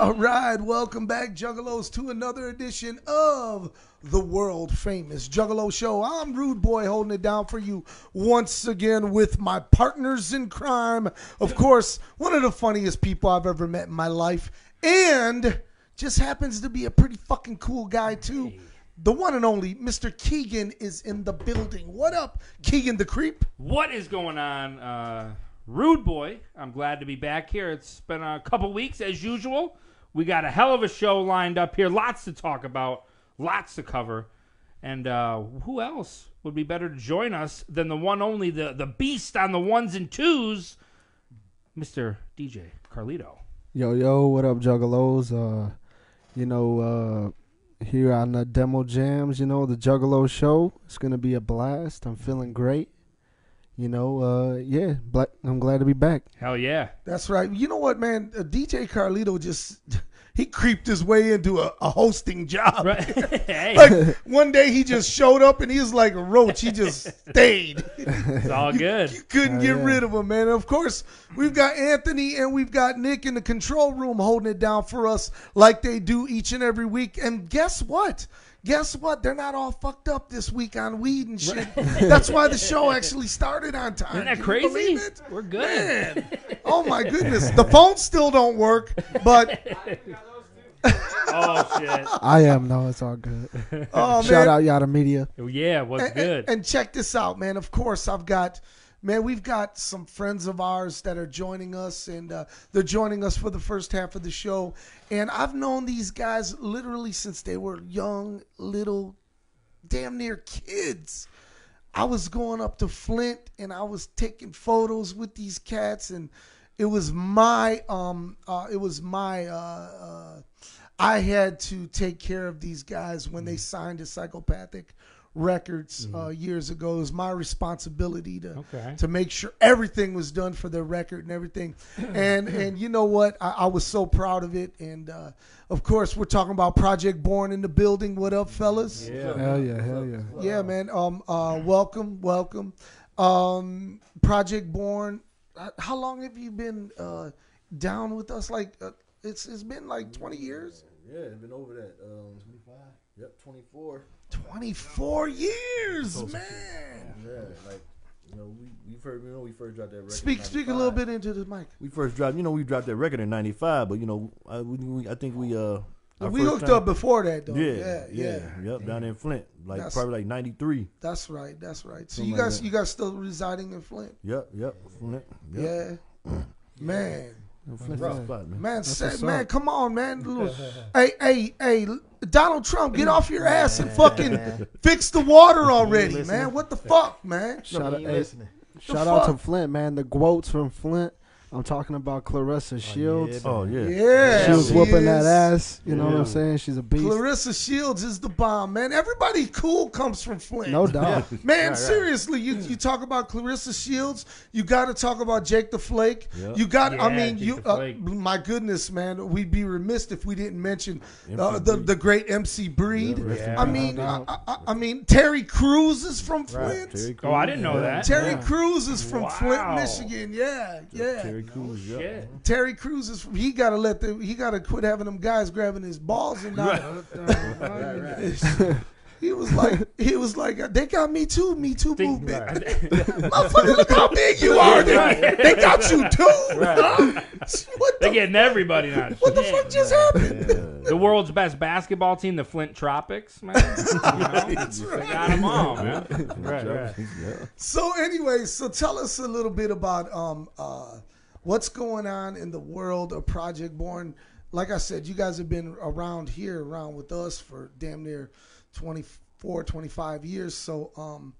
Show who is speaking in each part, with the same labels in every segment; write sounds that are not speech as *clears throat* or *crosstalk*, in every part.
Speaker 1: All right, welcome back, Juggalos, to another edition of the world famous Juggalo Show. I'm Rude Boy holding it down for you once again with my partners in crime. Of course, one of the funniest people I've ever met in my life, and just happens to be a pretty fucking cool guy, too. The one and only Mr. Keegan is in the building. What up, Keegan the Creep?
Speaker 2: What is going on, uh, Rude Boy? I'm glad to be back here. It's been a couple weeks, as usual. We got a hell of a show lined up here. Lots to talk about, lots to cover. And uh, who else would be better to join us than the one only, the, the beast on the ones and twos, Mr. DJ Carlito?
Speaker 3: Yo, yo, what up, Juggalos? Uh, you know, uh, here on the Demo Jams, you know, the Juggalo show. It's going to be a blast. I'm feeling great. You know, uh, yeah, black, I'm glad to be back.
Speaker 2: Hell yeah.
Speaker 1: That's right. You know what, man? Uh, DJ Carlito just *laughs* he creeped his way into a, a hosting job. *laughs*
Speaker 2: Right. *laughs* hey,
Speaker 1: Like one day he just showed up and he was like a roach. He
Speaker 2: *laughs*
Speaker 1: just stayed.
Speaker 2: it's all good.
Speaker 1: You couldn't
Speaker 3: Oh,
Speaker 1: get
Speaker 3: yeah.
Speaker 1: rid of him, man. And of course, we've got Anthony and we've got Nick in the control room holding it down for us like they do each and every week. And guess what? Guess what? They're not all fucked up this week on weed and shit.
Speaker 2: *laughs*
Speaker 1: That's why the show actually started on time.
Speaker 2: Isn't that
Speaker 1: Can you
Speaker 2: crazy?
Speaker 1: believe it?
Speaker 2: We're good.
Speaker 1: Man, oh
Speaker 2: *laughs*
Speaker 1: my goodness. The phones still don't work, but
Speaker 2: Oh, shit.
Speaker 3: I am, no, it's all good.
Speaker 1: *laughs*
Speaker 3: *laughs*
Speaker 1: oh man.
Speaker 3: Shout out Yada Media.
Speaker 2: Oh, Yeah, what's
Speaker 1: and, and-
Speaker 2: good?
Speaker 1: and check this out, man. Of course, I've got, man, we've got some friends of ours that are joining us, and uh, they're joining us for the first half of the show. And I've known these guys literally since they were young, little, damn near kids. I was going up to Flint and I was taking photos with these cats, and it was my um, uh, it was my uh, uh, I had to take care of these guys when they signed to Psychopathic Records uh, years ago. It was my responsibility to
Speaker 2: Okay.
Speaker 1: to make sure everything was done for their record and everything. And and you know what? I, I was so proud of it. And uh, of course, we're talking about Project Born in the building. What up, fellas?
Speaker 3: Hell yeah, hell yeah.
Speaker 1: Yeah, man. Um, uh, welcome, welcome. Um, Project Born. uh, How long have you been uh, down with us? Like, uh, it's it's been like twenty years.
Speaker 4: Yeah, it's been over that. Um, 25. Yep, 24.
Speaker 1: Twenty four years, man.
Speaker 4: Yeah, like you know, we we first you know we first dropped that record. in
Speaker 1: Speak speak a little
Speaker 4: 95.
Speaker 1: bit into the mic.
Speaker 4: We first dropped, you know, we dropped that record in '95, but you know, I, we, we, I think we uh. our
Speaker 1: We
Speaker 4: first
Speaker 1: hooked
Speaker 4: time-
Speaker 1: up before that, though.
Speaker 4: Yeah,
Speaker 1: yeah. yeah.
Speaker 4: yep, down in Flint, like
Speaker 1: That's-
Speaker 4: probably like '93.
Speaker 1: That's right. That's right. So
Speaker 4: Something
Speaker 1: you
Speaker 4: like
Speaker 1: guys,
Speaker 4: that.
Speaker 1: you guys still residing in Flint?
Speaker 4: Yep, yep, Flint. Yep.
Speaker 1: Yeah. Man,
Speaker 4: Flint's a spot, man.
Speaker 1: man, say,
Speaker 3: what's
Speaker 1: man,
Speaker 3: up.
Speaker 1: come
Speaker 3: *laughs*
Speaker 1: on, man. Little- hey, hey, hey, Donald Trump, get off your ass
Speaker 3: *laughs*
Speaker 1: and fucking fix the water already, man. What the fuck, man?
Speaker 3: Shout, out, hey,
Speaker 1: The
Speaker 3: shout out to
Speaker 1: fuck?
Speaker 3: Flint, man. The quotes from Flint. I'm talking about Clarissa Shields.
Speaker 4: Oh yeah.
Speaker 1: Yeah,
Speaker 3: She was
Speaker 1: she
Speaker 3: whooping that
Speaker 1: is.
Speaker 3: ass. You know what I'm saying? She's a beast.
Speaker 1: Clarissa Shields is the bomb, man. Everybody cool comes from Flint.
Speaker 3: no doubt.
Speaker 1: *laughs* Man, seriously, you, you talk about Clarissa Shields, you got to talk about Jake the Flake.
Speaker 4: Yeah.
Speaker 1: You got, I
Speaker 2: Yeah,
Speaker 1: mean,
Speaker 2: Jake
Speaker 1: you,
Speaker 2: the
Speaker 1: uh,
Speaker 2: Flake.
Speaker 1: my goodness, man, we'd be remiss if we didn't mention uh,
Speaker 4: MC
Speaker 1: the
Speaker 4: Breed.
Speaker 1: the great MC Breed.
Speaker 4: rest in
Speaker 1: I
Speaker 2: peace.
Speaker 1: mean, I,
Speaker 3: Yeah.
Speaker 1: I, I mean, Terry Crews is from Flint.
Speaker 4: Terry
Speaker 2: Oh,
Speaker 4: Crews,
Speaker 2: I didn't know that.
Speaker 1: Terry Crews is from Flint,
Speaker 2: Wow.
Speaker 1: Michigan. Yeah, yeah.
Speaker 4: Terry Crews. Yep.
Speaker 2: Shit.
Speaker 1: Terry Crews is. He gotta let the. He gotta quit having them guys grabbing his balls and not. He was like, he was like, they got me too, me too
Speaker 2: Think-
Speaker 1: movement.
Speaker 2: right.
Speaker 1: *laughs* Motherfucker, look how big
Speaker 2: *laughs*
Speaker 1: you are. They, they got you too. huh? What
Speaker 2: They're
Speaker 1: the,
Speaker 2: getting everybody now.
Speaker 1: what the
Speaker 2: Shit.
Speaker 1: fuck just happened?
Speaker 2: The world's best basketball team, the Flint Tropics,
Speaker 1: *laughs*
Speaker 2: man. You know? They got them all,
Speaker 3: *laughs*
Speaker 2: man. Right, right.
Speaker 4: Yeah.
Speaker 1: So, anyway, so tell us a little bit about um uh what's going on in the world of Project Born. Like I said, you guys have been around here, around with us for damn near 24, 25 years. So, um.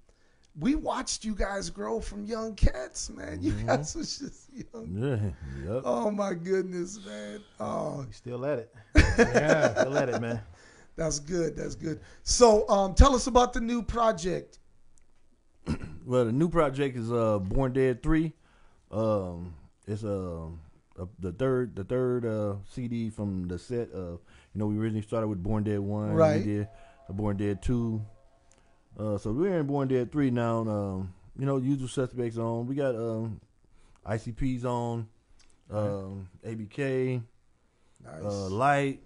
Speaker 1: We watched you guys grow from young cats, man. You
Speaker 5: Mm-hmm.
Speaker 1: guys was just young.
Speaker 4: Yeah. Yep.
Speaker 1: Oh my goodness, man. Oh,
Speaker 5: Still at it. Still at it, man.
Speaker 1: *laughs* That's good. That's good. So, um, tell us about the new project.
Speaker 4: Well, the new project is uh Born Dead Three. Um, it's um uh, the third the third uh CD from the set of you know we originally started with Born Dead One.
Speaker 1: Right.
Speaker 4: We did uh, Born Dead Two. Uh, so we're in Born Dead Three now. and, Um, you know, usual suspects on. We got um ICPs on, um ABK,
Speaker 1: Nice.
Speaker 4: uh, Light,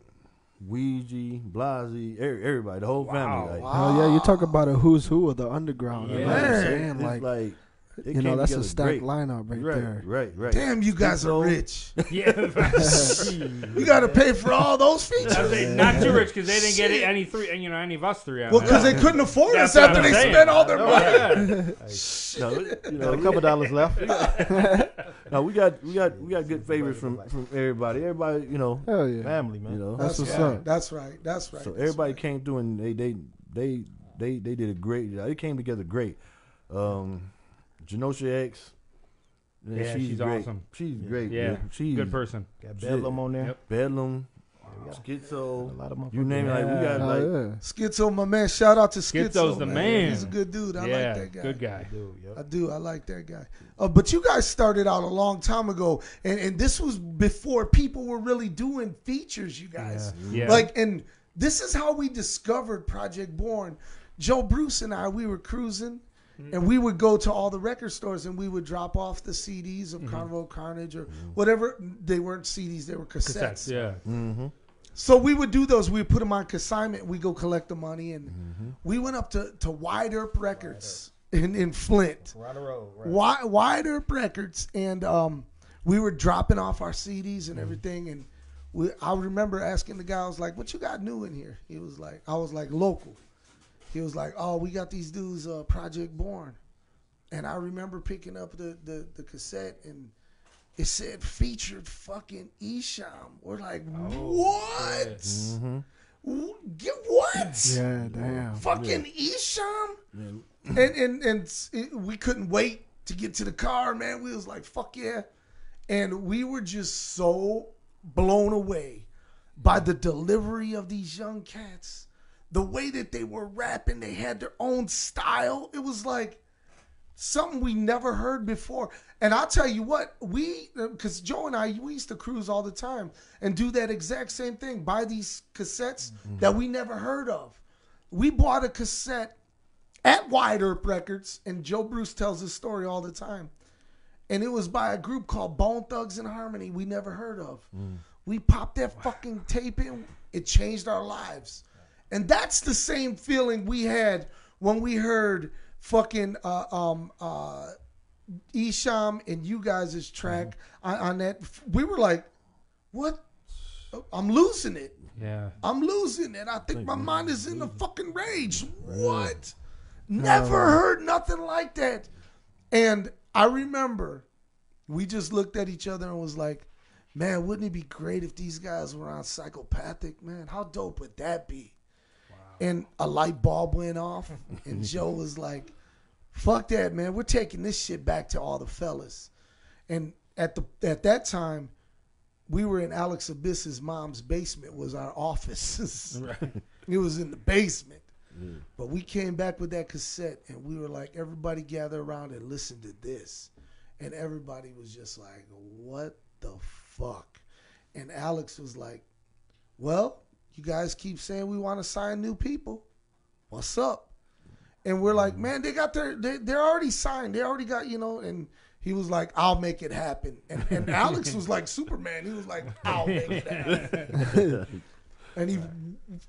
Speaker 4: Ouija, Blasi, every, everybody, the whole family. Like,
Speaker 1: wow.
Speaker 3: Hell yeah, you talk about a who's who of the underground. You know what I'm
Speaker 1: Yeah.
Speaker 3: saying?
Speaker 4: It's
Speaker 3: Like,
Speaker 4: like, it
Speaker 3: you know,
Speaker 4: came
Speaker 3: that's
Speaker 4: together
Speaker 3: a stacked
Speaker 4: great.
Speaker 3: lineup right,
Speaker 4: right,
Speaker 3: there.
Speaker 4: Right, right.
Speaker 1: Damn, you guys are
Speaker 4: So- *laughs*
Speaker 2: *laughs*
Speaker 1: rich.
Speaker 2: Yeah.
Speaker 1: *laughs* You got to pay for all those features.
Speaker 2: I say not too rich because they didn't get
Speaker 1: Shit.
Speaker 2: any three, you know, any of us three. out
Speaker 1: Well,
Speaker 2: of
Speaker 1: because
Speaker 2: that.
Speaker 1: they couldn't afford us
Speaker 2: That's what
Speaker 1: after
Speaker 2: I'm
Speaker 1: they
Speaker 2: saying.
Speaker 1: spent all their
Speaker 2: Oh,
Speaker 1: money.
Speaker 2: yeah. *laughs*
Speaker 3: *laughs*
Speaker 4: No, it- you
Speaker 5: Got a
Speaker 4: know,
Speaker 5: couple dollars left.
Speaker 4: *laughs* no, we got we got we got good favorites from from everybody. Everybody, you know,
Speaker 3: Hell yeah.
Speaker 5: Family, man.
Speaker 4: you know.
Speaker 3: That's what's
Speaker 1: right.
Speaker 3: up.
Speaker 1: That's right. That's right.
Speaker 4: So
Speaker 1: That's
Speaker 4: everybody
Speaker 1: right.
Speaker 4: came through and they they they they they did a great job. It came together great. Um Genosha X.
Speaker 2: Yeah, she's
Speaker 4: great.
Speaker 2: awesome.
Speaker 4: She's great.
Speaker 2: Yeah,
Speaker 4: dude. She's
Speaker 2: good person.
Speaker 5: Got Bedlam on there.
Speaker 2: Yep.
Speaker 4: Bedlam,
Speaker 5: Wow. A
Speaker 4: Schizo,
Speaker 5: lot of
Speaker 4: you
Speaker 5: motherfuckers.
Speaker 4: name it. Like we got like
Speaker 3: Hell yeah.
Speaker 1: Schizo, my man. Shout out to Schizo.
Speaker 2: Schizo's the man.
Speaker 1: He's a good dude. I
Speaker 2: yeah,
Speaker 1: like that guy.
Speaker 2: good guy.
Speaker 5: Dude, yep.
Speaker 1: I do. I like that guy. Uh, but you guys started out a long time ago, and, and this was before people were really doing features, you guys.
Speaker 2: Yeah. Yeah.
Speaker 1: Like, and this is how we discovered Project Born. Joe Bruce and I, we were cruising,
Speaker 2: Mm-hmm.
Speaker 1: and we would go to all the record stores and we would drop off the CDs
Speaker 2: Mm-hmm.
Speaker 1: of Carnival Carnage or whatever. They weren't CDs, they were
Speaker 2: That's,
Speaker 1: cassettes.
Speaker 2: Mm-hmm. yeah.
Speaker 3: Mm-hmm.
Speaker 1: So we would do those. We would put them on consignment. We go collect the money, and
Speaker 2: Mm-hmm.
Speaker 1: we went up to to Wide Earp Records in in Flint.
Speaker 5: Right a road, right.
Speaker 1: Wide, Wide Earp Records, and um, we were dropping off our CDs
Speaker 3: Mm-hmm.
Speaker 1: and everything. And we, I remember asking the guy, I was like, "What you got new in here?" He was like, "I was like local." He was like, "Oh, we got these dudes, uh, Project Born," and I remember picking up the the, the cassette and. It said featured fucking Esham. We're like,
Speaker 3: Oh,
Speaker 1: what? W- Get what?
Speaker 3: Mm-hmm. Yeah, damn.
Speaker 1: fucking Isham, and and and s- it- we couldn't wait to get to the car, man. We was like, fuck yeah, and we were just so blown away by the delivery of these young cats, the way that they were rapping. They had their own style. It was like something we never heard before. And I'll tell you what, we, because Joe and I, we used to cruise all the time and do that exact same thing, buy these cassettes that we never heard of. We bought a cassette at Wide Earp Records, and Joe Bruce tells this story all the time. And it was by a group called Bone Thugs and Harmony we never heard of.
Speaker 2: Mm.
Speaker 3: *laughs*
Speaker 1: We popped that fucking tape in, it changed our lives. And that's the same feeling we had when we heard fucking uh, um, uh, Isham and you guys' track on, on that. We were like, what? I'm losing it.
Speaker 2: Yeah.
Speaker 1: I'm losing it. I think my mind is in a fucking rage. What? Never heard nothing like that. And I remember we just looked at each other and was like, man, wouldn't it be great if these guys were on psychopathic? Man, how dope would that be? And a light bulb went off, and Joe was like, fuck that, man. We're taking this shit back to all the fellas. And at the at that time, we were in Alex Abyss's mom's basement was our office.
Speaker 6: *laughs*
Speaker 1: It was in the basement. But we came back with that cassette and we were like, everybody gather around and listen to this. And everybody was just like, what the fuck? And Alex was like, well, you guys keep saying we want to sign new people. What's up? And we're like, man, they got their, they, they're already signed. They already got, you know, and he was like, I'll make it happen. And, and Alex was like Superman. He was like,
Speaker 4: *laughs*
Speaker 1: I'll make it happen *laughs* and he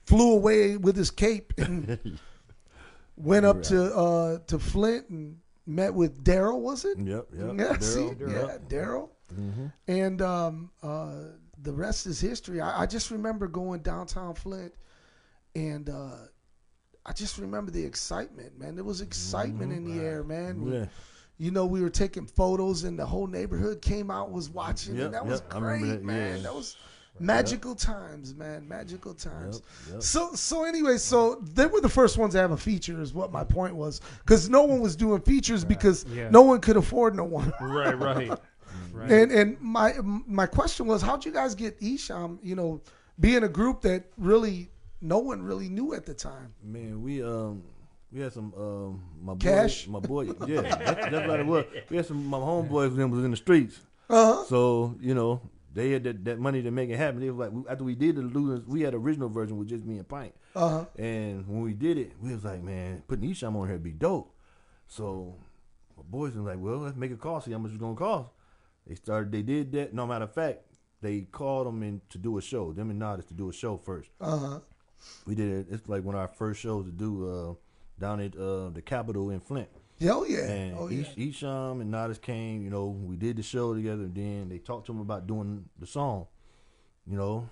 Speaker 1: flew away with his cape
Speaker 4: *laughs*
Speaker 1: and went up to uh, to Flint and met with Daryl. Was it?
Speaker 4: Yep, yep.
Speaker 1: Yeah,
Speaker 4: Daryl,
Speaker 1: see, yeah,
Speaker 4: yep. Mm-hmm.
Speaker 1: Daryl. And um, uh, the rest is history. I, I just remember going downtown Flint, and uh, I just remember the excitement, man. There was excitement in the air, man. We-
Speaker 4: Mm-hmm. Yeah.
Speaker 1: You know, we were taking photos, and the whole neighborhood came out, was watching,
Speaker 4: Yep,
Speaker 1: and that was
Speaker 4: yep, I
Speaker 1: great,
Speaker 4: remember that,
Speaker 1: man.
Speaker 4: yeah.
Speaker 1: That was magical times, man. Magical times.
Speaker 4: Yep, yep.
Speaker 1: So so anyway, so they were the first ones to have a feature, is what my point was, because no one was doing features because
Speaker 2: Yeah.
Speaker 1: no one could afford no one.
Speaker 2: Right. Right.
Speaker 3: Mm-hmm.
Speaker 2: Right.
Speaker 1: And and my my question was, how'd you guys get Isham? You know, being a group that really no one really knew at the time.
Speaker 4: Man, we um we had some um my boy,
Speaker 1: Cash?
Speaker 4: my boy, yeah, that's, that's what it was. We had some my homeboys them was in the streets,
Speaker 1: Uh huh.
Speaker 4: so you know they had that, that money to make it happen. They was like we- after we did the losers, we had original version with just me and Pint,
Speaker 1: Uh huh.
Speaker 4: and when we did it, we was like, man, putting Esham on here would be dope. So my boys was like, well, let's make it cost. See how much it's gonna cost. They started. They did that. No matter of fact, they called them in to do a show. Them and Nodis to do a show first.
Speaker 1: Uh huh.
Speaker 4: We did it. It's like one of our first shows to do uh, down at uh, the Capitol in Flint.
Speaker 1: Hell yeah.
Speaker 4: And
Speaker 1: oh yeah.
Speaker 4: each, each um and Nodis came, you know, we did the show together and then they talked to him about doing the song. You know,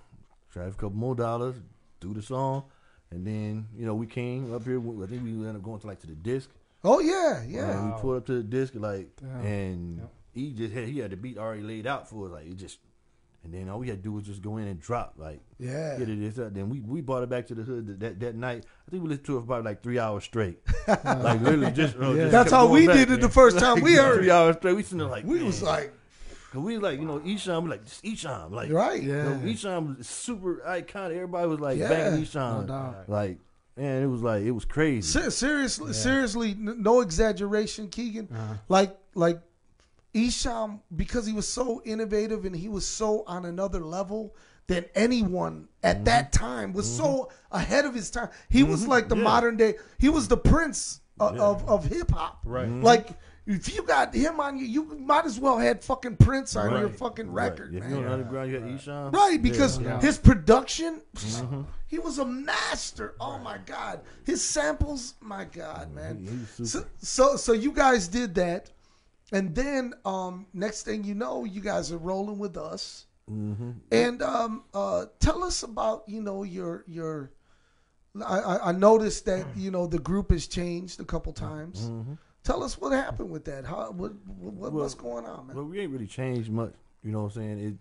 Speaker 4: drive a couple more dollars, do the song, and then, you know, we came up here we- I think we ended up going to like to the disc.
Speaker 1: Oh yeah. Yeah.
Speaker 4: And
Speaker 2: Wow.
Speaker 4: we pulled up to the disc like
Speaker 3: Damn.
Speaker 4: and
Speaker 2: Yep.
Speaker 4: he just had he had the beat already laid out for us. Like it just and then all we had to do was just go in and drop, like
Speaker 1: Yeah.
Speaker 4: get it this that. Then we, we brought it back to the hood that, that that night. I think we listened to it for about like three hours
Speaker 1: *laughs*
Speaker 4: straight. like literally just, uh, just
Speaker 1: That's
Speaker 4: kept
Speaker 1: how
Speaker 4: going
Speaker 1: we
Speaker 4: back.
Speaker 1: did it the first time we
Speaker 4: *laughs*
Speaker 1: heard
Speaker 4: three
Speaker 1: it.
Speaker 4: hours straight. We sitting there like
Speaker 1: We was
Speaker 4: man.
Speaker 1: like,
Speaker 4: 'Cause we like you know Esham like just Esham like
Speaker 1: right.
Speaker 4: you
Speaker 3: Yeah.
Speaker 4: know, Esham was super iconic. Everybody was like
Speaker 1: Yeah.
Speaker 4: banging Esham
Speaker 3: No doubt.
Speaker 4: like man it was like it was crazy.
Speaker 1: Se- seriously, seriously, n- no exaggeration, Keegan.
Speaker 4: Uh-huh.
Speaker 1: Like, like Isham, because he was so innovative and he was so on another level than anyone at
Speaker 4: Mm-hmm.
Speaker 1: that time was so ahead of his time. He was like the
Speaker 4: Yeah.
Speaker 1: modern day. He was the prince of of, of hip hop.
Speaker 2: Right.
Speaker 4: Mm-hmm.
Speaker 2: Mhm.
Speaker 1: Like. If you got him on you, you might as well had fucking Prince on your
Speaker 4: Right.
Speaker 1: fucking
Speaker 4: Right.
Speaker 1: record,
Speaker 4: If
Speaker 1: man.
Speaker 4: you on underground, you had Esham.
Speaker 1: Right, because
Speaker 3: Uh-huh. Yeah. Mm-hmm.
Speaker 1: his production,
Speaker 4: Mm-hmm.
Speaker 1: he was a master. Oh my God, his samples, my God, man.
Speaker 4: he was
Speaker 1: So, so, so you guys did that, and then um, next thing you know, you guys are rolling with us.
Speaker 3: Mm-hmm.
Speaker 1: And um, uh, tell us about you know your your. I, I- I noticed that
Speaker 3: Mm.
Speaker 1: you know the group has changed a couple times.
Speaker 3: Mm-hmm.
Speaker 1: Tell us what happened with that. How what, what what's going on, man?
Speaker 4: But we ain't really changed much. You know what I'm saying? It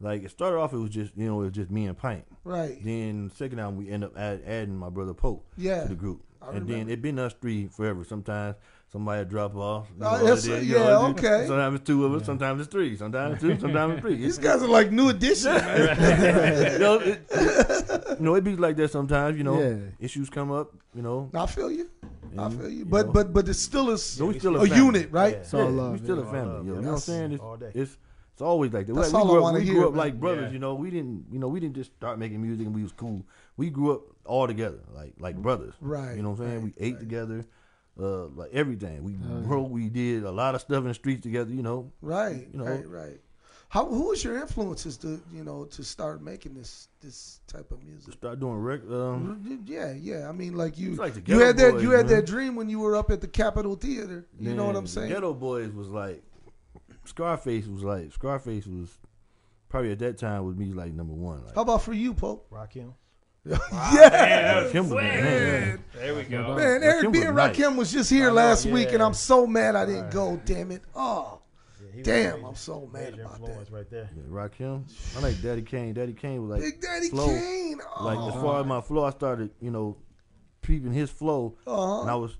Speaker 4: like it started off it was just you know it was just me and Pint.
Speaker 1: right.
Speaker 4: Then second album we end up add, adding my brother Pope
Speaker 1: Yeah.
Speaker 4: to the group,
Speaker 1: I
Speaker 4: and then
Speaker 1: remember.
Speaker 4: it been us three forever. Sometimes somebody drop off. you
Speaker 1: Oh,
Speaker 4: know,
Speaker 1: that's-
Speaker 4: then,
Speaker 1: yeah,
Speaker 4: know, then
Speaker 1: okay.
Speaker 4: Sometimes it's two of us. Sometimes it's three. Sometimes it's two. Sometimes it's three.
Speaker 1: *laughs*
Speaker 4: It's,
Speaker 1: These guys are like new addition, man.
Speaker 4: you, *laughs* know, it, it- you know, it be like that sometimes. You know,
Speaker 3: Yeah.
Speaker 4: issues come up. You know,
Speaker 1: I feel you. I
Speaker 4: Mhm.
Speaker 1: feel you.
Speaker 4: You
Speaker 1: But
Speaker 4: know.
Speaker 1: but but it's still is
Speaker 4: so we still a,
Speaker 1: a
Speaker 4: family.
Speaker 1: unit, right?
Speaker 5: Yeah.
Speaker 3: It's all
Speaker 4: Yeah,
Speaker 3: love,
Speaker 4: We still
Speaker 3: yeah.
Speaker 4: a family.
Speaker 5: All
Speaker 4: yo,
Speaker 5: love,
Speaker 4: you know what I'm
Speaker 5: yes.
Speaker 4: saying? It's,
Speaker 5: All day.
Speaker 4: it's it's always like that.
Speaker 1: That's
Speaker 4: we
Speaker 1: all I
Speaker 4: grew up,
Speaker 1: wanna
Speaker 4: we
Speaker 1: hear,
Speaker 4: grew up
Speaker 1: man.
Speaker 4: like brothers.
Speaker 2: Yeah.
Speaker 4: You know, we didn't. You know, we didn't just start making music and we was cool. We grew up all together, like like brothers.
Speaker 1: Right,
Speaker 4: You know what I'm saying? we ate together, uh, like everything. We broke. We did a lot of stuff in the streets together. You know,
Speaker 1: Right,
Speaker 4: You know.
Speaker 1: right, right. How who was your influences to you know to start making this this type of music?
Speaker 4: start doing rec.
Speaker 1: Mm-hmm.
Speaker 4: Um,
Speaker 1: Yeah, yeah. I mean, like you,
Speaker 4: It's like the
Speaker 1: you had
Speaker 4: Ghetto
Speaker 1: that you
Speaker 4: Boys,
Speaker 1: had
Speaker 4: man.
Speaker 1: that dream when you were up at the Capitol Theater. You know what
Speaker 4: then
Speaker 1: I'm saying?
Speaker 4: Ghetto Boys was like, Scarface was like, Scarface was probably at that time was me like number one. Like,
Speaker 1: How about for you, Pope?
Speaker 5: Rock
Speaker 1: *laughs*
Speaker 5: him.
Speaker 2: Yeah,
Speaker 4: Kim was
Speaker 2: sweet.
Speaker 4: good.
Speaker 2: There we go.
Speaker 1: Man, Eric
Speaker 4: Rakim
Speaker 1: B
Speaker 4: was
Speaker 1: and
Speaker 4: nice.
Speaker 1: Rakim was just here last week, and
Speaker 5: yeah.
Speaker 1: I'm so mad I didn't go. Damn it! Oh,
Speaker 5: Yeah, he was
Speaker 1: Damn,
Speaker 5: a
Speaker 1: I'm so mad
Speaker 5: major
Speaker 1: about that.
Speaker 5: influence right there.
Speaker 4: yeah, Rakim. I like Daddy Kane. Daddy Kane was like
Speaker 1: Big Daddy
Speaker 4: flow.
Speaker 1: Kane. Oh,
Speaker 4: Like as far as my flow, I started, you know, peeping his flow,
Speaker 1: Uh-huh.
Speaker 4: and I was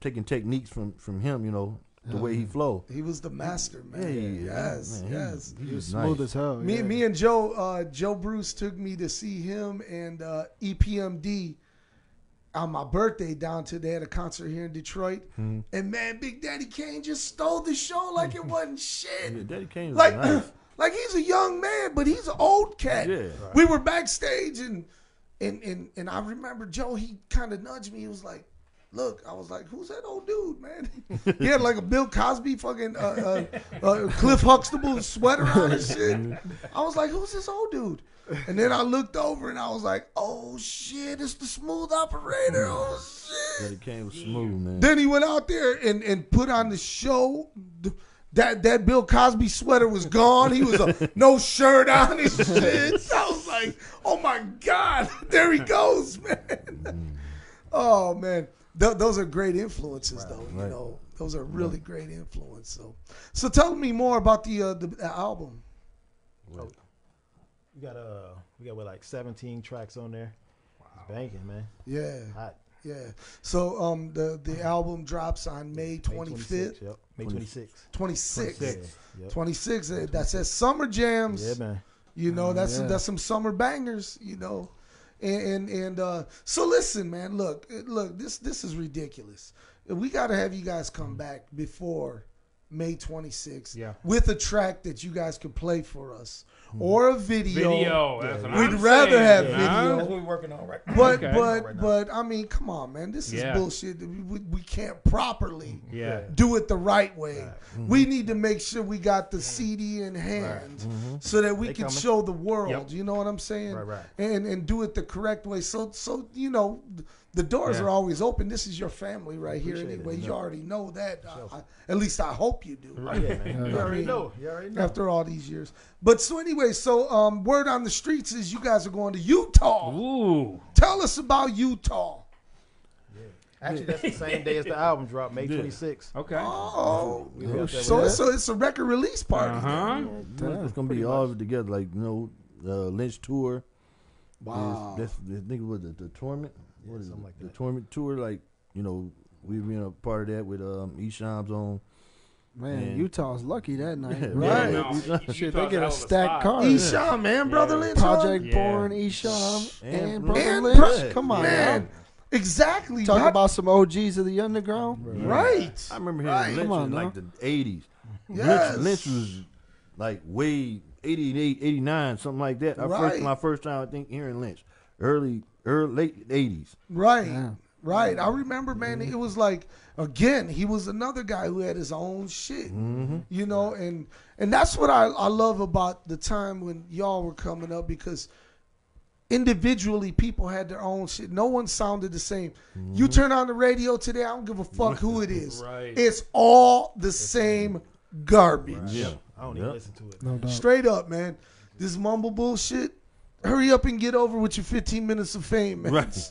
Speaker 4: taking techniques from from him, you know, the way he flow.
Speaker 1: Uh-huh. he was the master, man. yes,
Speaker 4: man, he-
Speaker 1: yes.
Speaker 4: he,
Speaker 3: He was
Speaker 4: was
Speaker 3: smooth
Speaker 4: nice.
Speaker 3: as hell.
Speaker 1: Me,
Speaker 3: yeah.
Speaker 1: me and Joe, uh, Joe Bruce took me to see him and uh, EPMD on my birthday down to they had a concert here in Detroit,
Speaker 3: Mm-hmm.
Speaker 1: and man, Big Daddy Kane just stole the show
Speaker 4: *laughs*
Speaker 1: like it wasn't shit.
Speaker 4: Yeah, Daddy Kane was
Speaker 1: Like,
Speaker 4: nice.
Speaker 1: *clears throat* like he's a young man, but he's an old cat.
Speaker 4: Yeah. Right.
Speaker 1: We were backstage and and and and I remember Joe. He kind of nudged me. He was like. Look, I was like, "Who's
Speaker 4: *laughs*
Speaker 1: that old dude, man?" he had like a Bill Cosby fucking uh, uh, uh, Cliff Huxtable sweater on and
Speaker 4: *laughs*
Speaker 1: shit. I was like, "Who's this old dude?" And then I looked over and I was like, "Oh shit, it's the smooth operator." Oh
Speaker 3: Mm.
Speaker 1: shit!
Speaker 4: Daddy Kane was smooth, man.
Speaker 1: Then he went out there and, and put on the show. Th- That that Bill Cosby sweater was gone. He was a no shirt on and shit. I was like, oh my god, there he goes, man. Oh man, Th- those are great influences, though. You know, those are really great influence. So, so tell me more about the uh, the, the album.
Speaker 5: Oh. We got uh, we got what like 17 tracks on there. It's banging, man.
Speaker 1: Yeah,
Speaker 5: Hot.
Speaker 1: yeah. So um, the the album drops on May
Speaker 5: May
Speaker 1: twenty fifth,
Speaker 5: 26th, Yep. May 26th.
Speaker 1: twenty sixth,
Speaker 5: 26th, Yep.
Speaker 1: twenty sixth. eh, That says Summer Jams.
Speaker 5: Yeah, man.
Speaker 1: You know, that's
Speaker 3: yeah.
Speaker 1: that's some summer bangers. You know, and and, and uh, so listen, man. eh, Look, look. This this is ridiculous. We got to have you guys come back before May 26th
Speaker 2: Yeah.
Speaker 1: with a track that you guys could play for us or a video.
Speaker 2: Video. That's what
Speaker 1: We'd
Speaker 2: I'm
Speaker 1: rather have
Speaker 2: saying,
Speaker 1: video.
Speaker 2: huh?
Speaker 5: That's what we're working on right now.
Speaker 1: But
Speaker 2: Okay.
Speaker 1: but
Speaker 5: Right now.
Speaker 1: but I mean, come on, man, this is
Speaker 2: Yeah.
Speaker 1: bullshit. We, we, we can't properly
Speaker 2: Yeah.
Speaker 1: do it the right way. Mm-hmm.
Speaker 5: Mm-hmm.
Speaker 1: We need to make sure we got the CD in hand
Speaker 3: Mm-hmm.
Speaker 1: so that
Speaker 5: Mm-hmm.
Speaker 1: we
Speaker 5: They
Speaker 1: can
Speaker 5: coming.
Speaker 1: show the world.
Speaker 2: Yep.
Speaker 1: You know what I'm saying?
Speaker 5: Right, right.
Speaker 1: And and do it the correct way. So so you know, th- the doors
Speaker 2: Yeah.
Speaker 1: are always open. This is your family right here
Speaker 5: Appreciate it.
Speaker 1: anyway. You
Speaker 5: No.
Speaker 1: already know that. uh, I- I- at least I hope you do.
Speaker 5: Right.
Speaker 1: *laughs*
Speaker 5: Yeah, man.
Speaker 1: You
Speaker 5: You already
Speaker 1: mean?
Speaker 5: know. You already know.
Speaker 1: After all these years, but so anyway, so um, word on the streets is you guys are going to Utah.
Speaker 2: Ooh.
Speaker 1: Tell us about Utah.
Speaker 5: Actually, that's the same day as the album dropped, May
Speaker 4: Yeah.
Speaker 5: 26th.
Speaker 2: Okay.
Speaker 1: Oh,
Speaker 5: We got that
Speaker 1: so
Speaker 5: with
Speaker 1: it's a, it's a record release party.
Speaker 4: Uh-huh.
Speaker 2: Uh huh.
Speaker 4: it's gonna be all of it together, like you know, uh, Lynch tour.
Speaker 1: Wow.
Speaker 4: This, this, this nigga was the, the torment.
Speaker 5: Yeah,
Speaker 4: what is
Speaker 5: something
Speaker 4: it?
Speaker 5: like
Speaker 4: the
Speaker 5: that.
Speaker 4: torment tour, like you know, we've been a part of that with um, Esham's on.
Speaker 3: Man,
Speaker 4: Yeah.
Speaker 3: Utah's lucky that night.
Speaker 4: Yeah,
Speaker 1: Right.
Speaker 2: No,
Speaker 4: Shit,
Speaker 2: you- you
Speaker 3: Shit,
Speaker 2: thought
Speaker 3: they get
Speaker 2: that
Speaker 3: a
Speaker 2: was spot.
Speaker 3: stacked card.
Speaker 1: Eshawn, man, brother
Speaker 2: Yeah.
Speaker 1: Lynch.
Speaker 3: Project
Speaker 2: Yeah.
Speaker 3: Born, Esham,
Speaker 4: And
Speaker 3: and,
Speaker 4: Brother
Speaker 3: Brother
Speaker 1: And
Speaker 3: Lynch.
Speaker 1: Pro-
Speaker 3: Come on,
Speaker 1: man.
Speaker 3: man.
Speaker 1: Exactly.
Speaker 3: Talk
Speaker 1: How-
Speaker 3: about some OGs of the underground.
Speaker 1: right.
Speaker 4: I remember
Speaker 1: Right.
Speaker 4: hearing
Speaker 3: Come
Speaker 4: Lynch
Speaker 3: on
Speaker 4: in like the '80s.
Speaker 1: Yes.
Speaker 4: Lynch, Lynch was like way 88, 89, something like that. I
Speaker 1: Right.
Speaker 4: first, my first time, I think, hearing Lynch, early, early late '80s.
Speaker 1: Right.
Speaker 3: Yeah.
Speaker 1: Right. I remember, man, it was like again, he was another guy who had his own shit. You know, and and that's what I, I love about the time when y'all were coming up because individually people had their own shit. No one sounded the same. You turn on the radio today, I don't give a fuck who it is.
Speaker 2: Right.
Speaker 1: It's all the same garbage.
Speaker 4: Yeah,
Speaker 5: I don't
Speaker 4: Yeah.
Speaker 5: even listen to it.
Speaker 3: No doubt.
Speaker 1: Straight up, man. This mumble bullshit. Hurry up and get over with your 15 minutes of fame, man.
Speaker 4: Right.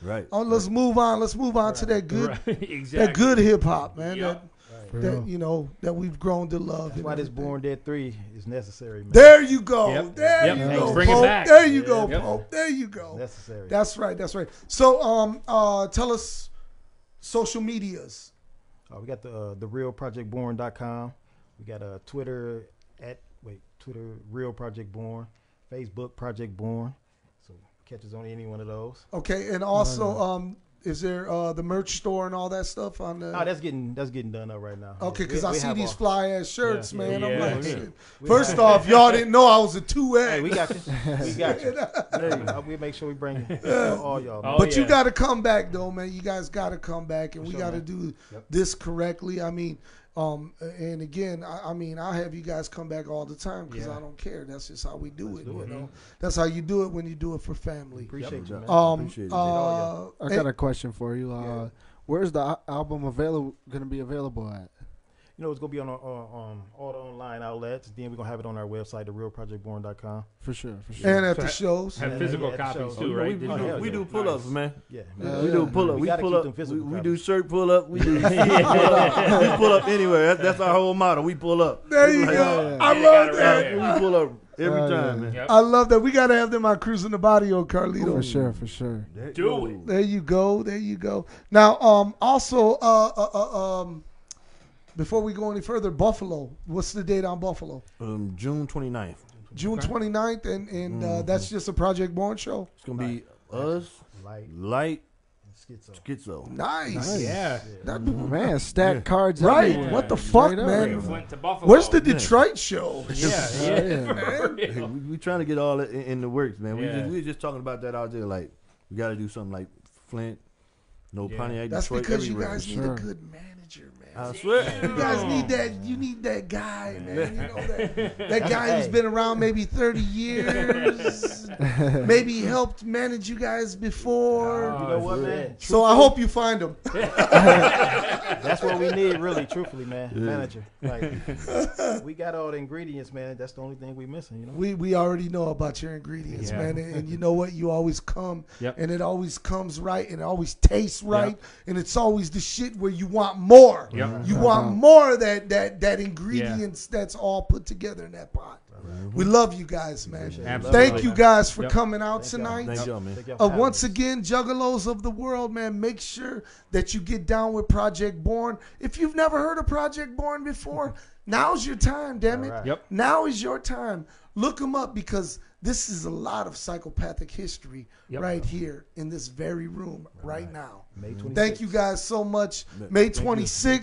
Speaker 4: right.
Speaker 1: Oh, let's move on. Let's move on to that good,
Speaker 2: Right. *laughs* Exactly.
Speaker 1: that good hip hop, man.
Speaker 2: Yup.
Speaker 1: That, that you know that we've grown to love.
Speaker 5: That's
Speaker 1: and
Speaker 5: why this
Speaker 1: everything.
Speaker 5: Born Dead 3 is necessary, man.
Speaker 1: There you go.
Speaker 2: Yep.
Speaker 1: There
Speaker 2: Yep.
Speaker 1: you
Speaker 2: Hey,
Speaker 1: go.
Speaker 2: bring it
Speaker 1: Pope.
Speaker 2: back.
Speaker 1: There you go,
Speaker 2: Yep.
Speaker 1: Pope. There you go.
Speaker 5: necessary.
Speaker 1: That's right. That's right. So, um, uh, tell us social medias.
Speaker 5: Uh, we got the uh, the realprojectborn.com. We got uh, Twitter at wait Twitter Real Project Born, Facebook Project Born. So catch us on any one of those.
Speaker 1: Okay, and also, um, is there uh the merch store and all that stuff on the?
Speaker 5: Oh, that's getting that's getting done up right now.
Speaker 1: Okay,
Speaker 5: We-
Speaker 1: because I
Speaker 5: we
Speaker 1: see
Speaker 5: have
Speaker 1: these
Speaker 5: our-
Speaker 1: fly ass shirts,
Speaker 5: Yeah.
Speaker 1: man. I'm
Speaker 2: Yeah.
Speaker 1: like,
Speaker 2: Yeah.
Speaker 1: shit.
Speaker 5: We
Speaker 1: first
Speaker 5: have-
Speaker 1: off,
Speaker 2: *laughs*
Speaker 1: y'all didn't know I was a two X.
Speaker 5: Hey, we
Speaker 1: *laughs*
Speaker 5: got you. We got you. Uh, we make sure we bring it to all y'all.
Speaker 2: Oh,
Speaker 5: man.
Speaker 1: But you
Speaker 2: yeah.
Speaker 1: got to come back though, man. You guys got to come back, and we
Speaker 5: sure,
Speaker 1: got to
Speaker 5: man.
Speaker 1: do
Speaker 5: Yep.
Speaker 1: this correctly. I mean, um, and again, I, I mean, I have you guys come back all the time because
Speaker 2: Yeah.
Speaker 1: I don't care. That's just how we do it.
Speaker 5: do
Speaker 1: you
Speaker 5: it.
Speaker 1: know, that's how you do it when you do it for family.
Speaker 5: Appreciate you, man.
Speaker 1: Um,
Speaker 4: Appreciate it.
Speaker 1: uh,
Speaker 3: I
Speaker 1: hey,
Speaker 3: got a question for you. Uh,
Speaker 1: Yeah.
Speaker 3: Where's the al- album available? Going to be available at?
Speaker 5: you know it's gonna be on our, our, um, all the online outlets. Then we're gonna have it on our website, therealprojectborn.com.
Speaker 3: For sure. For sure.
Speaker 1: and at
Speaker 2: So-
Speaker 1: the shows,
Speaker 2: Have
Speaker 5: Yeah,
Speaker 2: physical
Speaker 5: yeah,
Speaker 2: copies
Speaker 5: shows.
Speaker 2: too,
Speaker 5: Oh,
Speaker 2: right?
Speaker 4: We,
Speaker 5: Oh,
Speaker 4: do,
Speaker 5: yeah,
Speaker 4: we
Speaker 5: yeah.
Speaker 4: do pull ups, man.
Speaker 5: Yeah, man.
Speaker 3: Yeah.
Speaker 4: We do pull up.
Speaker 5: We
Speaker 4: We,
Speaker 5: gotta
Speaker 4: pull
Speaker 5: keep
Speaker 4: up.
Speaker 5: them
Speaker 4: We,
Speaker 5: physical
Speaker 4: we do
Speaker 5: copies.
Speaker 4: shirt pull up. We do.
Speaker 5: *laughs*
Speaker 4: we, pull up. we pull up anywhere. That's, that's our whole motto. We pull up.
Speaker 1: there you
Speaker 4: Like,
Speaker 1: go.
Speaker 3: yeah.
Speaker 1: I
Speaker 2: Yeah,
Speaker 1: love
Speaker 2: you gotta
Speaker 1: that. Oh,
Speaker 2: rap.
Speaker 4: We pull up every
Speaker 3: Yeah,
Speaker 4: time,
Speaker 3: yeah.
Speaker 4: man.
Speaker 2: Yep.
Speaker 1: I love that. We got to have them on cruising the body, on Carlito.
Speaker 3: Oh, For sure. For sure.
Speaker 4: That-
Speaker 2: Do
Speaker 4: yo,
Speaker 2: it.
Speaker 1: There you go. There you go. Now, um, also, uh, uh, uh, um, before we go any further, Buffalo. What's the date on Buffalo?
Speaker 4: Um, June 29th.
Speaker 1: June 29th, and and uh,
Speaker 3: Mm-hmm.
Speaker 1: that's just a Project Born show.
Speaker 4: It's gonna be us,
Speaker 5: Light
Speaker 4: light,
Speaker 5: and schizo.
Speaker 4: schizo. Mm-hmm.
Speaker 1: Nice.
Speaker 2: Yeah.
Speaker 1: That be-
Speaker 3: Man, stack cards.
Speaker 1: right.
Speaker 3: everywhere.
Speaker 1: What the
Speaker 3: Straight
Speaker 1: fuck,
Speaker 3: up.
Speaker 2: From
Speaker 1: man?
Speaker 2: Flint to Buffalo.
Speaker 1: Where's the Detroit show?
Speaker 4: *laughs*
Speaker 2: Yeah, yeah. for
Speaker 4: We,
Speaker 2: real.
Speaker 4: we trying to get all that in, in the works, man. We
Speaker 2: Yeah.
Speaker 4: just, we were just talking about that out there. Like we gotta do something like Flint, no
Speaker 2: Yeah.
Speaker 4: Pontiac,
Speaker 1: That's
Speaker 4: Detroit,
Speaker 1: because you
Speaker 4: everywhere.
Speaker 1: guys need
Speaker 3: Sure.
Speaker 1: a good manager, man.
Speaker 4: I swear.
Speaker 1: You guys need that. You need that guy, man. You know *laughs* that
Speaker 2: *laughs*
Speaker 1: that guy who's been around maybe
Speaker 3: *laughs*
Speaker 1: thirty years. maybe helped manage you guys before.
Speaker 2: Oh,
Speaker 5: You know what, man?
Speaker 1: so I hope you find him.
Speaker 5: *laughs*
Speaker 1: *laughs*
Speaker 5: That's what we need, really, truthfully, man. Manager, like, we got all the ingredients, man. That's the only thing we missing, you know.
Speaker 1: We we already know about your ingredients,
Speaker 2: Yeah.
Speaker 1: man,
Speaker 2: *laughs*
Speaker 1: and, and you know what? You always come,
Speaker 2: Yep.
Speaker 1: and it always comes right, and it always tastes right, and it's always the shit where you want more.
Speaker 2: Yep.
Speaker 1: You want more of that that that ingredients that's all put together in that pot. We love you guys, man.
Speaker 2: Absolutely.
Speaker 1: Thank you guys for
Speaker 2: Yep.
Speaker 1: coming out
Speaker 5: Thank y'all.
Speaker 1: tonight.
Speaker 4: Thank y'all, man.
Speaker 5: Take your
Speaker 1: Uh,
Speaker 5: time.
Speaker 1: once again, juggalos of the world, man, make sure that you get down with Project Born. If you've never heard of Project Born before, now's your time, damn it.
Speaker 5: All right.
Speaker 2: Yep.
Speaker 1: Now is your time. Look them up because this is a lot of psychopathic history
Speaker 2: Yep.
Speaker 1: right here in this very room right now.
Speaker 5: May 26th.
Speaker 1: Thank you guys so much. May 26th.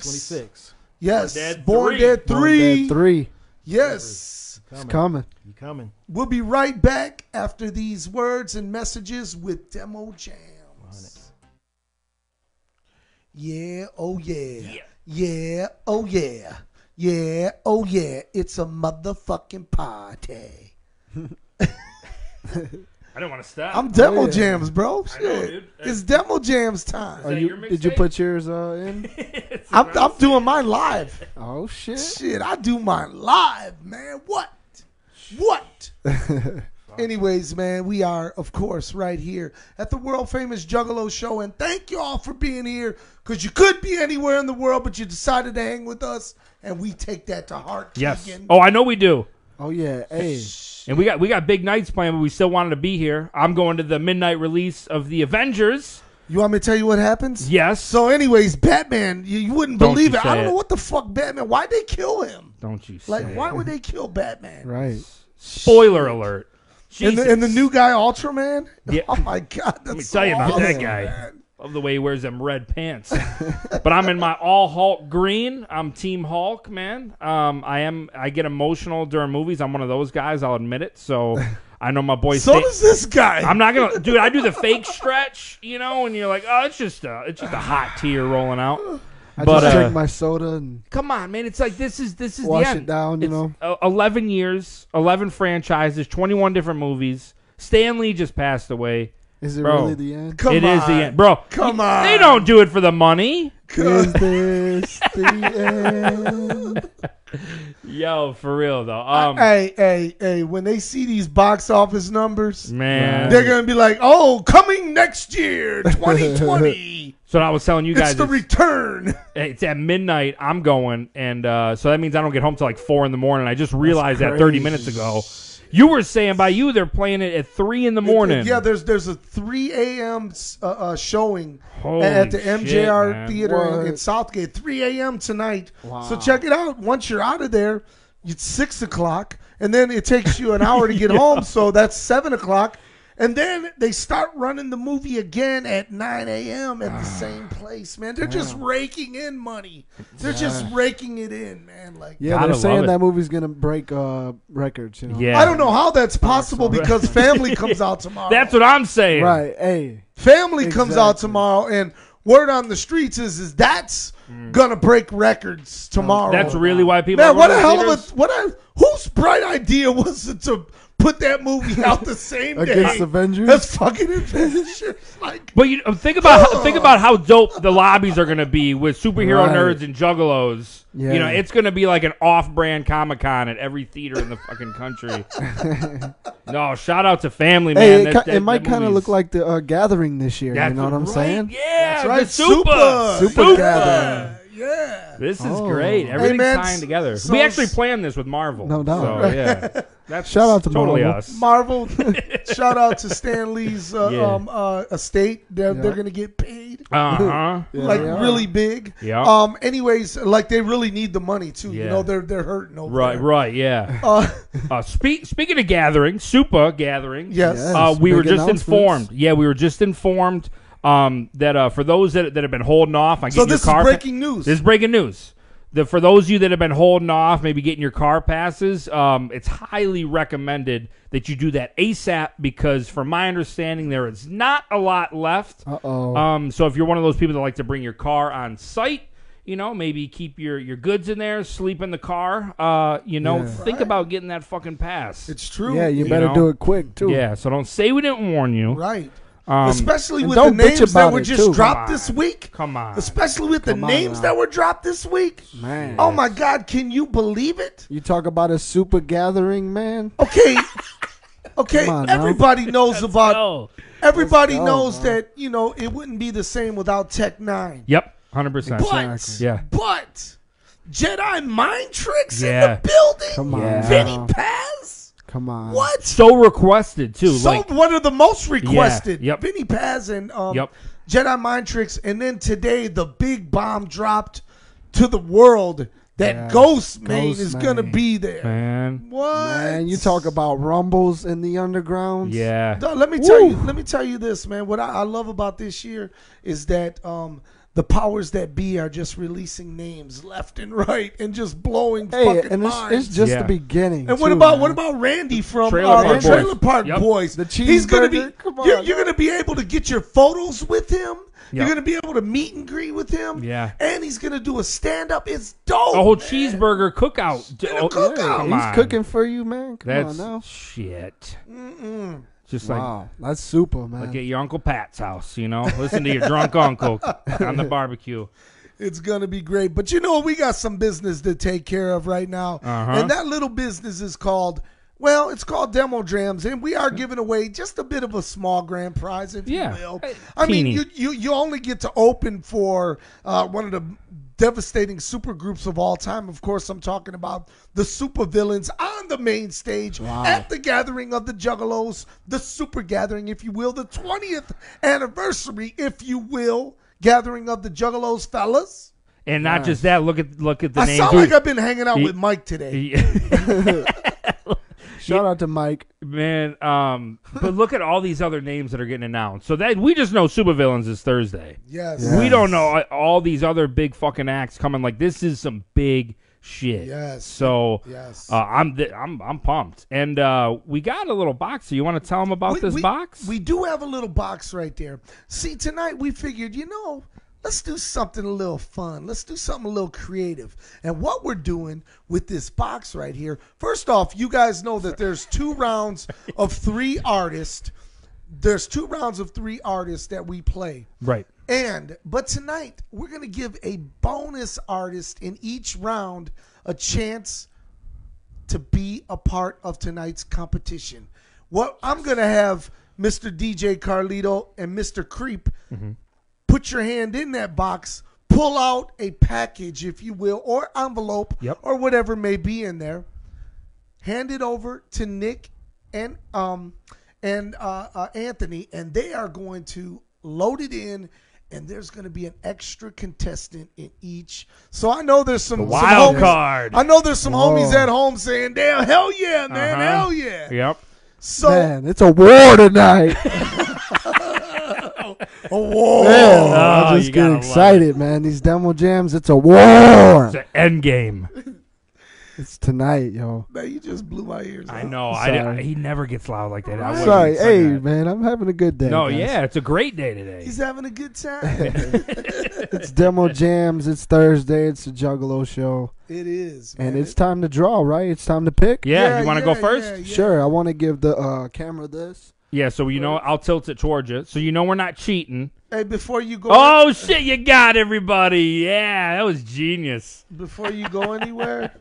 Speaker 5: 26.
Speaker 1: Yes,
Speaker 2: Dead
Speaker 1: Born
Speaker 2: Three.
Speaker 1: Dead
Speaker 3: Born
Speaker 1: Three.
Speaker 3: Dead Three.
Speaker 1: Yes.
Speaker 5: You
Speaker 3: It's
Speaker 5: coming.
Speaker 3: coming.
Speaker 5: You coming.
Speaker 1: We'll be right back after these words and messages with Demo Jams. Yeah, oh yeah.
Speaker 2: Yeah.
Speaker 1: Yeah, oh yeah. Yeah, oh yeah. It's a
Speaker 5: *laughs*
Speaker 1: motherfucking *laughs* party.
Speaker 2: I don't want to stop.
Speaker 1: I'm Demo
Speaker 3: yeah.
Speaker 1: Jams, bro.
Speaker 2: I
Speaker 1: Shit.
Speaker 2: know, dude.
Speaker 1: It's Demo Jams time.
Speaker 2: that
Speaker 3: Are
Speaker 2: your
Speaker 3: you? Did you
Speaker 2: mixtape?
Speaker 3: put yours uh, in?
Speaker 2: *laughs* It's
Speaker 1: I'm,
Speaker 2: around-
Speaker 1: I'm doing mine live.
Speaker 3: oh shit!
Speaker 1: Shit, I do mine live, man. What?
Speaker 3: *laughs*
Speaker 1: What? Anyways, man, we are, of course, right here at the world famous Juggalo Show. And thank you all for being here because you could be anywhere in the world, but you decided to hang with us. And we take that to heart.
Speaker 2: yes.
Speaker 1: Keegan.
Speaker 2: Oh, I know we do.
Speaker 3: Oh yeah. Hey,
Speaker 2: *laughs* And we got we got big nights planned, but we still wanted to be here. I'm going to the midnight release of the Avengers.
Speaker 1: You want me to tell you what happens?
Speaker 2: Yes.
Speaker 1: So, anyways, Batman, you, you wouldn't
Speaker 2: Don't
Speaker 1: believe
Speaker 2: you
Speaker 1: it. I
Speaker 2: say
Speaker 1: don't know
Speaker 2: it.
Speaker 1: what the fuck Batman. Why'd they kill him?
Speaker 2: don't you say
Speaker 1: Like, why
Speaker 2: it.
Speaker 1: would they kill Batman?
Speaker 3: right.
Speaker 2: spoiler alert.
Speaker 1: And the, and the new guy, Ultraman?
Speaker 2: *laughs* Yeah.
Speaker 1: *laughs* Oh, my God. That's
Speaker 2: Let me
Speaker 1: so
Speaker 2: tell you about that
Speaker 1: awesome,
Speaker 2: guy.
Speaker 1: man.
Speaker 2: Love the way he wears them red pants. *laughs* but I'm in my all Hulk green. I'm Team Hulk, man. Um, I am. I get emotional during movies. I'm one of those guys. I'll admit it.
Speaker 1: *laughs*
Speaker 2: So I know my boy.
Speaker 1: So
Speaker 2: Stan-
Speaker 1: does this guy.
Speaker 2: I'm not gonna, dude. I do the fake
Speaker 1: *laughs*
Speaker 2: stretch, you know, and you're like, oh, it's just a, it's just a hot tear rolling out.
Speaker 3: I
Speaker 2: But,
Speaker 3: just
Speaker 2: uh,
Speaker 3: drink my soda and
Speaker 2: Come on, man. It's like this is this is
Speaker 3: Wash
Speaker 2: the
Speaker 3: it
Speaker 2: end.
Speaker 3: down, you
Speaker 2: It's,
Speaker 3: know?
Speaker 2: uh, Eleven years, eleven franchises, twenty-one different movies. Stan Lee just passed away.
Speaker 3: is it
Speaker 2: Bro.
Speaker 3: really the end?
Speaker 1: Come
Speaker 2: It is the
Speaker 1: on.
Speaker 2: end, bro.
Speaker 1: Come on.
Speaker 2: They don't do it for the money.
Speaker 3: Is this
Speaker 1: *laughs*
Speaker 3: the
Speaker 2: Um,
Speaker 3: end?
Speaker 2: Yo, for real though. Um,
Speaker 1: hey, hey, hey, when they see these box office numbers,
Speaker 2: man.
Speaker 1: they're going to be like, oh, coming next
Speaker 2: *laughs*
Speaker 1: year, 2020.
Speaker 2: So I was telling you
Speaker 1: it's
Speaker 2: guys,
Speaker 1: the
Speaker 2: it's,
Speaker 1: return.
Speaker 2: it's at midnight. I'm going, and uh, so that means I don't get home till like four in the morning. I just realized that 30 minutes ago. You were saying by you, they're playing it at three in the morning.
Speaker 1: Yeah, there's there's a 3 a.m. s- Uh, uh, showing
Speaker 2: Holy
Speaker 1: at the
Speaker 2: shit,
Speaker 1: MJR
Speaker 2: man.
Speaker 1: Theater in, in
Speaker 3: What?
Speaker 1: Southgate, 3 a.m. tonight. So check it out. Once you're out of there, it's 6 o'clock, and then it takes you an hour to
Speaker 3: *laughs*
Speaker 1: get home, so that's 7 o'clock. And then they start running the movie again at 9 a.m. at the
Speaker 3: Ah.
Speaker 1: same place, man. They're just raking in money. They're just raking it in, man. Like,
Speaker 3: Yeah,
Speaker 2: Gotta
Speaker 3: they're
Speaker 2: love
Speaker 3: saying
Speaker 2: it.
Speaker 3: that movie's gonna break uh, records. You know.
Speaker 2: yeah. Oh,
Speaker 1: I don't know how that's possible
Speaker 2: *laughs*
Speaker 1: because family comes out tomorrow.
Speaker 2: That's what I'm saying.
Speaker 3: Right. Hey.
Speaker 1: Family comes out
Speaker 3: Exactly.
Speaker 1: tomorrow, and word on the streets is is that's gonna break records tomorrow.
Speaker 2: Mm. That's really why people. are
Speaker 1: man. What
Speaker 2: going
Speaker 1: a
Speaker 2: to
Speaker 1: hell of
Speaker 2: theaters.
Speaker 1: a what a whose bright idea was it to put that movie out
Speaker 3: *laughs*
Speaker 1: the same
Speaker 3: Against
Speaker 1: day?
Speaker 3: Avengers?
Speaker 1: That's
Speaker 3: *laughs*
Speaker 1: fucking Avengers. Like
Speaker 2: But you uh, think about think about how dope the lobbies are going to be with superhero
Speaker 3: Right.
Speaker 2: nerds and juggalos. You
Speaker 3: Yeah.
Speaker 2: know, it's going to be like an off-brand Comic Con at every theater in the fucking
Speaker 3: *laughs*
Speaker 2: country. no, shout out to family man.
Speaker 3: Hey,
Speaker 2: That-
Speaker 3: it, ki-
Speaker 2: that-
Speaker 3: it might
Speaker 2: that
Speaker 3: kind of
Speaker 2: movie's-
Speaker 3: look like the uh, Gathering this year.
Speaker 2: That's
Speaker 3: you know what I'm
Speaker 2: right.
Speaker 3: saying?
Speaker 2: Yeah,
Speaker 1: That's right,
Speaker 2: the super,
Speaker 1: Super.
Speaker 3: Super Gathering.
Speaker 1: yeah.
Speaker 2: This is
Speaker 3: Oh.
Speaker 2: great.
Speaker 3: Hey,
Speaker 2: Everything's
Speaker 1: man,
Speaker 2: tying together.
Speaker 1: so-
Speaker 2: we actually planned this with Marvel.
Speaker 3: No doubt.
Speaker 2: So, yeah, that's
Speaker 3: Shout out to
Speaker 2: totally
Speaker 3: Marvel.
Speaker 2: us. *laughs*
Speaker 1: Marvel, shout out to Stan Lee's uh,
Speaker 2: Yeah.
Speaker 1: um, uh, estate. They're,
Speaker 3: Yeah.
Speaker 1: they're gonna get paid.
Speaker 2: Uh huh.
Speaker 1: *laughs* like
Speaker 3: Yeah.
Speaker 1: really big.
Speaker 2: Yeah.
Speaker 1: Um. Anyways, like they really need the money too. You
Speaker 2: Yeah.
Speaker 1: know, they're they're hurting over
Speaker 2: Right,
Speaker 1: there.
Speaker 2: right, yeah.
Speaker 1: Uh,
Speaker 2: Uh, speak, speaking of gathering, super gathering.
Speaker 1: yes.
Speaker 3: Yes.
Speaker 2: Uh, we
Speaker 3: Big
Speaker 2: were just
Speaker 3: announcements.
Speaker 2: informed. Yeah, we were just informed um, that uh, for those that, that have been holding off, I
Speaker 1: So
Speaker 2: your
Speaker 1: this is
Speaker 2: car pa-
Speaker 1: breaking news.
Speaker 2: This is breaking news. The, for those of you that have been holding off, maybe getting your car passes, um, it's highly recommended that you do that ASAP because, from my understanding, there is not a lot left.
Speaker 3: Uh oh.
Speaker 2: Um, so if you're one of those people that like to bring your car on site, you know, maybe keep your, your goods in there, sleep in the car. Uh, you know,
Speaker 3: Yeah.
Speaker 2: think about getting that fucking pass.
Speaker 1: it's true.
Speaker 3: yeah, you
Speaker 2: you
Speaker 3: better
Speaker 2: know.
Speaker 3: do it quick too.
Speaker 2: yeah, so don't say we didn't warn you.
Speaker 1: right.
Speaker 2: Um,
Speaker 1: Especially
Speaker 3: and
Speaker 1: with the
Speaker 3: don't bitch
Speaker 1: names that
Speaker 3: about
Speaker 1: were
Speaker 3: it,
Speaker 1: just
Speaker 3: too.
Speaker 1: dropped
Speaker 2: Come
Speaker 1: this
Speaker 2: on.
Speaker 1: week.
Speaker 2: Come on.
Speaker 1: Especially with the
Speaker 3: Come on
Speaker 1: names
Speaker 3: now.
Speaker 1: that were dropped this week.
Speaker 3: Man.
Speaker 1: Oh my God! Can you believe it?
Speaker 3: You talk about a super gathering, man. *laughs*
Speaker 1: Okay. Okay,
Speaker 3: Come on now.
Speaker 1: everybody knows about
Speaker 2: Oh.
Speaker 1: everybody
Speaker 3: go,
Speaker 1: knows
Speaker 3: man.
Speaker 1: that, you know, it wouldn't be the same without Tech 9.
Speaker 2: Yep, 100%.
Speaker 1: But
Speaker 3: Exactly.
Speaker 2: Yeah.
Speaker 1: But Jedi mind tricks
Speaker 2: Yeah.
Speaker 1: in the building.
Speaker 3: Come on.
Speaker 2: Yeah.
Speaker 1: Vinny Paz.
Speaker 3: Come on.
Speaker 1: What?
Speaker 2: So requested, too.
Speaker 1: So
Speaker 2: like,
Speaker 1: one of the most requested.
Speaker 2: yep.
Speaker 1: Vinny Paz and um,
Speaker 2: Yep.
Speaker 1: Jedi mind tricks. And then today the big bomb dropped to the world that
Speaker 3: Yeah.
Speaker 1: Ghost Man
Speaker 3: Ghost
Speaker 1: is gonna
Speaker 3: Man.
Speaker 1: be there.
Speaker 2: man.
Speaker 1: What?
Speaker 3: Man, you talk about rumbles in the underground.
Speaker 2: Yeah.
Speaker 1: Dog, let me tell you.
Speaker 3: Woo.
Speaker 1: Let me tell you this, man. What I, I love about this year is that um, the powers that be are just releasing names left and right and just blowing
Speaker 3: Hey,
Speaker 1: fucking
Speaker 3: and it's,
Speaker 1: minds.
Speaker 3: it's just
Speaker 2: Yeah.
Speaker 3: the beginning.
Speaker 1: and what
Speaker 3: too,
Speaker 1: about
Speaker 3: man.
Speaker 1: what about Randy from
Speaker 2: Trailer
Speaker 1: uh,
Speaker 2: Park
Speaker 1: the Trailer
Speaker 2: Boys.
Speaker 1: Park
Speaker 2: Yep.
Speaker 1: Boys?
Speaker 3: The
Speaker 1: He's gonna be
Speaker 3: cheeseburger? Come on,
Speaker 1: you're, you're gonna be able to get your photos with him. You're
Speaker 2: Yep.
Speaker 1: gonna be able to meet and greet with him.
Speaker 2: Yeah.
Speaker 1: and he's gonna do a stand up. It's dope.
Speaker 2: a whole cheeseburger cookout.
Speaker 1: In a
Speaker 2: Oh,
Speaker 1: cookout.
Speaker 2: come
Speaker 3: He's
Speaker 2: on.
Speaker 3: cooking for you, man. Come
Speaker 2: That's
Speaker 3: on now.
Speaker 2: shit.
Speaker 1: Mm-mm.
Speaker 2: Just like
Speaker 3: Wow, that's super, man.
Speaker 2: Like at your Uncle Pat's house, you know? Listen to your
Speaker 1: *laughs*
Speaker 2: drunk uncle on the barbecue.
Speaker 1: It's going to be great. But you know, we got some business to take care of right now.
Speaker 2: Uh-huh.
Speaker 1: And that little business is called, well, it's called Demo Drams. And we are giving away just a bit of a small grand prize, if
Speaker 2: Yeah.
Speaker 1: you will.
Speaker 2: Hey,
Speaker 1: I mean,
Speaker 2: teeny.
Speaker 1: you, you, you only get to open for uh, one of the devastating supergroups of all time. Of course, I'm talking about the supervillains on the main stage at the gathering of the Juggalos, the super gathering, if you will, the 20th anniversary, if you will, gathering of the Juggalos, fellas.
Speaker 2: And not just that, look at look at the
Speaker 1: I
Speaker 2: name.
Speaker 1: sound like I've been hanging out
Speaker 2: He-
Speaker 1: with
Speaker 2: *laughs*
Speaker 1: Mike today. *laughs*
Speaker 3: Shout out to Mike.
Speaker 2: Man, um, but look at all these other names that are getting announced. So that we just know supervillains is Thursday.
Speaker 1: Yes.
Speaker 2: We don't know uh, all these other big fucking acts coming. Like this is some big shit.
Speaker 1: Yes.
Speaker 2: So
Speaker 1: Yes.
Speaker 2: uh, I'm th- I'm I'm pumped, and uh, we got a little box. So you want to tell them about
Speaker 1: we,
Speaker 2: this
Speaker 1: we-
Speaker 2: box?
Speaker 1: We do have a little box right there. See, tonight we figured, you know, let's do something a little fun. Let's do something a little creative. And what we're doing with this box right here, first off, you guys know that there's two rounds of three artists. There's two rounds of three artists that we play.
Speaker 2: right.
Speaker 1: And but tonight we're gonna give a bonus artist in each round a chance to be a part of tonight's competition. What I'm gonna have Mr. DJ Carlito and Mr. Creep put your hand in that box, pull out a package, if you will, or envelope,
Speaker 2: Yep.
Speaker 1: or whatever may be in there. Hand it over to Nick and um and uh, uh, Anthony, and they are going to load it in. And there's going to be an extra contestant in each. So I know there's some, some
Speaker 2: wild
Speaker 1: homies-
Speaker 2: card.
Speaker 1: I know there's some homies
Speaker 3: Whoa.
Speaker 1: at home saying, "Damn, hell yeah, man,
Speaker 2: Uh-huh.
Speaker 1: hell yeah."
Speaker 2: Yep.
Speaker 1: So
Speaker 3: Man, it's a war tonight.
Speaker 2: *laughs*
Speaker 1: a war.
Speaker 3: Man,
Speaker 2: Oh,
Speaker 3: I
Speaker 2: you
Speaker 3: just
Speaker 2: gotta
Speaker 3: get
Speaker 2: love
Speaker 3: excited, man. These demo jams, it's a war.
Speaker 2: It's an end game.
Speaker 3: It's tonight, yo.
Speaker 1: *laughs* Man, you just blew my ears.
Speaker 2: I
Speaker 1: out.
Speaker 2: know. I,
Speaker 3: Sorry.
Speaker 2: he never gets loud like that. I wasn't
Speaker 3: Sorry, hey,
Speaker 2: saying that.
Speaker 3: man. I'm having a good day.
Speaker 2: No,
Speaker 3: guys.
Speaker 2: yeah, it's a great day today.
Speaker 1: He's having a good time.
Speaker 3: *laughs*
Speaker 1: *laughs*
Speaker 3: It's demo jams. It's Thursday. It's the Juggalo show,
Speaker 1: it is,
Speaker 3: and
Speaker 1: man.
Speaker 3: it's time to draw. Right? It's time to pick.
Speaker 2: Yeah, you want to go
Speaker 1: yeah,
Speaker 2: first?
Speaker 1: yeah, yeah.
Speaker 3: Sure. I want to give the uh, camera this.
Speaker 2: Yeah, so you know, I'll tilt it towards you. So you know we're not cheating.
Speaker 1: Hey, before you go,
Speaker 2: Oh shit, you got everybody. Yeah, that was genius.
Speaker 1: before you go anywhere,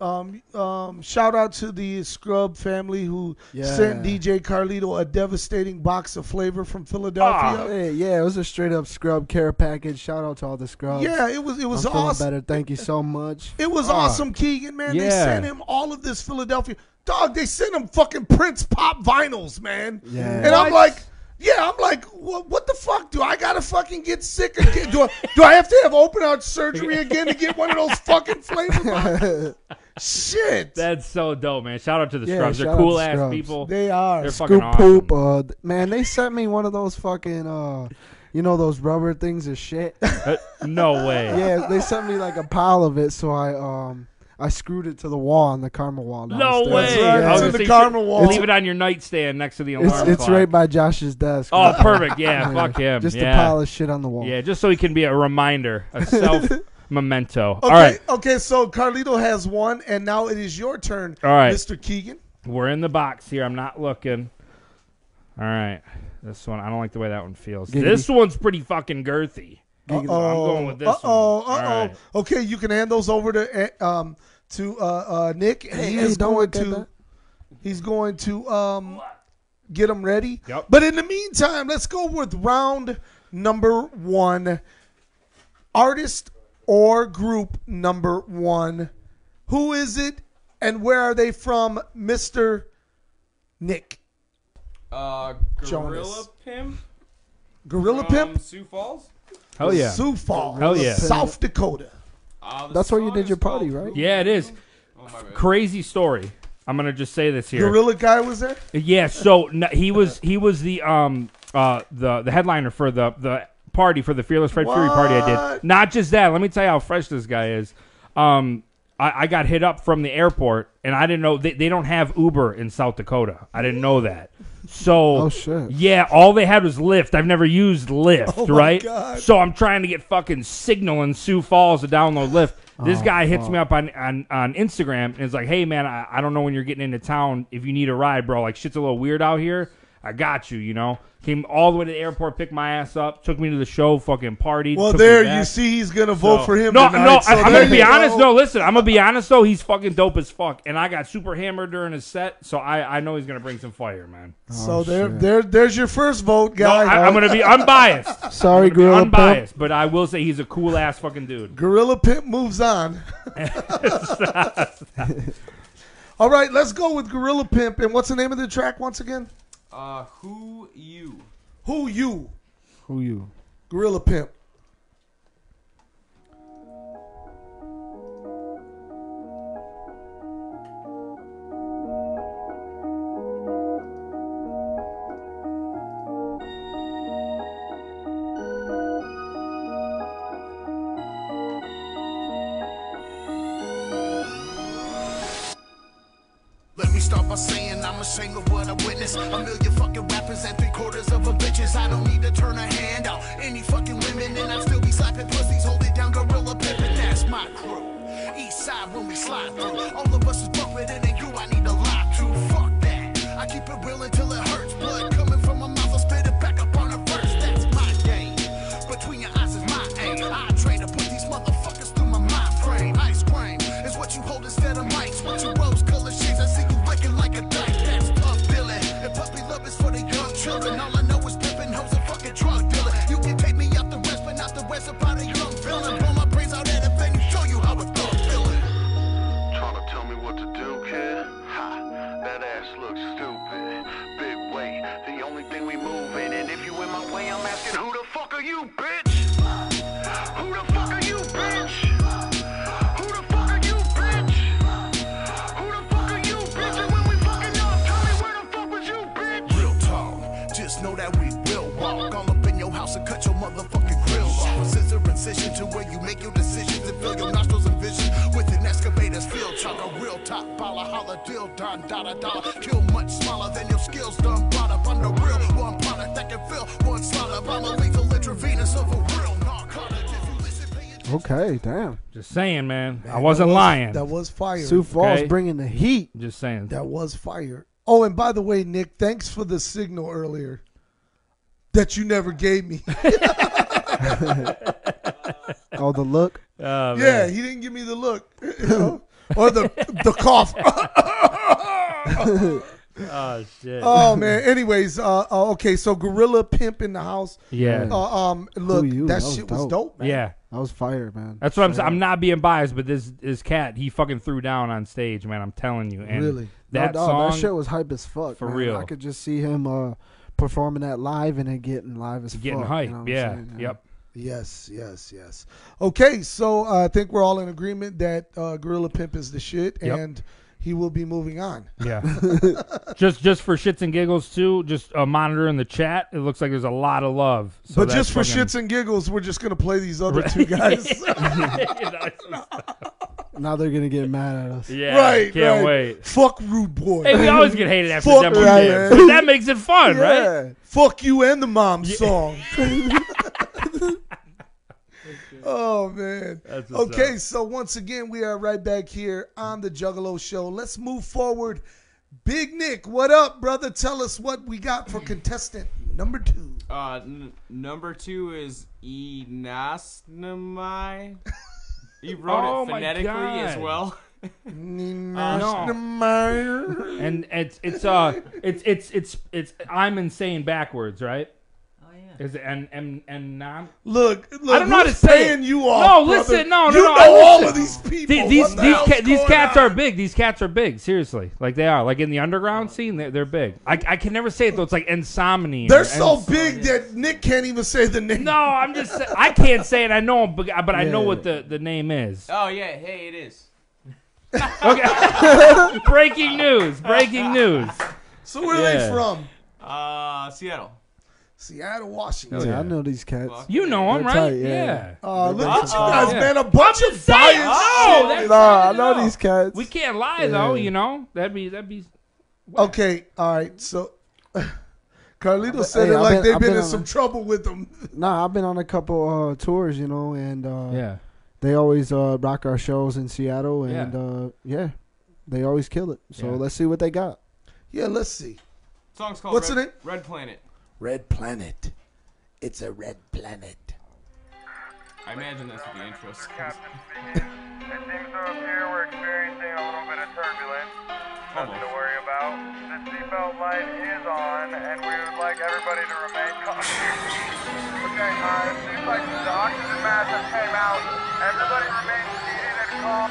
Speaker 1: um, um, shout out to the Scrub family who
Speaker 3: Yeah.
Speaker 1: sent DJ Carlito a devastating box of flavor from Philadelphia.
Speaker 3: Hey, yeah, it was a straight up scrub care package. Shout out to all the scrubs.
Speaker 1: yeah, it was it was
Speaker 3: I'm feeling
Speaker 1: awesome.
Speaker 3: better. Thank you so much.
Speaker 1: It was awesome, Keegan, man. They
Speaker 2: Yeah.
Speaker 1: sent him all of this Philadelphia. Dog, they sent him fucking Prince pop vinyls, man.
Speaker 3: Yeah.
Speaker 1: And I'm like, yeah, I'm like, what, what the fuck? Do I gotta fucking get sick again? Do I, do I have to have open heart surgery again to get one of those fucking
Speaker 3: *laughs*
Speaker 1: flavor bottles? Shit.
Speaker 2: That's so dope, man. Shout out to the
Speaker 3: Yeah,
Speaker 2: scrubs. They're
Speaker 3: shout out to
Speaker 2: cool ass
Speaker 3: Scrubs.
Speaker 2: people.
Speaker 1: they are.
Speaker 2: They're fucking
Speaker 3: Scoop
Speaker 2: awesome.
Speaker 3: poop. Uh, th- man, they sent me one of those fucking, uh, you know, those rubber things of shit.
Speaker 2: Uh, *laughs* no way.
Speaker 3: yeah, they sent me like a pile of it, so I um I screwed it to the wall on the karma wall.
Speaker 2: No
Speaker 3: downstairs.
Speaker 2: way.
Speaker 1: right.
Speaker 2: I was
Speaker 1: It's in
Speaker 2: gonna
Speaker 1: the
Speaker 2: say,
Speaker 1: karma
Speaker 2: should-
Speaker 1: wall.
Speaker 2: Leave it on your nightstand next to the alarm
Speaker 3: It's it's
Speaker 2: clock.
Speaker 3: right by Josh's desk.
Speaker 2: Oh, perfect. Yeah,
Speaker 3: *laughs* Yeah.
Speaker 2: fuck him.
Speaker 3: Just
Speaker 2: yeah.
Speaker 3: a pile of shit on the wall.
Speaker 2: yeah, just so he can be a reminder,
Speaker 3: *laughs*
Speaker 2: a self memento.
Speaker 1: Okay,
Speaker 2: All right.
Speaker 1: okay, so Carlito has one, and now it is your turn,
Speaker 2: All right.
Speaker 1: Mr. Keegan.
Speaker 2: We're in the box here. I'm not looking. All right. This one, I don't like the way that one feels.
Speaker 3: Giggity.
Speaker 2: This one's pretty fucking girthy.
Speaker 1: Uh-oh.
Speaker 2: going with this one.
Speaker 1: Uh-oh,
Speaker 2: All
Speaker 1: uh-oh.
Speaker 2: right.
Speaker 1: Okay, you can hand those over to uh, um to uh, uh Nick, and he
Speaker 3: Hey,
Speaker 1: is
Speaker 3: don't
Speaker 1: going
Speaker 3: look at
Speaker 1: to
Speaker 3: that.
Speaker 1: he's going to um get them ready.
Speaker 2: Yep.
Speaker 1: But in the meantime, let's go with round number one. Artist or group number one. Who is it, and where are they from, Mister Nick?
Speaker 7: Uh, Gorilla
Speaker 1: Jonas.
Speaker 7: Pimp.
Speaker 1: Gorilla
Speaker 7: from
Speaker 1: Pimp,
Speaker 7: Sioux Falls.
Speaker 2: Hell yeah.
Speaker 1: Sioux Falls,
Speaker 2: Hell yeah.
Speaker 1: South Dakota.
Speaker 7: Uh, the
Speaker 3: That's where you
Speaker 7: song
Speaker 3: did
Speaker 7: is
Speaker 3: your party,
Speaker 7: called
Speaker 3: right?
Speaker 2: Yeah, it is.
Speaker 7: Oh, my bad.
Speaker 2: Crazy story. I'm gonna just say this here.
Speaker 1: Gorilla guy was there.
Speaker 2: Yeah, so n he was he was the um uh the the headliner for the the party for the Fearless Fred Fury party I did.
Speaker 1: What?
Speaker 2: Not just that. Let me tell you how fresh this guy is. Um, I, I got hit up from the airport, and I didn't know they, they don't have Uber in South Dakota. I didn't know that. So,
Speaker 3: Oh, shit.
Speaker 2: yeah, all they had was Lyft. I've never used Lyft,
Speaker 1: Oh, my
Speaker 2: right?
Speaker 1: God.
Speaker 2: So I'm trying to get fucking Signal in Sioux Falls to download Lyft. This
Speaker 1: Oh,
Speaker 2: guy hits me up on, on, on Instagram and is like, hey, man, I, I don't know when you're getting into town. If you need a ride, bro, like shit's a little weird out here. I got you, you know? Came all the way to the airport, picked my ass up, took me to the show, fucking partied.
Speaker 1: Well,
Speaker 2: took me
Speaker 1: there
Speaker 2: back.
Speaker 1: you see, he's gonna vote
Speaker 2: So-
Speaker 1: for him.
Speaker 2: No,
Speaker 1: tonight,
Speaker 2: no,
Speaker 1: so
Speaker 2: I, am
Speaker 1: there
Speaker 2: gonna be
Speaker 1: you
Speaker 2: honest.
Speaker 1: go.
Speaker 2: No, listen, I'm gonna be honest though. He's fucking dope as fuck, and I got super hammered during his set, so I, I know he's gonna bring some fire, man.
Speaker 1: So there, there, there's your first vote,
Speaker 2: Oh, No,
Speaker 1: guy.
Speaker 2: I, am gonna be unbiased.
Speaker 1: *laughs*
Speaker 3: Sorry,
Speaker 2: I'm gonna be
Speaker 3: Gorilla Pimp.
Speaker 2: unbiased, but I will say he's a cool ass fucking dude.
Speaker 1: Gorilla Pimp
Speaker 2: *laughs*
Speaker 1: moves on. All right, let's go with Gorilla Pimp. And what's the name of the track once again?
Speaker 7: Uh, who you?
Speaker 1: Who you?
Speaker 3: Who you?
Speaker 1: Gorilla Pimp.
Speaker 8: Let me start by saying I'm ashamed of what I witnessed. A million fucking rappers and three quarters of a bitches. I don't need to turn a hand out. Any fucking women, and I'll still be slapping pussies. Hold it down, gorilla pimpin'. That's my crew. East side when we slide through. All of us is bumpin', and then you I need to lie to. Fuck that. I keep it real until it hurts. Blood coming from my mouth, I spit it back up on her first. That's my game. Between your eyes is my aim. I train to put these motherfuckers through my mind frame. Ice cream is what you hold instead of mics. What you rose colored shades, I see you licking like a dyke. That's pub billing. And puppy love is for the young children. All I know is pimping hoes and fucking drug dealer. You can take me out the west, but not the west about a young villain. Blow my brains out at a venue, show you how it's thug feeling.
Speaker 6: Tryna tell me what to do, kid? Ha, that ass looks stupid. Big weight, the only thing we moving. And if you in my way, I'm asking, who the fuck are you, bitch? Who the fuck are you, bitch? Who the fuck are you, bitch? Who the fuck are you, bitch? And when we fucking up, tell me where the fuck was you, bitch?
Speaker 8: real talk. Just know that we will walk all up in your house and cut your motherfucking grill off. Scissor incision to where you make your decisions and fill your nostrils and vision with an excavator's field truck. A real top baller, holler, deal, done, da da da. Kill much smaller than your skills done brought up. I'm the real one product that can fill one slot up. I'm a lethal intravenous of a real narcotic. If you listen, pay attention.
Speaker 3: Okay, damn.
Speaker 2: Just saying, man. I
Speaker 1: Man,
Speaker 2: wasn't
Speaker 1: that was-
Speaker 2: lying.
Speaker 1: That was fire.
Speaker 3: Sioux Falls
Speaker 2: Okay.
Speaker 3: bringing the heat.
Speaker 2: Just saying.
Speaker 1: That was fire. Oh, and by the way, Nick, thanks for the signal earlier that you never gave me. *laughs*
Speaker 3: Oh, the look.
Speaker 2: *laughs* Oh,
Speaker 1: yeah,
Speaker 2: man.
Speaker 1: he didn't give me the look *laughs* you know, or the the cough. *laughs*
Speaker 2: Oh shit.
Speaker 1: oh
Speaker 3: *laughs*
Speaker 1: man. Anyways, uh, uh, okay, so Gorilla Pimp in the house.
Speaker 2: yeah.
Speaker 1: Uh, um, look,
Speaker 3: you?
Speaker 1: that,
Speaker 3: That was
Speaker 1: shit was
Speaker 3: dope.
Speaker 1: dope, man.
Speaker 2: yeah.
Speaker 3: That was fire, man.
Speaker 2: That's what I'm saying. I'm not being biased, but this this cat, he fucking threw down on stage, man. I'm telling you. And
Speaker 1: Really?
Speaker 3: No
Speaker 2: That
Speaker 3: doubt,
Speaker 2: song.
Speaker 3: that shit was hype as fuck.
Speaker 2: for
Speaker 3: man.
Speaker 2: real.
Speaker 3: I could just see him uh, performing that live and then getting live as
Speaker 2: Getting
Speaker 3: fuck. you
Speaker 2: hype,
Speaker 3: know what I'm
Speaker 2: yeah,
Speaker 3: saying?
Speaker 2: yep.
Speaker 1: Yes, yes, yes. Okay, so uh, I think we're all in agreement that uh, Gorilla Pimp is the shit,
Speaker 2: Yep.
Speaker 1: and he will be moving on. *laughs*
Speaker 2: Yeah.
Speaker 3: *laughs*
Speaker 2: just just for shits and giggles too. Just uh, monitoring the chat. It looks like there's a lot of love. So
Speaker 1: but just for
Speaker 2: that's fucking-
Speaker 1: shits and giggles, we're just gonna play these other
Speaker 2: *laughs*
Speaker 1: two guys. *laughs*
Speaker 3: Now they're gonna get mad at us.
Speaker 2: yeah.
Speaker 1: right?
Speaker 2: Can't
Speaker 1: right.
Speaker 2: wait.
Speaker 1: Fuck rude boy.
Speaker 2: Hey, we always get hated after
Speaker 1: Fuck
Speaker 2: Demo
Speaker 1: right,
Speaker 2: Jam,
Speaker 1: man.
Speaker 2: but that makes it
Speaker 1: *laughs*
Speaker 2: fun, right?
Speaker 1: Fuck you and the mom song. oh man.
Speaker 2: That's what's
Speaker 1: Okay, so once again we are right back here on the Juggalo Show. Let's move forward. Big Nick, what up, brother? Tell us what we got for contestant number
Speaker 7: *laughs*
Speaker 1: two.
Speaker 7: Uh, n- number two is Enasnamai.
Speaker 2: *laughs*
Speaker 7: You wrote
Speaker 2: Oh
Speaker 7: it
Speaker 2: my
Speaker 7: phonetically as
Speaker 2: God.
Speaker 7: well. Uh,
Speaker 1: Uh, Nina's-
Speaker 2: And it's it's uh it's it's it's it's I'm insane backwards, right?
Speaker 9: Oh yeah.
Speaker 2: Is it and and and non
Speaker 1: Look, look,
Speaker 2: I don't know how
Speaker 1: who's
Speaker 2: to say it.
Speaker 1: paying you
Speaker 2: No,
Speaker 1: off. brother?
Speaker 2: listen, no, no,
Speaker 1: you
Speaker 2: no,
Speaker 1: know all
Speaker 2: listen.
Speaker 1: of these people.
Speaker 2: Th-
Speaker 1: What
Speaker 2: these
Speaker 1: the
Speaker 2: these
Speaker 1: hell's
Speaker 2: ca- these
Speaker 1: going
Speaker 2: cats
Speaker 1: on?
Speaker 2: are big. These cats are big. Seriously, like they are. Like in the underground
Speaker 9: Oh.
Speaker 2: scene, they're, they're big. I, I can never say it though. It's like insomnia.
Speaker 1: They're
Speaker 2: or
Speaker 1: so
Speaker 2: ens-
Speaker 1: big that Nick can't even say the name.
Speaker 2: No, I'm just. sa- I can't say it. I know, 'em, but but I know
Speaker 3: Yeah.
Speaker 2: what the, the name is.
Speaker 7: Oh yeah, hey, it is.
Speaker 2: Okay. breaking news. Breaking news.
Speaker 1: So where are
Speaker 2: Yeah.
Speaker 1: they from?
Speaker 7: Uh, Seattle.
Speaker 1: Seattle, Washington.
Speaker 3: Yeah,
Speaker 4: yeah.
Speaker 3: I know these cats.
Speaker 7: Fuck.
Speaker 2: you know him,
Speaker 3: They're
Speaker 2: right?
Speaker 3: tight,
Speaker 2: yeah.
Speaker 3: yeah.
Speaker 1: Oh, look
Speaker 3: Uh-oh.
Speaker 1: at you guys,
Speaker 2: Yeah.
Speaker 1: man. A bunch
Speaker 2: I'm
Speaker 1: of
Speaker 2: just saying,
Speaker 1: biased
Speaker 2: oh,
Speaker 1: shit.
Speaker 2: that's-
Speaker 3: Nah, I know
Speaker 2: No.
Speaker 3: these cats.
Speaker 2: We can't lie though.
Speaker 3: Yeah.
Speaker 2: You know that'd be that'd be.
Speaker 1: Okay, all right. So Carlito said
Speaker 3: hey,
Speaker 1: it
Speaker 3: I've
Speaker 1: like
Speaker 3: been-
Speaker 1: they've
Speaker 3: I've
Speaker 1: been,
Speaker 3: been
Speaker 1: in
Speaker 3: on
Speaker 1: some
Speaker 3: a-
Speaker 1: trouble with them.
Speaker 3: Nah, I've been on a couple uh, tours, you know, and uh,
Speaker 2: Yeah.
Speaker 3: they always uh, rock our shows in Seattle,
Speaker 2: Yeah.
Speaker 3: and uh, yeah, they always kill it. So
Speaker 2: Yeah.
Speaker 3: let's see what they got.
Speaker 1: Yeah, let's see.
Speaker 7: Song's called
Speaker 1: What's
Speaker 7: Red,
Speaker 1: it in-
Speaker 7: Red Planet.
Speaker 1: Red Planet. It's a red planet.
Speaker 7: I imagine that's what the intro sounds.
Speaker 6: It seems though here we're experiencing a little bit of turbulence. Nothing to
Speaker 7: Almost.
Speaker 6: worry about. The seatbelt light is on, and we would like everybody to remain cautious. Okay, uh, it seems like the oxygen mask that came out.
Speaker 10: *laughs*
Speaker 6: Everybody remain seated and calm.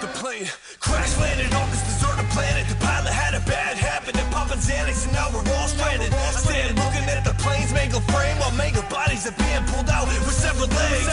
Speaker 11: The plane crash landed on this deserted planet. The pilot had a bad habit of popping Xanax, and now we're all stranded. Stand looking at the plane's mangled frame while mangled bodies are being pulled out with severed legs.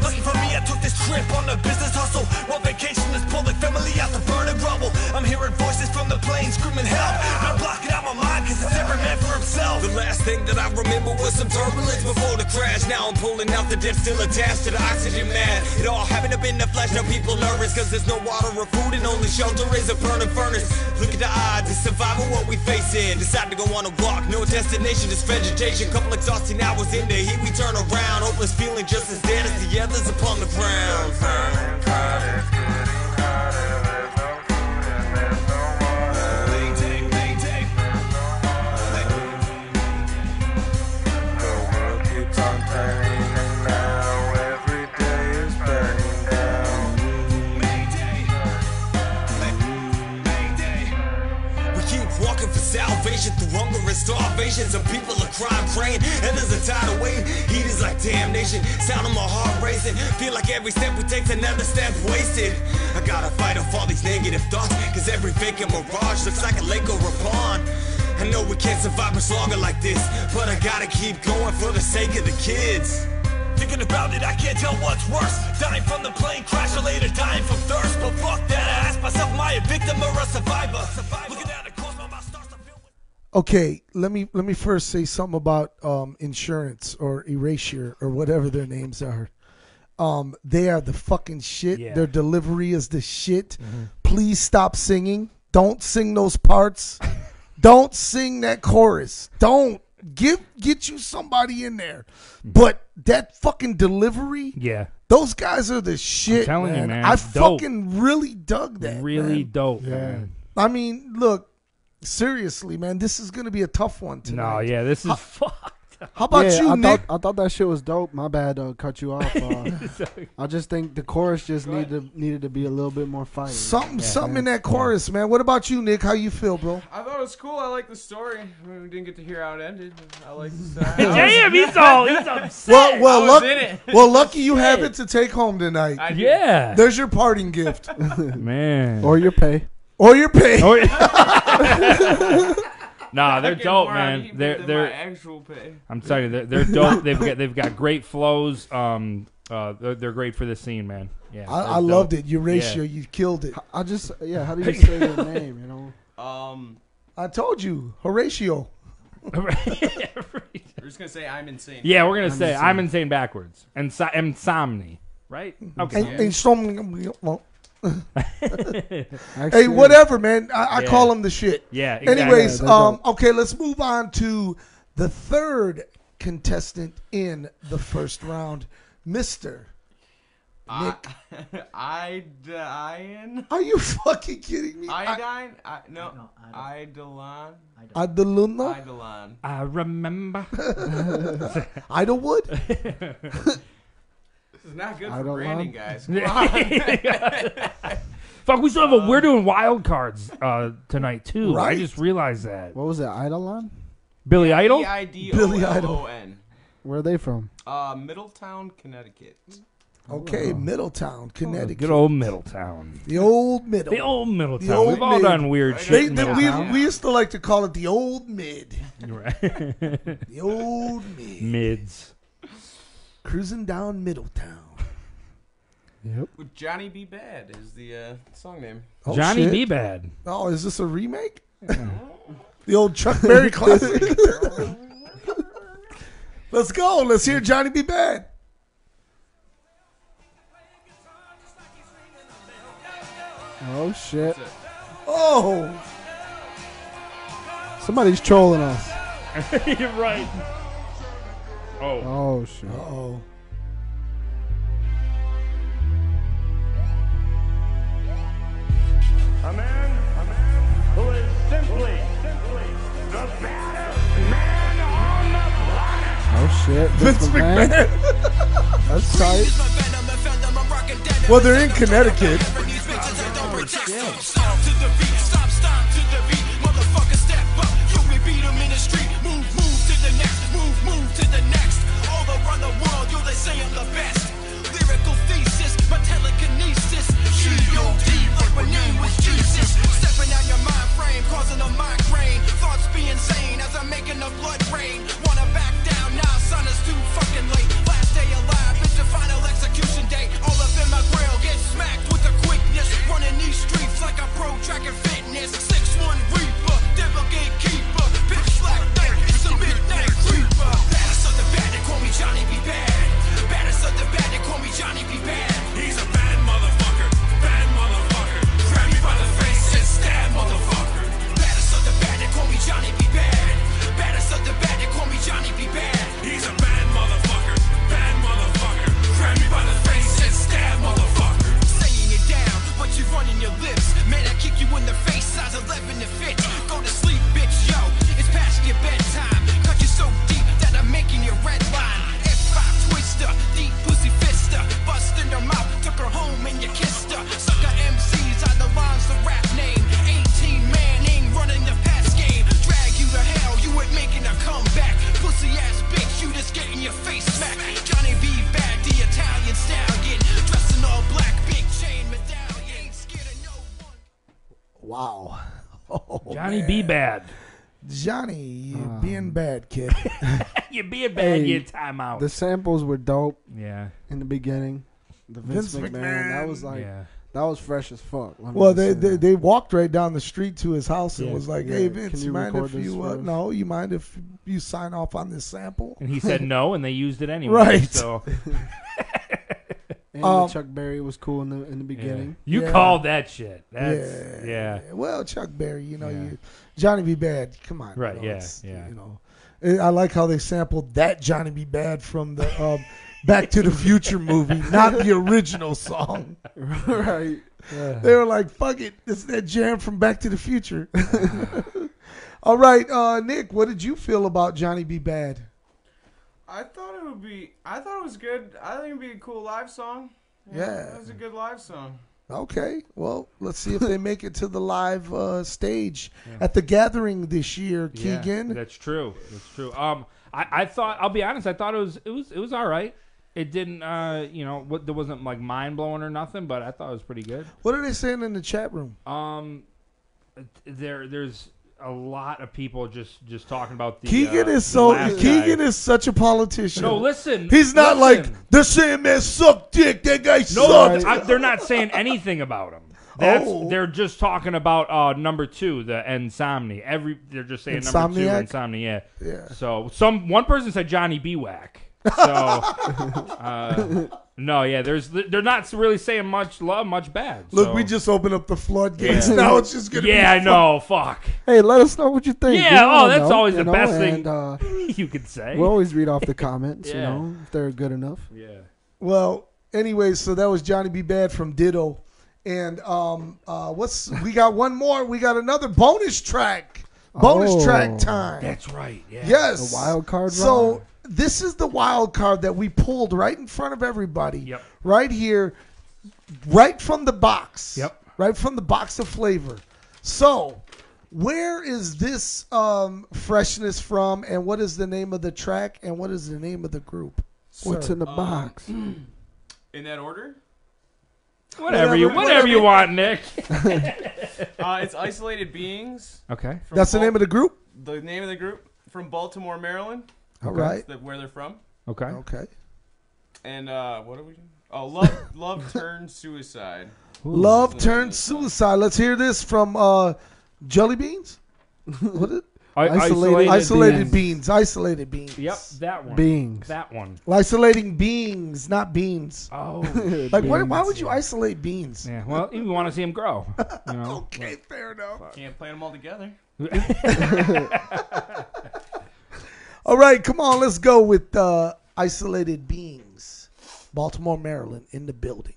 Speaker 11: Lucky for me, I took this trip on a business hustle. While vacation is pulling family out the burning rubble. I'm hearing voices from the plane screaming help. Not blocking out my mind because it's every man for himself. The last thing that I remember was some turbulence before the crash. Now I'm pulling out the dip, still attached to the oxygen mask. It all happened up in the flesh. Now people nervous because there's no water or food, and only shelter is a burning furnace. Look at the odds, it's survival what we face in. Decide to go on a walk, no destination, just vegetation. Couple exhausting hours in the heat, we turn around. Hopeless feeling just as dead as the others upon the ground. Mayday, mayday. Mayday. Mayday. We keep walking for salvation through hunger and starvation. Some people are crying, praying, and there's a tidal wave. Heat is like damnation. Sound of my heart racing. Feel like every step we take's another step wasted. I gotta fight off all these negative thoughts, cause every vacant mirage looks like a lake or a pond. I know we can't survive much longer like this, but I gotta keep going for the sake of the kids. Thinking about it, I can't tell what's worse. Dying from the plane crash or later dying from thirst. But fuck that, I ask myself, am I a victim or a survivor? Looking at it, cause my mouth starts to fill with-
Speaker 1: Okay, let me let me first say something about um, insurance or erasure or whatever their names are. Um, they are the fucking shit.
Speaker 2: Yeah.
Speaker 1: Their delivery is the shit. Please stop singing. Don't sing those *laughs* parts. Don't sing that chorus. Don't give get you somebody in there. But that fucking delivery,
Speaker 2: Yeah.
Speaker 1: those guys are the shit.
Speaker 2: telling you,
Speaker 1: man.
Speaker 2: man,
Speaker 1: I
Speaker 2: it's dope.
Speaker 1: fucking really dug that.
Speaker 2: really
Speaker 1: man.
Speaker 2: dope. man.
Speaker 1: I mean, look, seriously, man, this is going to be a tough one
Speaker 2: No,
Speaker 1: tonight.
Speaker 2: yeah, this is *laughs* fucked. up.
Speaker 1: How about
Speaker 3: yeah,
Speaker 1: you,
Speaker 3: I
Speaker 1: *laughs* Nick?
Speaker 3: thought I thought that shit was dope. My bad, uh, cut you
Speaker 1: *laughs*
Speaker 3: off. Uh, I just think the chorus just needed to, needed to be a little bit more fire.
Speaker 1: something, something in that chorus, man. What about you, Nick? How you feel, bro?
Speaker 7: I thought it was cool. I like the story. We didn't get to hear how it ended. but I like
Speaker 2: *laughs*
Speaker 7: the story.
Speaker 2: Damn, he's all he's upset.
Speaker 1: *laughs* Well, well,
Speaker 7: *laughs* I was in
Speaker 1: luck, *laughs*
Speaker 7: it.
Speaker 1: well, lucky you have it to take home tonight.
Speaker 7: I did.
Speaker 2: Yeah,
Speaker 1: There's your parting gift,
Speaker 2: *laughs* man.
Speaker 3: or your pay.
Speaker 1: or your pay.
Speaker 2: Oh, *laughs*
Speaker 1: *laughs*
Speaker 2: yeah. nah,
Speaker 7: I
Speaker 2: they're
Speaker 7: get
Speaker 2: dope,
Speaker 7: more out of
Speaker 2: man.
Speaker 7: Hebrew
Speaker 2: They're
Speaker 7: than
Speaker 2: they're.
Speaker 7: my actual pay.
Speaker 2: I'm telling you, they're, they're dope. they've got they've got great flows. Um, uh, they're, they're great for this scene, man. Yeah,
Speaker 1: I, I loved it.
Speaker 2: *laughs*
Speaker 1: Euratio,
Speaker 2: Yeah.
Speaker 1: you killed it.
Speaker 3: I just yeah. How do
Speaker 2: *laughs*
Speaker 3: you say your name? You know.
Speaker 7: Um,
Speaker 1: I told you,
Speaker 2: *laughs*
Speaker 1: Horatio.
Speaker 2: it.
Speaker 7: we're just gonna say I'm insane.
Speaker 2: yeah, we're gonna say I'm insane backwards and so, insomni, right?
Speaker 1: And,
Speaker 2: Okay.
Speaker 1: and some-
Speaker 3: *laughs* Actually,
Speaker 1: hey, whatever, man. I, I
Speaker 2: Yeah.
Speaker 1: call him the shit.
Speaker 2: Yeah. Exactly.
Speaker 1: Anyways,
Speaker 3: Yeah, that's
Speaker 1: um, okay, let's move on to the third contestant in the first round, Mister. Nick,
Speaker 7: *laughs* Iodine.
Speaker 1: are you fucking kidding me? I,
Speaker 7: Iodine. I, no. Idolon.
Speaker 1: Idoluna,
Speaker 7: Idolon.
Speaker 2: I remember. *laughs*
Speaker 1: Idlewood.
Speaker 2: *laughs*
Speaker 1: *laughs*
Speaker 7: This is not good
Speaker 3: I
Speaker 7: for
Speaker 3: don't
Speaker 7: branding,
Speaker 3: know.
Speaker 7: guys.
Speaker 2: Fuck, we still have a. We're doing wild cards uh, tonight too. I
Speaker 1: Um, Right.
Speaker 2: just realized that.
Speaker 3: What was it? Eidolon?
Speaker 7: *laughs*
Speaker 2: Billy Idol.
Speaker 7: B i d
Speaker 1: Billy
Speaker 7: o
Speaker 1: Idol.
Speaker 7: l o n.
Speaker 3: Where are they from?
Speaker 7: Uh, Middletown, Connecticut.
Speaker 3: Oh.
Speaker 1: Okay, Middletown, Connecticut.
Speaker 2: Good old Middletown.
Speaker 1: the old middle.
Speaker 2: The old Middletown.
Speaker 1: old
Speaker 2: We've all
Speaker 1: mid.
Speaker 2: done weird shit.
Speaker 1: They-
Speaker 2: in
Speaker 1: they- we,
Speaker 2: Middletown.
Speaker 1: we used to like to call it the old mid.
Speaker 2: Right. *laughs*
Speaker 1: The old mid.
Speaker 2: Mids.
Speaker 1: Cruising down Middletown.
Speaker 3: Yep.
Speaker 7: With Johnny B. Bad is the uh, song name.
Speaker 1: Oh,
Speaker 2: Johnny
Speaker 1: shit.
Speaker 2: B. Bad.
Speaker 1: Oh,
Speaker 2: *laughs*
Speaker 1: is this a remake? the old Chuck Berry classic. *laughs* Let's go. Let's hear Johnny B. Bad.
Speaker 3: Oh shit!
Speaker 1: Oh,
Speaker 3: Somebody's trolling us.
Speaker 2: You're right. Oh,
Speaker 3: Oh shit!
Speaker 1: oh.
Speaker 6: A man, a man who is simply, simply the baddest man on the planet.
Speaker 3: Oh shit!
Speaker 1: Vince
Speaker 3: McMahon.
Speaker 1: McMahon.
Speaker 3: That's tight.
Speaker 1: Well, they're in Connecticut.
Speaker 3: *laughs*
Speaker 1: Wow. Oh,
Speaker 2: Johnny B. Bad.
Speaker 1: Johnny, you being bad, kid.
Speaker 2: *laughs* you be a bad,
Speaker 3: Hey,
Speaker 2: you time out.
Speaker 3: The samples were dope
Speaker 2: yeah,
Speaker 3: in the beginning. The Vince,
Speaker 1: Vince
Speaker 3: McMahon, that was like
Speaker 2: yeah.
Speaker 3: that was fresh as fuck. let me
Speaker 1: Well,
Speaker 3: just
Speaker 1: they,
Speaker 3: say
Speaker 1: they
Speaker 3: that.
Speaker 1: they walked right down the street to his house and
Speaker 3: Yeah,
Speaker 1: was like,
Speaker 3: yeah.
Speaker 1: "Hey,
Speaker 3: Can
Speaker 1: Vince,
Speaker 3: you
Speaker 1: you mind
Speaker 3: record
Speaker 1: if
Speaker 3: this
Speaker 1: you
Speaker 3: for
Speaker 1: uh,
Speaker 3: us?"
Speaker 1: no, you mind if you sign off on this sample?"
Speaker 2: And he said no, and they used it anyway.
Speaker 1: Right. *laughs*
Speaker 2: So
Speaker 3: and
Speaker 1: um,
Speaker 3: Chuck Berry was cool in the in the beginning.
Speaker 2: you
Speaker 1: Yeah.
Speaker 2: called that shit. That's yeah.
Speaker 1: Well, Chuck Berry, you know,
Speaker 2: Yeah.
Speaker 1: you Johnny B. Bad. Come on.
Speaker 2: Right,
Speaker 1: You know,
Speaker 2: yeah,
Speaker 1: it's-
Speaker 2: yeah.
Speaker 1: You know, Eh, I like how they sampled that Johnny B. Bad from the um, Back to the Future movie,
Speaker 2: *laughs*
Speaker 1: not the original song.
Speaker 3: right.
Speaker 1: They were like, "Fuck it, this is that jam from Back to the Future." *laughs* All right, uh, Nick, what did you feel about Johnny B. Bad?
Speaker 7: I thought it would be. I thought it was good. I think it'd be a cool live song.
Speaker 1: Yeah.
Speaker 7: it was a good live song.
Speaker 1: Okay, well, let's see if they make it to the live uh, stage
Speaker 2: *laughs*
Speaker 1: at the Gathering this year,
Speaker 2: Yeah,
Speaker 1: Keegan.
Speaker 2: that's true. That's true. Um, I, I thought I'll be honest. I thought it was it was it was all right. It didn't uh you know what there wasn't like mind blowing or nothing, but I thought it was pretty good.
Speaker 1: what are they saying in the chat room?
Speaker 2: Um, there there's a lot of people just just talking about the
Speaker 1: Keegan
Speaker 2: uh,
Speaker 1: is
Speaker 2: the
Speaker 1: so
Speaker 2: last
Speaker 1: Keegan
Speaker 2: guy.
Speaker 1: is such a politician.
Speaker 2: no listen.
Speaker 1: he's not
Speaker 2: listen.
Speaker 1: like they're saying man suck dick. That guy
Speaker 2: no.
Speaker 1: sucks.
Speaker 2: I, they're not saying anything about
Speaker 1: *laughs*
Speaker 2: him. That's,
Speaker 1: Oh.
Speaker 2: They're just talking about uh, number two, the insomnia. Every they're just saying number two,
Speaker 1: Insomniac?
Speaker 2: insomnia. Yeah.
Speaker 1: Yeah.
Speaker 2: So Uh, some one person said Johnny B. Whack. So uh, no, yeah, there's they're not really saying much love, much bad.
Speaker 1: Look,
Speaker 2: so-
Speaker 1: we just open up the floodgates.
Speaker 2: Yeah.
Speaker 1: Now it's just gonna
Speaker 2: yeah, I
Speaker 1: be
Speaker 2: know. Fuck,
Speaker 3: Hey, let us know what you think.
Speaker 2: Yeah,
Speaker 3: We wanna
Speaker 2: oh, that's
Speaker 3: know,
Speaker 2: always
Speaker 3: you
Speaker 2: the best thing.
Speaker 3: And, uh,
Speaker 2: *laughs* you could say.
Speaker 3: we always read off the comments, you
Speaker 2: Yeah.
Speaker 3: know, if they're good enough.
Speaker 2: yeah,
Speaker 1: Well, anyway, so that was Johnny B. Bad from Ditto, and um, uh, what's we got one more. We got another bonus track. Bonus
Speaker 3: Oh.
Speaker 1: track time.
Speaker 2: that's right. Yeah.
Speaker 1: Yes.
Speaker 3: The wild card
Speaker 1: So
Speaker 3: round.
Speaker 1: this is the wild card that we pulled right in front of everybody.
Speaker 2: Yep.
Speaker 1: Right here, right from the box.
Speaker 2: Yep.
Speaker 1: Right from the box of flavor. So where is this um, freshness from, and what is the name of the track, and what is the name of the group?
Speaker 3: What's in the
Speaker 2: uh,
Speaker 3: box?
Speaker 7: In that order,
Speaker 2: Whatever you,
Speaker 1: Whatever-
Speaker 2: whatever, you want, Nick.
Speaker 7: uh, it's Isolated Beings.
Speaker 2: okay.
Speaker 1: *laughs*
Speaker 7: From
Speaker 1: That's the
Speaker 7: Bal-
Speaker 1: name of the group.
Speaker 7: the name of the group from Baltimore, Maryland.
Speaker 1: All right.
Speaker 7: That where they're from.
Speaker 2: Okay.
Speaker 1: Okay.
Speaker 7: And uh, what are we doing? Oh, love,
Speaker 1: *laughs*
Speaker 7: love turns suicide.
Speaker 1: Love turned suicide. Let's hear this from uh, Jelly Beans. What? It,
Speaker 2: *laughs* I-
Speaker 3: Isolated-
Speaker 1: Isolated
Speaker 2: beans.
Speaker 1: beans. Isolated beans.
Speaker 2: Yep, that one.
Speaker 3: Beings.
Speaker 2: That one.
Speaker 1: Isolating beings, not beans.
Speaker 2: Oh.
Speaker 1: *laughs* Like, what, why would you isolate beans?
Speaker 2: yeah. Well, you want to see him grow. You know?
Speaker 1: Okay, fair enough.
Speaker 7: Can't play them all together.
Speaker 1: All right, come on, let's go with uh, isolated beings. Baltimore, Maryland, in the building.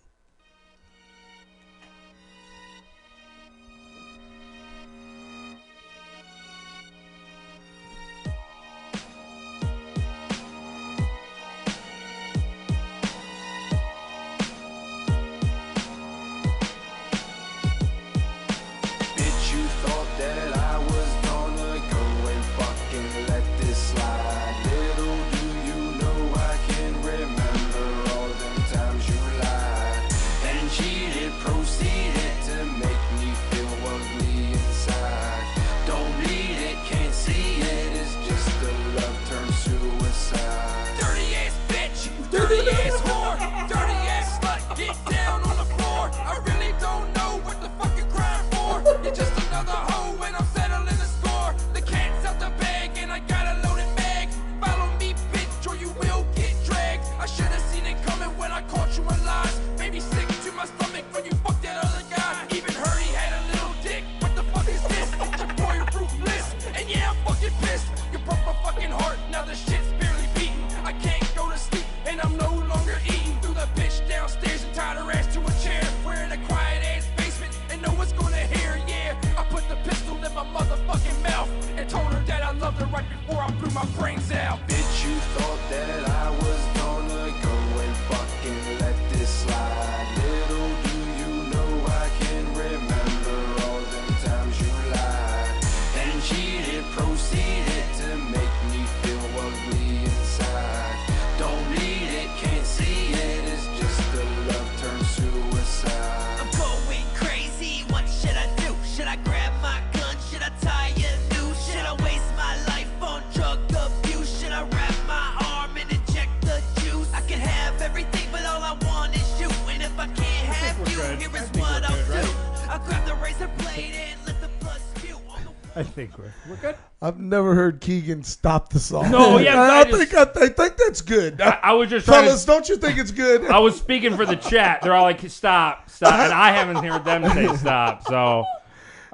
Speaker 10: Bitch, you thought that I was gonna go and fucking let this slide. Little do you know I can remember all the times you lied and cheated, proceeded to make me feel ugly inside. Don't need it, can't see it. It's just the love turned suicide. Dirty ass bitch, dirty ass whore, dirty ass slut. Get down on the floor. I really don't know what the fuck you crying for. You're just another hoe and I'm settling the score. The cat's out the bag and I got a loaded bag. Follow me, bitch, or you will get dragged. I should have seen it coming when I caught you in lies. Made me sick to my stomach when you fucked that other guy. Even heard he had a little dick. What the fuck is this? It's your boy ruthless. And yeah, I'm fucking pissed. You broke my fucking heart. Now the shit's barely beating. I can't go to sleep and I'm no longer eating. Threw the bitch downstairs and tied her ass to a chair. We're in a quiet ass basement and no one's gonna hear, yeah. I put the pistol in my motherfucking mouth and told her that I loved her right before I blew my brains out. Bitch, you thought that I was gonna go and fucking let this slide. Little do you know I can remember all the times you lied and cheated, proceeded to make me feel ugly inside. Don't need it, can't see it, it's just the love turned suicide.
Speaker 12: I'm going crazy. What should I do? Should I grab my gun? Should I tie a noose? Should I waste my life on drug abuse? Should I wrap my arm and inject the juice? I can have everything, but all I want is you. And if I can't have you, here is what I'll do. I'll grab the razor blade and let the blood spew on the
Speaker 2: I think we're, we're good.
Speaker 1: I've never heard Keegan stop the song.
Speaker 2: No,
Speaker 1: *laughs*
Speaker 2: yeah,
Speaker 1: I, I
Speaker 2: I just-
Speaker 1: think I, I think that's good.
Speaker 2: *laughs* I, I was just trying
Speaker 1: Fellas,
Speaker 2: to.
Speaker 1: don't you think it's good?
Speaker 2: I was speaking for the chat. They're all like, "Stop, stop," and I haven't heard them say "stop." So,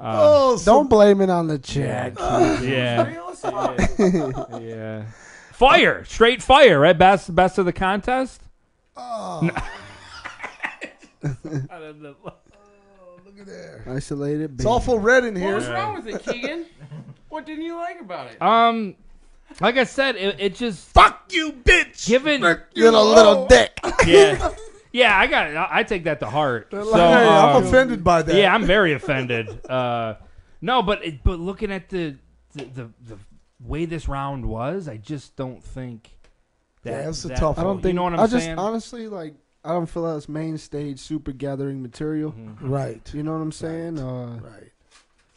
Speaker 2: uh,
Speaker 1: oh, so- *laughs*
Speaker 3: Don't blame it on the chat. *laughs*
Speaker 2: yeah, *laughs*
Speaker 7: yeah. yeah.
Speaker 2: fire, straight fire, right? Best, best of the contest.
Speaker 1: Oh.
Speaker 2: *laughs*
Speaker 1: look at there.
Speaker 3: Isolated
Speaker 1: It's
Speaker 3: beings.
Speaker 1: awful red in
Speaker 7: What
Speaker 1: here.
Speaker 7: was wrong with it, Keegan? What didn't you like about it?
Speaker 2: Um, like I said, it, it just
Speaker 1: Fuck you, bitch.
Speaker 2: given.
Speaker 1: You little little dick.
Speaker 2: *laughs* Yeah, yeah, I got it. I, I take that to heart. So,
Speaker 1: Hey, I'm
Speaker 2: um,
Speaker 1: offended by that.
Speaker 2: Yeah, I'm very offended. *laughs* Uh, no, but it, but looking at the the, the the way this round was, I just don't think. That,
Speaker 1: Yeah, it was a
Speaker 2: that-
Speaker 1: tough
Speaker 3: I don't
Speaker 1: You
Speaker 3: think.
Speaker 2: know what I'm
Speaker 3: I just
Speaker 2: saying?
Speaker 3: honestly like. I don't feel that's main stage super gathering material. Mm-hmm.
Speaker 1: right.
Speaker 3: You know what I'm saying? Uh,
Speaker 1: Right.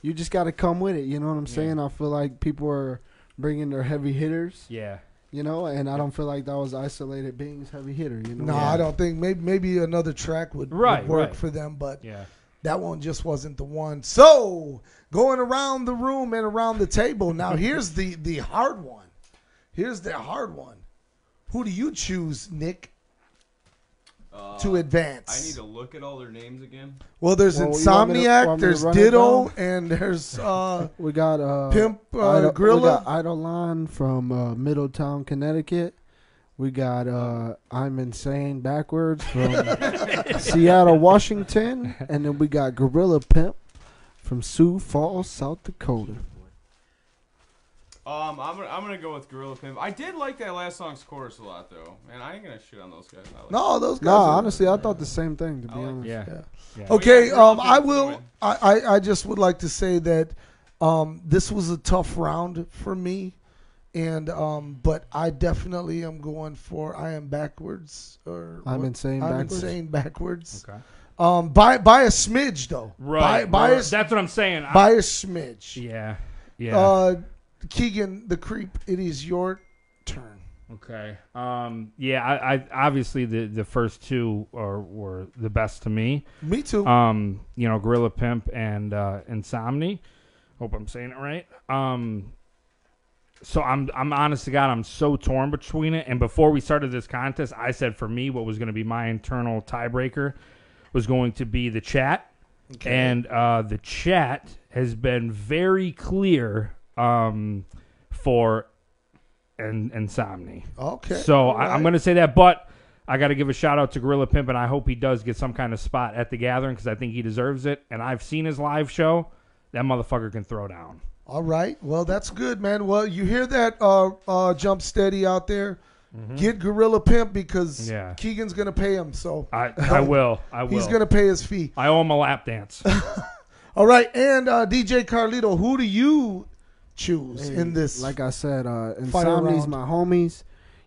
Speaker 3: you just got to come with it. You know what I'm saying? I feel like people are bringing their heavy hitters.
Speaker 2: Yeah,
Speaker 3: You know, and I don't feel like that was isolated beings heavy hitter. You know?
Speaker 1: No, I don't think maybe maybe another track would, would
Speaker 2: Right,
Speaker 1: work
Speaker 2: right.
Speaker 1: for them, but
Speaker 2: yeah.
Speaker 1: that one just wasn't the one. So going around the room and around the table. Now here's the the hard one. *laughs* Here's the hard one. Who do you choose, Nick,
Speaker 7: Uh,
Speaker 1: to advance?
Speaker 7: I need to look at all their names again.
Speaker 1: well, there's
Speaker 3: Well, you want me to-
Speaker 1: Insomniac,
Speaker 3: want me to
Speaker 1: there's
Speaker 3: run it
Speaker 1: Ditto,
Speaker 3: down?
Speaker 1: and there's uh,
Speaker 3: We got uh,
Speaker 1: Pimp, uh,
Speaker 3: Idol-
Speaker 1: Grilla.
Speaker 3: We got Idolon from uh, Middletown, Connecticut. We got uh, I'm insane backwards
Speaker 1: *laughs*
Speaker 3: from Seattle, Washington, and then we got Gorilla Pimp from Sioux Falls, South Dakota.
Speaker 7: Um, I'm gonna, I'm gonna go with Gorilla Pimp. I did like that last song's chorus a lot though, and I ain't gonna shit on those guys. I like
Speaker 1: no those guys.
Speaker 3: Nah,
Speaker 1: are-
Speaker 3: honestly, I thought the same thing. To be
Speaker 7: I like
Speaker 3: honest,
Speaker 2: Oh, Yeah.
Speaker 1: Yeah.
Speaker 2: Yeah.
Speaker 1: Okay,
Speaker 7: Oh, yeah,
Speaker 1: um, I
Speaker 7: Rockets
Speaker 1: will.
Speaker 7: win.
Speaker 1: I, I, I just would like to say that um, this was a tough round for me, and um, but I definitely am going for I am backwards or
Speaker 3: I'm
Speaker 1: what?
Speaker 3: insane
Speaker 1: I'm
Speaker 3: backwards.
Speaker 1: insane backwards.
Speaker 2: Okay.
Speaker 1: Um, by by a smidge though.
Speaker 2: Right.
Speaker 1: By, by,
Speaker 2: right.
Speaker 1: a, s-
Speaker 2: That's what I'm saying. I-
Speaker 1: by a smidge.
Speaker 2: yeah. Yeah.
Speaker 1: Uh, Keegan the creep. It is your turn.
Speaker 2: Okay. Um. Yeah. I, I obviously the the first two are were the best to me.
Speaker 1: Me too.
Speaker 2: Um. You know, Gorilla Pimp and uh, Insomni. Hope I'm saying it right. Um. so I'm I'm honest to God, I'm so torn between it. And before we started this contest, I said for me what was going to be my internal tiebreaker was going to be the chat, and uh, the chat has been very clear um, for and insomni.
Speaker 1: Okay.
Speaker 2: So
Speaker 1: All
Speaker 2: I, I'm
Speaker 1: right.
Speaker 2: going to say that, but I got to give a shout out to Gorilla Pimp, and I hope he does get some kind of spot at the gathering because I think he deserves it. And I've seen his live show; that motherfucker can throw down.
Speaker 1: All right. Well, that's good, man. Well, you hear that uh, uh, jump steady out there? Get Gorilla Pimp because
Speaker 2: Mm-hmm. Yeah.
Speaker 1: Keegan's going to pay him. So
Speaker 2: I I will. I will.
Speaker 1: He's going to pay his fee. *laughs*
Speaker 2: I owe him a lap dance.
Speaker 1: All right. And uh, DJ Carlito, who do you choose
Speaker 3: Hey,
Speaker 1: in this?
Speaker 3: Like I said, uh,
Speaker 1: fire
Speaker 3: Insomni's
Speaker 1: round.
Speaker 3: my homies.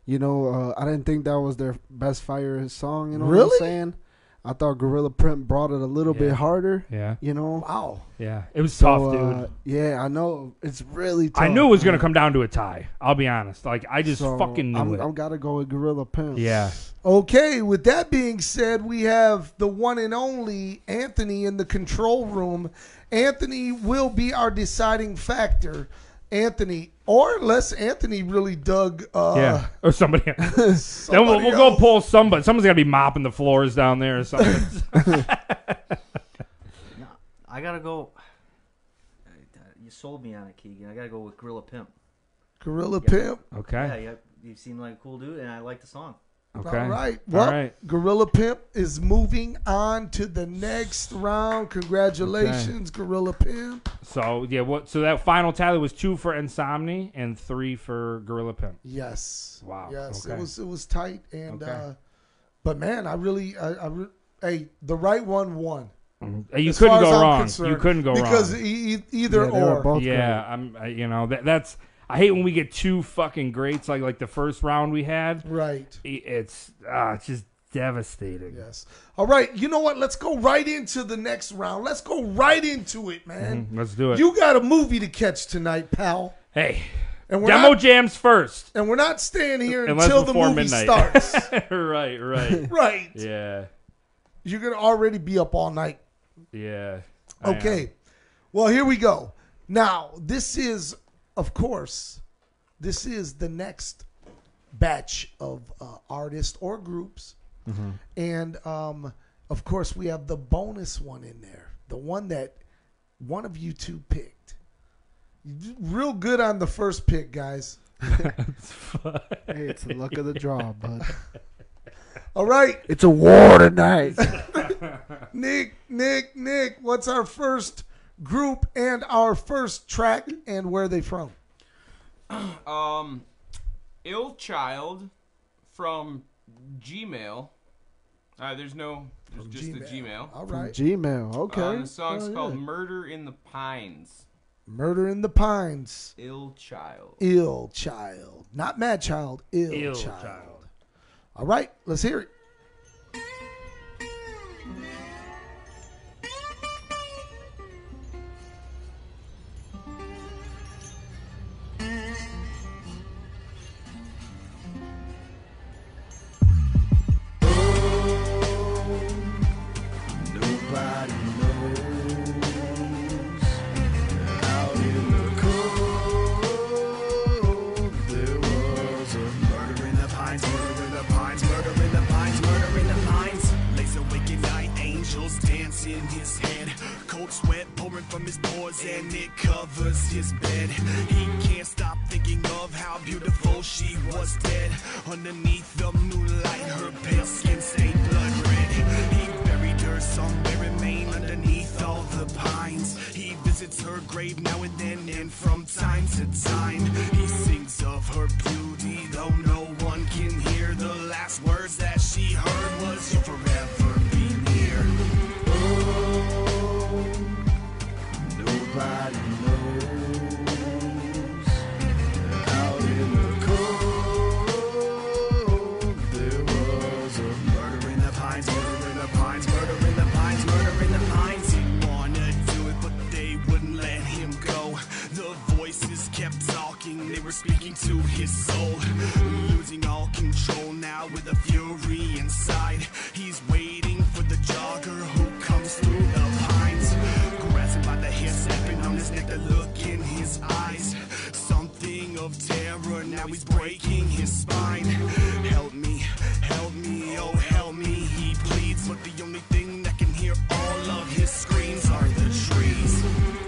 Speaker 3: You know, uh, I didn't think that was their best fire song. You know what
Speaker 1: Really?
Speaker 3: I'm saying? I thought Gorilla Print brought it a little bit harder.
Speaker 2: Yeah.
Speaker 3: You know?
Speaker 1: wow.
Speaker 2: Yeah, it was
Speaker 3: So,
Speaker 2: tough, dude.
Speaker 3: uh, yeah, I know. It's really tough.
Speaker 2: I knew it was gonna
Speaker 3: man.
Speaker 2: come down to a tie. I'll be honest. Like I just
Speaker 3: So,
Speaker 2: fucking knew
Speaker 3: I'm,
Speaker 2: it.
Speaker 3: I'm got to go with Gorilla Pimp.
Speaker 2: yeah.
Speaker 1: Okay. With that being said, we have the one and only Anthony in the control room. Anthony will be our deciding factor. Anthony, or unless Anthony really dug. Uh,
Speaker 2: Yeah. *laughs* Or somebody.
Speaker 1: *laughs*
Speaker 2: then we'll,
Speaker 1: somebody
Speaker 2: we'll go
Speaker 1: else.
Speaker 2: pull somebody. Someone's got to be mopping the floors down there or something.
Speaker 1: *laughs*
Speaker 2: *laughs*
Speaker 13: I gotta go. You sold me on it, Keegan. I gotta go with Gorilla Pimp.
Speaker 1: Gorilla
Speaker 13: Yeah.
Speaker 1: Pimp.
Speaker 13: Yeah,
Speaker 2: okay.
Speaker 13: you, you seem like a cool dude, and I like the song.
Speaker 2: Okay.
Speaker 1: All right. Well,
Speaker 2: All right.
Speaker 1: Gorilla Pimp is moving on to the next round. Congratulations, Gorilla Pimp.
Speaker 2: So yeah, what? So that final tally was two for Insomni and three for Gorilla Pimp.
Speaker 1: Yes.
Speaker 2: Wow,
Speaker 1: Yes, it
Speaker 2: okay.
Speaker 1: was it was tight and
Speaker 2: Okay.
Speaker 1: uh but man, I really I, I re- hey, the right one won.
Speaker 2: Uh, You
Speaker 1: As
Speaker 2: couldn't
Speaker 1: far as
Speaker 2: go
Speaker 1: I'm
Speaker 2: wrong.
Speaker 1: concerned,
Speaker 2: You couldn't go
Speaker 1: because
Speaker 2: wrong.
Speaker 1: e- e- either
Speaker 3: Yeah, they were
Speaker 1: or.
Speaker 3: both
Speaker 2: yeah, I'm. I, you know that that's. I hate when we get two fucking greats like like the first round we had.
Speaker 1: Right.
Speaker 2: I- It's ah, it's just devastating.
Speaker 1: Yes. All right. You know what? Let's go right into the next round. Let's go right into it, man.
Speaker 2: Mm-hmm, Let's do it.
Speaker 1: You got a movie to catch tonight, pal.
Speaker 2: hey,
Speaker 1: And we're
Speaker 2: demo
Speaker 1: not,
Speaker 2: jams first.
Speaker 1: and we're not staying here
Speaker 2: Unless
Speaker 1: until the
Speaker 2: before
Speaker 1: movie
Speaker 2: midnight.
Speaker 1: starts.
Speaker 2: *laughs* right, right.
Speaker 1: *laughs* right.
Speaker 2: yeah,
Speaker 1: You're gonna already be up all night.
Speaker 2: yeah. I am.
Speaker 1: Okay. Well, here we go. Now, this is, of course, this is the next batch of uh, artists or groups, and um, of course, we have the bonus one in there, the one that one of you two picked. You did Real good on the first pick, guys.
Speaker 3: Hey, it's the luck of the draw, but
Speaker 1: *laughs* All right,
Speaker 3: it's a war tonight.
Speaker 1: *laughs* Nick, Nick, Nick. What's our first group and our first track, and where are they from?
Speaker 7: *clears throat* Um, ill child from Gmail. Uh, there's no, there's just the Gmail.
Speaker 1: All
Speaker 3: From
Speaker 1: right.
Speaker 3: Gmail. Okay.
Speaker 7: Uh, and the song's
Speaker 3: Oh, yeah.
Speaker 7: called "Murder in the Pines."
Speaker 1: Murder in the Pines.
Speaker 7: Ill child.
Speaker 1: Ill child. Not mad child. Ill,
Speaker 2: Ill
Speaker 1: child.
Speaker 2: child.
Speaker 1: All right, let's hear it.
Speaker 14: Lays awake at night, angels dance in his head. Cold sweat pouring from his pores and it covers his bed. He can't stop thinking of how beautiful she was dead. Underneath the moonlight, her pale skin stained blood red. He buried her somewhere in Maine underneath all the pines. He visits her grave now and then and from time to time. He sings of her beauty, though no one can hear the last words that she heard was you'll forever be near. Murder in the pines, murder in the pines, murder in the pines, murder in the pines. He wanna do it, but they wouldn't let him go. The voices kept talking, they were speaking to his soul. Losing all control now with a fury inside. He's waiting for the jogger who comes through the pines. Grasping by the hair, snapping on his neck, the look in his eyes. Something of now he's breaking his spine. Help me, help me, oh help me, he pleads. But the only thing that can hear all of his screams are the trees.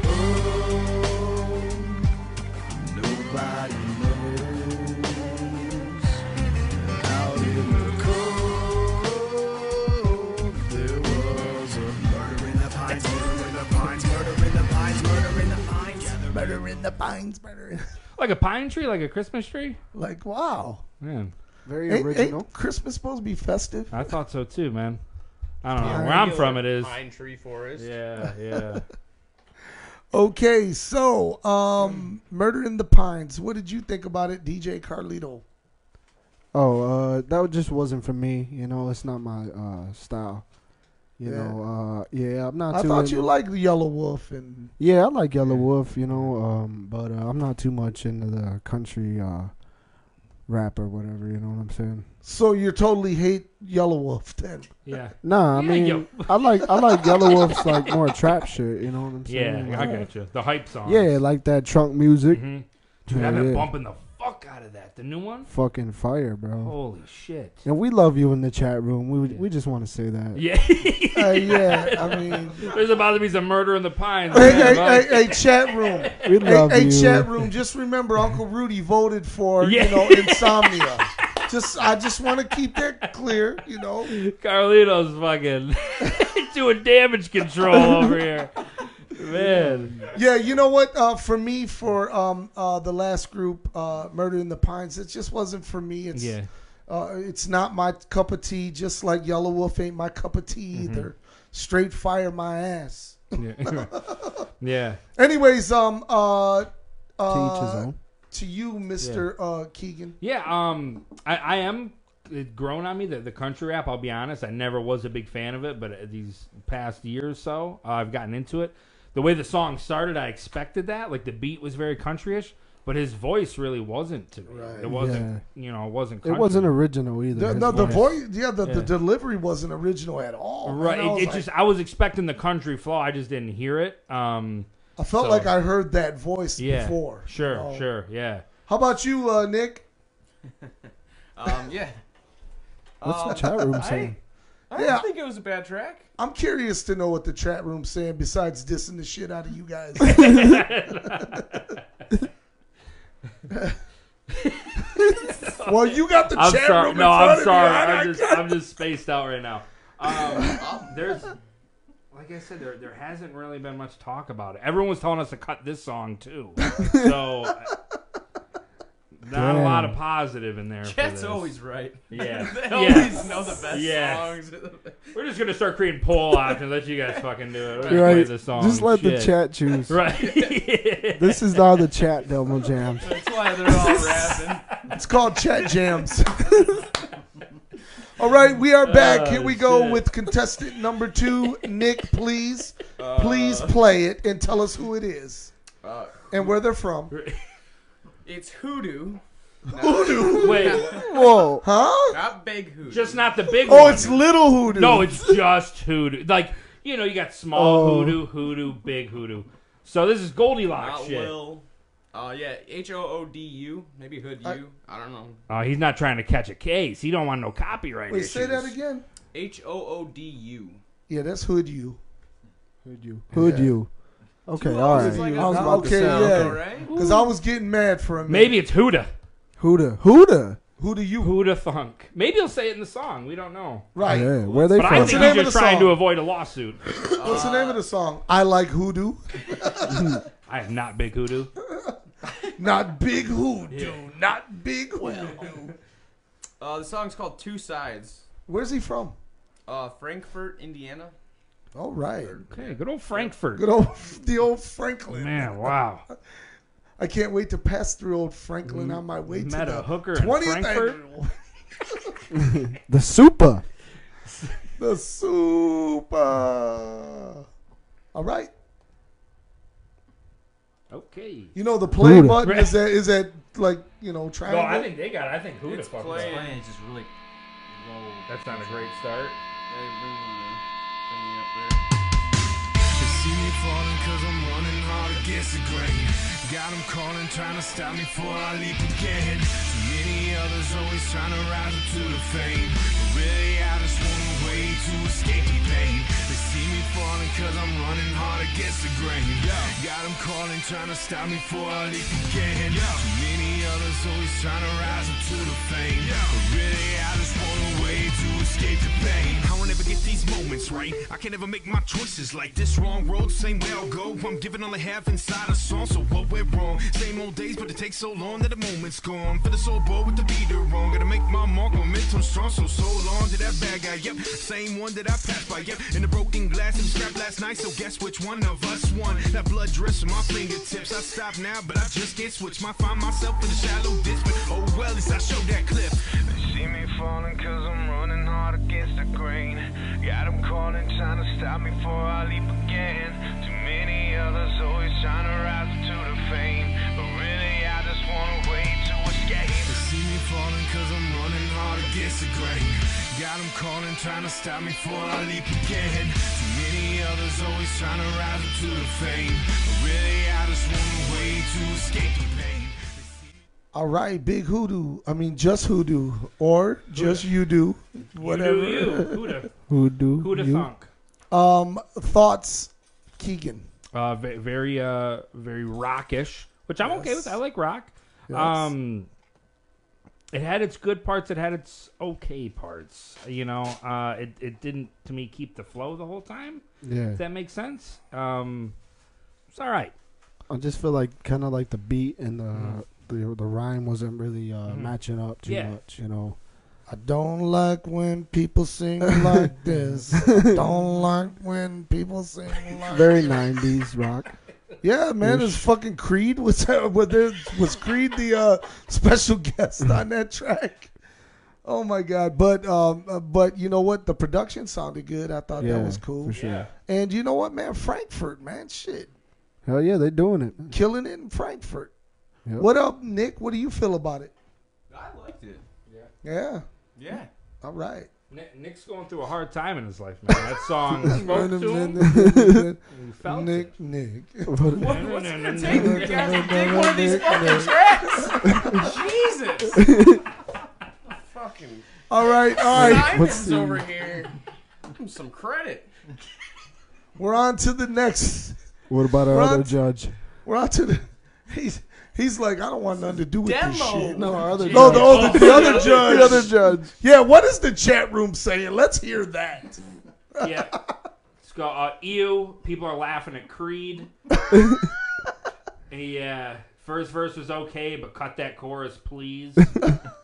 Speaker 14: Oh, nobody knows. Out in the cold, there was a murder in the pines, murder in the pines, murder in the pines, murder in the pines,
Speaker 1: murder in the pines, murder in
Speaker 2: Like a pine tree, like a Christmas tree.
Speaker 1: Like wow,
Speaker 2: man,
Speaker 3: very
Speaker 1: Ain't- Ain't Christmas supposed to be festive?
Speaker 2: I thought so too, man. I don't know
Speaker 1: Yeah.
Speaker 2: where I'm from. It is.
Speaker 7: Pine tree forest.
Speaker 1: *laughs*
Speaker 2: Yeah, yeah.
Speaker 1: Okay, so um, Murder in the Pines. What did you think about it, DJ Carlito?
Speaker 3: Oh, uh, that just wasn't for me. You know, it's not my uh, style. You
Speaker 1: Yeah.
Speaker 3: know, uh, yeah, I'm not.
Speaker 1: I
Speaker 3: too
Speaker 1: thought
Speaker 3: into-
Speaker 1: you liked Yellow Wolf and
Speaker 3: Yeah, I like Yellow Wolf. You know, um, but uh, I'm not too much into the country uh, rap or whatever. You know what I'm saying?
Speaker 1: So you totally hate Yellow Wolf then?
Speaker 2: Yeah.
Speaker 3: Nah, I
Speaker 2: Yeah,
Speaker 3: mean,
Speaker 2: yo.
Speaker 3: I like I like Yellow Wolf's like more trap shit. You know what I'm
Speaker 2: Yeah,
Speaker 3: saying?
Speaker 2: I
Speaker 3: Like-
Speaker 2: got you. The hype song.
Speaker 3: Yeah, like that trunk music.
Speaker 2: Mhm. Dude,
Speaker 3: Yeah,
Speaker 2: I've been
Speaker 3: yeah.
Speaker 2: bumping the fuck out of that. The new one.
Speaker 3: Fucking fire, bro.
Speaker 2: Holy shit.
Speaker 3: And we love you in the chat room. We we just want to say that.
Speaker 2: Yeah.
Speaker 1: Uh, yeah,
Speaker 2: *laughs*
Speaker 1: I mean-
Speaker 2: there's about to be some murder in the pines.
Speaker 1: *laughs* Hey,
Speaker 2: man.
Speaker 1: hey, hey, hey, chat room.
Speaker 3: We
Speaker 1: Hey,
Speaker 3: love
Speaker 1: hey,
Speaker 3: you.
Speaker 1: chat room. Just remember, Uncle Rudy voted for
Speaker 2: Yeah.
Speaker 1: you know insomnia. just I just want to keep that clear. You know,
Speaker 2: Carlito's fucking *laughs* doing damage control over here.
Speaker 1: *laughs*
Speaker 2: Man.
Speaker 1: Yeah, you know what? Uh, for me, for um, uh, the last group, uh, Murder in the Pines, it just wasn't for me. It's
Speaker 2: Yeah.
Speaker 1: uh, it's not my cup of tea. Just like Yellow Wolf ain't my cup of tea
Speaker 2: Mhm.
Speaker 1: either. Straight fire my ass. *laughs*
Speaker 2: Yeah. yeah.
Speaker 1: Anyways, um, uh, uh,
Speaker 2: his own.
Speaker 1: to you, Mister uh, Keegan.
Speaker 2: Yeah, um, I, I am it grown on me the, the country rap. I'll be honest, I never was a big fan of it, but uh, these past year or so, uh, I've gotten into it. The way the song started, I expected that. Like the beat was very countryish, but his voice really wasn't to me. It wasn't, you know, it wasn't.
Speaker 3: It
Speaker 2: Country.
Speaker 3: wasn't original either.
Speaker 1: The,
Speaker 3: his
Speaker 1: no, the
Speaker 3: voice.
Speaker 1: voice, yeah, the, the delivery wasn't original at all. man.
Speaker 2: Right.
Speaker 1: I
Speaker 2: It,
Speaker 1: was
Speaker 2: it
Speaker 1: like-
Speaker 2: just I was expecting the country flow. I just didn't hear it. Um,
Speaker 1: I felt
Speaker 2: so-
Speaker 1: like I heard that voice
Speaker 2: yeah,
Speaker 1: before.
Speaker 2: Sure,
Speaker 1: Oh.
Speaker 2: sure, yeah.
Speaker 1: How about you, uh, Nick?
Speaker 7: *laughs* Um, yeah.
Speaker 1: What's
Speaker 7: Um,
Speaker 1: the chat room
Speaker 7: I-
Speaker 1: saying?
Speaker 7: I
Speaker 1: Yeah.
Speaker 7: don't think it was a bad track.
Speaker 1: I'm curious to know what the chat room's saying besides dissing the shit out of
Speaker 2: *laughs*
Speaker 1: you guys. *laughs* well, you got
Speaker 2: *laughs*
Speaker 1: the
Speaker 2: I'm
Speaker 1: chat
Speaker 2: sorry.
Speaker 1: room. in
Speaker 2: no, I'm
Speaker 1: front of you.
Speaker 2: sorry.
Speaker 1: I-
Speaker 2: I'm just I'm just spaced out right now.
Speaker 3: *laughs*
Speaker 1: *laughs*
Speaker 2: Um, there's like I said, there there hasn't really been much talk about it. Everyone was telling us to cut this song too, so uh, not a lot of
Speaker 7: Damn.
Speaker 2: positive in there. for
Speaker 7: Chat's
Speaker 2: this.
Speaker 7: always right.
Speaker 2: Yeah,
Speaker 7: *laughs* They
Speaker 2: Yeah.
Speaker 7: always know the best
Speaker 2: Yeah.
Speaker 7: songs.
Speaker 2: We're just gonna start creating poll options. Let you guys fucking do it. We're gonna
Speaker 3: Right.
Speaker 2: play this song.
Speaker 3: Just let the
Speaker 2: Shit. *laughs*
Speaker 3: chat choose.
Speaker 7: *laughs*
Speaker 2: Right.
Speaker 3: This is all the chat demo
Speaker 2: *laughs*
Speaker 3: jams.
Speaker 7: That's why
Speaker 1: *laughs*
Speaker 7: they're all rapping.
Speaker 1: It's called chat jams. *laughs* All right, we are back.
Speaker 3: Ah,
Speaker 1: Here we go with contestant number two, Nick. Please, please
Speaker 7: Uh.
Speaker 1: play it and tell us who it is
Speaker 7: Uh,
Speaker 1: and where they're
Speaker 7: *laughs*
Speaker 1: from.
Speaker 7: It's hoodoo.
Speaker 1: Hoodoo?
Speaker 2: Wait.
Speaker 1: Whoa. Huh?
Speaker 7: *laughs* Not big hoodoo.
Speaker 2: Just not the big
Speaker 1: Oh,
Speaker 2: one.
Speaker 1: it's little hoodoo.
Speaker 2: No, it's just hoodoo. Like you know, you got small
Speaker 1: Oh.
Speaker 2: hoodoo, hoodoo, big hoodoo. So this is Goldilocks
Speaker 7: Not
Speaker 2: Ah, shit.
Speaker 7: Will. Uh, yeah, H O O D U. Maybe Hood U. I don't know.
Speaker 2: Oh, he's not trying to catch a case. He don't want no copyright
Speaker 1: Wait,
Speaker 2: issues.
Speaker 1: say that again.
Speaker 7: H O O D U.
Speaker 1: Yeah, that's hood you.
Speaker 3: Hood you. Hood you. Okay, all right.
Speaker 1: I was about to say, yeah, because I was getting mad for a minute.
Speaker 2: Maybe it's Huda.
Speaker 3: Huda. Huda.
Speaker 1: Who do you?
Speaker 2: Huda Funk. Maybe he'll say it in the song. We don't know.
Speaker 1: Right.
Speaker 3: Yeah, where they
Speaker 2: but
Speaker 3: from?
Speaker 2: I
Speaker 3: What's
Speaker 2: think
Speaker 3: the
Speaker 2: he's
Speaker 3: name of
Speaker 2: just
Speaker 3: the
Speaker 2: trying
Speaker 3: song?
Speaker 2: to avoid a lawsuit. Uh,
Speaker 1: What's the name of the song? I
Speaker 3: *laughs*
Speaker 1: like hoodoo. *laughs*
Speaker 2: I am not big hoodoo.
Speaker 1: Not big hoodoo. Not big hoodoo.
Speaker 7: *laughs* Uh, the song's called Two Sides.
Speaker 1: Where's he from?
Speaker 7: Uh, Frankfurt, Indiana.
Speaker 1: All right.
Speaker 2: Okay, good old Frankfurt.
Speaker 1: Good old *laughs* the old Franklin.
Speaker 2: Man, wow.
Speaker 1: *laughs* I can't wait to pass through old Franklin on my way to
Speaker 2: Met a
Speaker 1: the
Speaker 2: hooker in
Speaker 1: 20th
Speaker 2: Frankfurt?
Speaker 1: annual.
Speaker 3: The super.
Speaker 1: the super. All right.
Speaker 2: Okay.
Speaker 1: You know the play
Speaker 3: Buddha.
Speaker 1: button is that is that like you know
Speaker 2: No,
Speaker 1: triangle?
Speaker 2: I think they got. it. I think Huda
Speaker 7: It's
Speaker 2: Funk.
Speaker 7: playing.
Speaker 2: got it.
Speaker 13: It's just really low.
Speaker 2: That's not a great start.
Speaker 7: They bring, bring it up there.
Speaker 14: To see
Speaker 15: ain't falling cause I'm running hard against the grain. Got 'em calling, trying to stop me before I leap again. Too many others always trying to rise up to the fame. But really, I just want a way to escape the pain. They see me falling cause I'm running hard against the grain. Got 'em calling, trying to stop me before I leap again. Too many others always trying to rise up to the fame. But really, I just want a way to escape the pain.
Speaker 16: I won't ever get these moments right. I can't ever make my choices like this wrong road, same way I'll go. I'm giving all I have inside a song, so what went wrong? Same old days, but it takes so long that the moment's gone. For the soul boy with the beat wrong, gotta make my mark, momentum strong, so so long to that bad guy. Yep, same one that I passed by. Yep, in the broken glass and scrap last night, so guess which one of us won? That blood drips from my fingertips. I stop now, but I just can't switch. My find myself in a shallow ditch, but oh well, at least I showed that clip.
Speaker 15: See me falling cause I'm running hard against the grain. Got 'em calling, trying to stop me before I leap again. Too many others always trying to rise to the fame. But really, I just want a way to escape.
Speaker 16: They see me falling cause I'm running hard against the grain. Got 'em calling, trying to stop me before I leap again. Too many others always trying to rise up to the fame. But really, I just want a way to escape the pain.
Speaker 1: All right, big hoodoo. I mean, just hoodoo or just you do, whatever. *laughs*
Speaker 2: you. Hoodoo.
Speaker 3: Hoodoo.
Speaker 2: Hoodoo
Speaker 3: you.
Speaker 2: thunk.
Speaker 1: Um, thoughts, Keegan.
Speaker 2: Uh, ve- very, uh, very rockish, which I'm okay with. I like rock.
Speaker 1: Yes.
Speaker 2: Um, it had its good parts. It had its okay parts. You know, uh, it it didn't to me keep the flow the whole time.
Speaker 3: Yeah.
Speaker 2: Does that make sense? Um, it's all right.
Speaker 3: I just feel like kind of like the beat and the the, the rhyme wasn't really uh,
Speaker 2: Mhm.
Speaker 3: matching up too
Speaker 2: Yeah.
Speaker 3: much, you know.
Speaker 1: I don't like when people sing
Speaker 3: *laughs*
Speaker 1: like this. don't like when people sing like
Speaker 3: Very 90s rock.
Speaker 1: Yeah, man, is fucking Creed was *laughs* was, there, was Creed the uh, special guest on that track? Oh my god! But um, uh, but you know what? The production sounded good. I thought
Speaker 3: Yeah,
Speaker 1: that was cool.
Speaker 3: for sure. Yeah.
Speaker 1: And you know what, man? Frankfurt, man, shit,
Speaker 3: Hell yeah, they doing it.
Speaker 1: killing it in Frankfurt.
Speaker 3: Yep.
Speaker 1: What up, Nick? What do you feel about it?
Speaker 7: I liked it. Yeah.
Speaker 1: Yeah.
Speaker 7: Yeah.
Speaker 1: All right.
Speaker 2: Nick, Nick's going through a hard time in his life, man. That
Speaker 1: *laughs*
Speaker 2: song spoke to him. He felt it.
Speaker 1: Nick, Nick.
Speaker 2: What- what's it gonna take for you guys to dig
Speaker 7: one of these fucking tracks? *laughs* Jesus. Fucking.
Speaker 1: *laughs* All right, all right.
Speaker 7: Simon's
Speaker 1: What's the-
Speaker 7: over here. Give him some credit.
Speaker 1: We're on to the next.
Speaker 3: What about our
Speaker 1: We're on
Speaker 3: other
Speaker 1: to-
Speaker 3: judge?
Speaker 1: We're out to the. He's he's like I don't want nothing to do with this
Speaker 3: Demo.
Speaker 1: shit.
Speaker 3: No, our other
Speaker 1: no, the,
Speaker 3: judge.
Speaker 1: other the other
Speaker 3: *laughs* The
Speaker 1: judge.
Speaker 3: other judge.
Speaker 1: Yeah, what is the chat room saying? Let's hear that.
Speaker 2: *laughs* yeah. Let's go. Uh, ew. People are laughing at
Speaker 1: *laughs*
Speaker 2: Creed. yeah. First verse was okay, but cut that chorus,
Speaker 1: *laughs*
Speaker 2: please.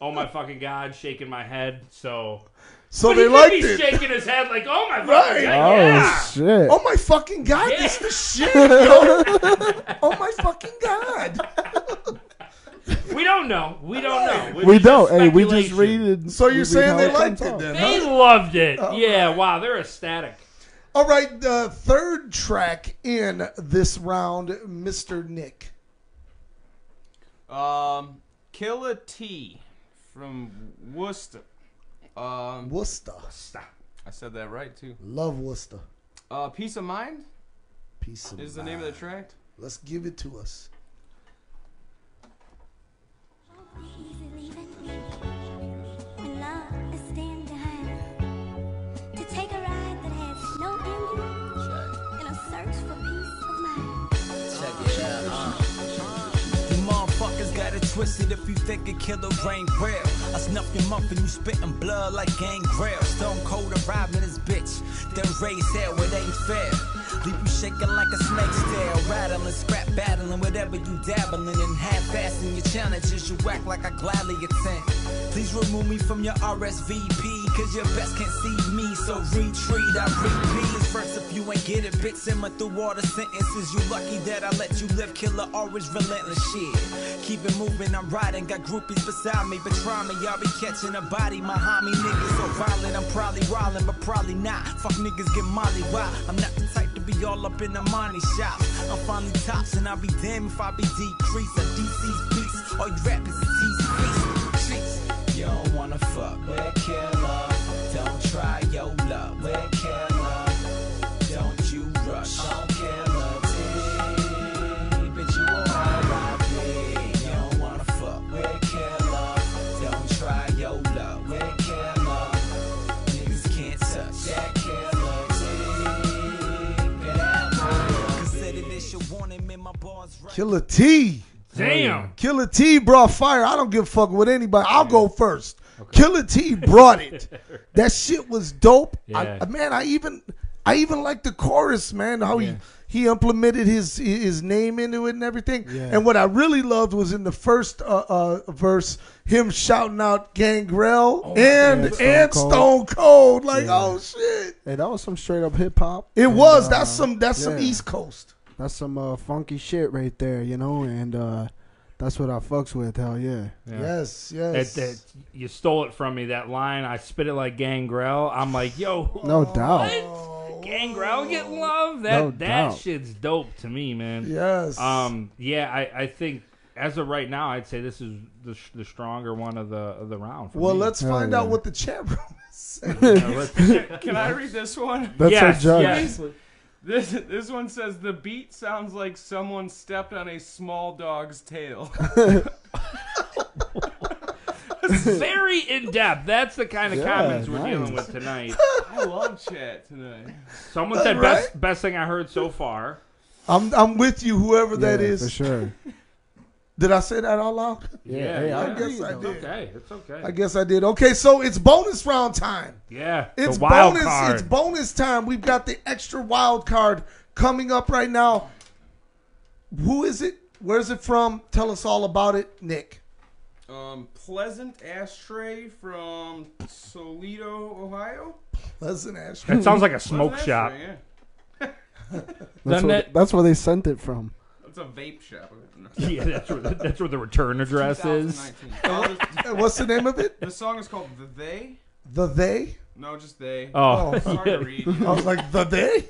Speaker 2: oh my fucking god, shaking my head. So.
Speaker 1: So
Speaker 2: But
Speaker 1: they
Speaker 2: he did
Speaker 1: liked
Speaker 2: be
Speaker 1: it.
Speaker 2: shaking his head like, oh my fucking
Speaker 1: Right.
Speaker 2: god. Yeah.
Speaker 3: shit.
Speaker 1: Oh my fucking god, this is the
Speaker 2: *laughs*
Speaker 1: shit. yo. oh my fucking god.
Speaker 2: We don't know. We don't know.
Speaker 3: We, don't. Hey, we just read it.
Speaker 1: So
Speaker 3: we
Speaker 1: you're
Speaker 3: read
Speaker 1: saying
Speaker 3: how
Speaker 1: they
Speaker 3: it
Speaker 1: liked
Speaker 3: comes
Speaker 1: it then?
Speaker 2: They
Speaker 1: huh?
Speaker 2: loved it.
Speaker 1: Oh,
Speaker 2: yeah. Wow. They're ecstatic.
Speaker 1: All right, the third track in this round, Mr. Nick.
Speaker 7: Um, Kill a T from Worcester. Um,
Speaker 1: Worcester.
Speaker 7: I said that right too.
Speaker 1: Love Worcester.
Speaker 7: Uh, Peace of Mind
Speaker 1: Peace of
Speaker 7: is the name of the track.
Speaker 1: Let's give it to us.
Speaker 17: When love is stand to take a ride that has no ending in a search for peace of mind.
Speaker 18: Check it out. uh. You motherfuckers got it twisted if you think a killer ain't real. I snuff your muffin, you spittin' blood like gangrel. Stone cold arriving this bitch, then raise hell, it ain't fair. Leave you shaking like a snake's tail, rattling, scrap battling, whatever you dabbling and half-assing your challenges. You act like I gladly attend. Please remove me from your RSVP, cause your best can't see me, so retreat. I repeat this verse if you ain't get it, bitch. Simmer through all the sentences. You lucky that I let you live, killer, always relentless shit. Keep it moving, I'm riding, got groupies beside me, but try me, y'all be catching a body. My homie niggas so violent, I'm probably wildin', but probably not. Fuck niggas get molly, why? I'm not the type to be all up in the money shop. I'm finally tops, and I'll be damned if I be decreased. I DC's beats, all you rappers is DC's beats. Jeez. You don't wanna fuck with a killer, don't try your luck with a killer. Don't you rush, I don't care.
Speaker 1: Killer T.
Speaker 2: Damn.
Speaker 1: Killer T brought fire. I don't give a fuck with anybody. I'll go first. Killer T brought
Speaker 2: *laughs*
Speaker 3: *laughs*
Speaker 1: it. that shit was dope. I-
Speaker 2: Yeah.
Speaker 1: Uh, man, I even I even like the chorus, man. How he he implemented his his name into it and everything.
Speaker 3: Yeah.
Speaker 1: And what I really loved was in the first uh, uh, verse, him shouting out Gangrel and
Speaker 3: God, Oh, Stone
Speaker 1: and
Speaker 3: Cold.
Speaker 1: Stone Cold. Like,
Speaker 3: Yeah.
Speaker 1: oh shit.
Speaker 3: Hey, that was some straight up hip hop.
Speaker 1: It
Speaker 3: And,
Speaker 1: was.
Speaker 3: uh,
Speaker 1: that's some that's some
Speaker 3: yeah.
Speaker 1: East Coast.
Speaker 3: That's some uh, funky shit right there, you know, and uh, that's what I fucks with. Hell yeah.
Speaker 2: Yeah.
Speaker 1: Yes, yes.
Speaker 2: That- that- you stole it from me. That line, I spit it like Gangrel. I'm like, yo,
Speaker 3: No doubt.
Speaker 2: what? Gangrel get love? *laughs* That
Speaker 3: No
Speaker 2: that
Speaker 3: doubt.
Speaker 2: shit's dope to me, man.
Speaker 1: Yes.
Speaker 2: Um. Yeah. I, I think as of right now, I'd say this is the, sh- the stronger one of the of the round. For
Speaker 1: Well,
Speaker 2: me.
Speaker 1: let's find out what the chat room
Speaker 3: *laughs*
Speaker 1: is saying.
Speaker 2: Yeah, let's-
Speaker 7: *laughs* Can I read this one?
Speaker 2: That's our Yes, judge.
Speaker 7: Yes.
Speaker 2: yes.
Speaker 7: This this one says the beat sounds like someone stepped on a small dog's tail.
Speaker 2: *laughs* Very in depth. That's the kind of
Speaker 7: Yeah,
Speaker 2: comments we're dealing
Speaker 7: nice.
Speaker 2: with tonight.
Speaker 1: *laughs*
Speaker 7: I love chat tonight.
Speaker 2: Someone said
Speaker 1: Right?
Speaker 2: best best thing I heard so far.
Speaker 1: I'm I'm with you, whoever that
Speaker 3: Yeah,
Speaker 1: is.
Speaker 3: for sure.
Speaker 1: Did I say that out loud?
Speaker 2: Yeah, yeah.
Speaker 1: I guess I
Speaker 2: It's
Speaker 1: did.
Speaker 2: okay. It's okay.
Speaker 1: I guess I did. Okay, so it's bonus round time.
Speaker 2: Yeah, the
Speaker 1: It's
Speaker 2: wild
Speaker 1: bonus.
Speaker 2: card.
Speaker 1: It's bonus time. We've got the extra wild card coming up right now. Who is it? Where's it from? Tell us all about it, Nick.
Speaker 7: Um, Pleasant Ashtray from Toledo, Ohio.
Speaker 1: Pleasant Ashtray.
Speaker 2: That sounds like a smoke *laughs*
Speaker 7: Pleasant
Speaker 2: shop.
Speaker 7: Ashtray, yeah. *laughs*
Speaker 3: That's,
Speaker 2: Doesn't
Speaker 3: where,
Speaker 2: it-
Speaker 3: that's where they sent it from.
Speaker 7: That's a vape shop.
Speaker 2: *laughs* Yeah, that's where the, that's where the return address is.
Speaker 7: 2019. Uh, this-
Speaker 1: What's the name of it?
Speaker 7: The song is called The They.
Speaker 1: The they?
Speaker 7: No, just they.
Speaker 2: Oh. *laughs*
Speaker 7: It's hard to read.
Speaker 1: I was like, the they?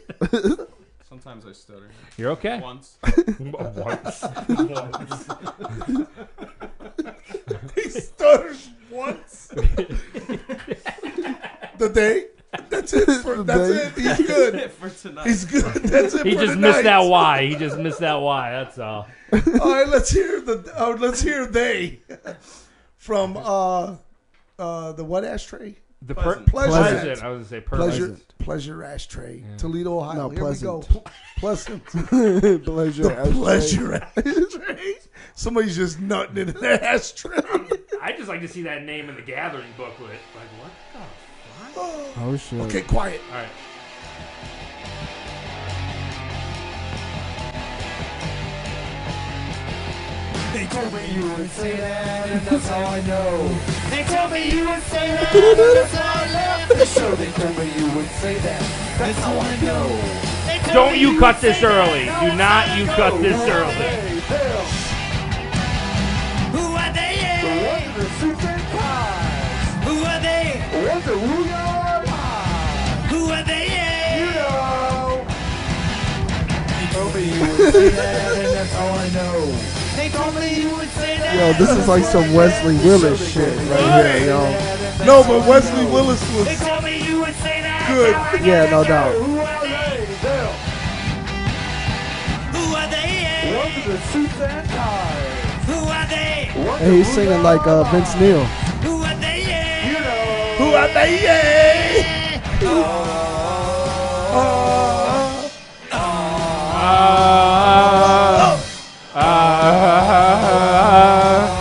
Speaker 7: Sometimes I stutter.
Speaker 2: You're okay.
Speaker 7: Once.
Speaker 2: *laughs*
Speaker 7: *laughs*
Speaker 2: Once.
Speaker 7: Once.
Speaker 1: *laughs* he stutters once. the day. That's
Speaker 7: *laughs*
Speaker 1: it. For,
Speaker 7: The
Speaker 1: that's
Speaker 7: day.
Speaker 1: it. He's good.
Speaker 7: *laughs* That's it for tonight.
Speaker 1: He's good. *laughs* That's it.
Speaker 2: He
Speaker 1: for
Speaker 2: just
Speaker 1: tonight.
Speaker 2: missed that Y. He just missed that Y. That's all.
Speaker 1: All right, let's hear the. Oh, let's hear they *laughs* from uh, uh, the what ashtray?
Speaker 2: The per- Pleasant. Pleasant. I was gonna say
Speaker 1: pleasure.
Speaker 2: Pleasant.
Speaker 1: Pleasure ashtray. Toledo, Ohio.
Speaker 3: No,
Speaker 1: Here
Speaker 3: pleasant.
Speaker 1: we go. *laughs* Pleasant. pleasure
Speaker 3: *laughs* Pleasure ashtray.
Speaker 1: Pleasure ashtray. Somebody's just nutting in an ashtray.
Speaker 2: I just like to see that name in the gathering booklet. Like what the fuck?
Speaker 3: Oh shit.
Speaker 1: Okay, quiet.
Speaker 2: All right.
Speaker 6: They told me you would say that, and that's all I know. They told me you would say that, and that's how I left the show. They told me you would say that, that's all I know. They told
Speaker 2: Don't
Speaker 6: me
Speaker 2: you cut
Speaker 6: would
Speaker 2: this
Speaker 6: say that,
Speaker 2: early.
Speaker 6: now
Speaker 2: Do
Speaker 6: it's
Speaker 2: not
Speaker 6: all I
Speaker 2: you
Speaker 6: know.
Speaker 2: cut
Speaker 6: Who
Speaker 2: this
Speaker 6: are
Speaker 2: early.
Speaker 6: they? Hell. Who are they? What are the super pies? Who are they? What the who are Who are they? You know. They told me you would say that, and that's all I know. They told me you would say that.
Speaker 3: Yo, this is like some Wesley Willis shit right here, yo.
Speaker 1: No, but Wesley Willis was
Speaker 6: They told me you would say that.
Speaker 1: good.
Speaker 3: Yeah, no doubt.
Speaker 6: Who are they? Them. Who are they? What are the suits and ties? Who are they? What
Speaker 3: And he's singing like uh, Vince Neil.
Speaker 6: Who are they? You know.
Speaker 1: Who are they?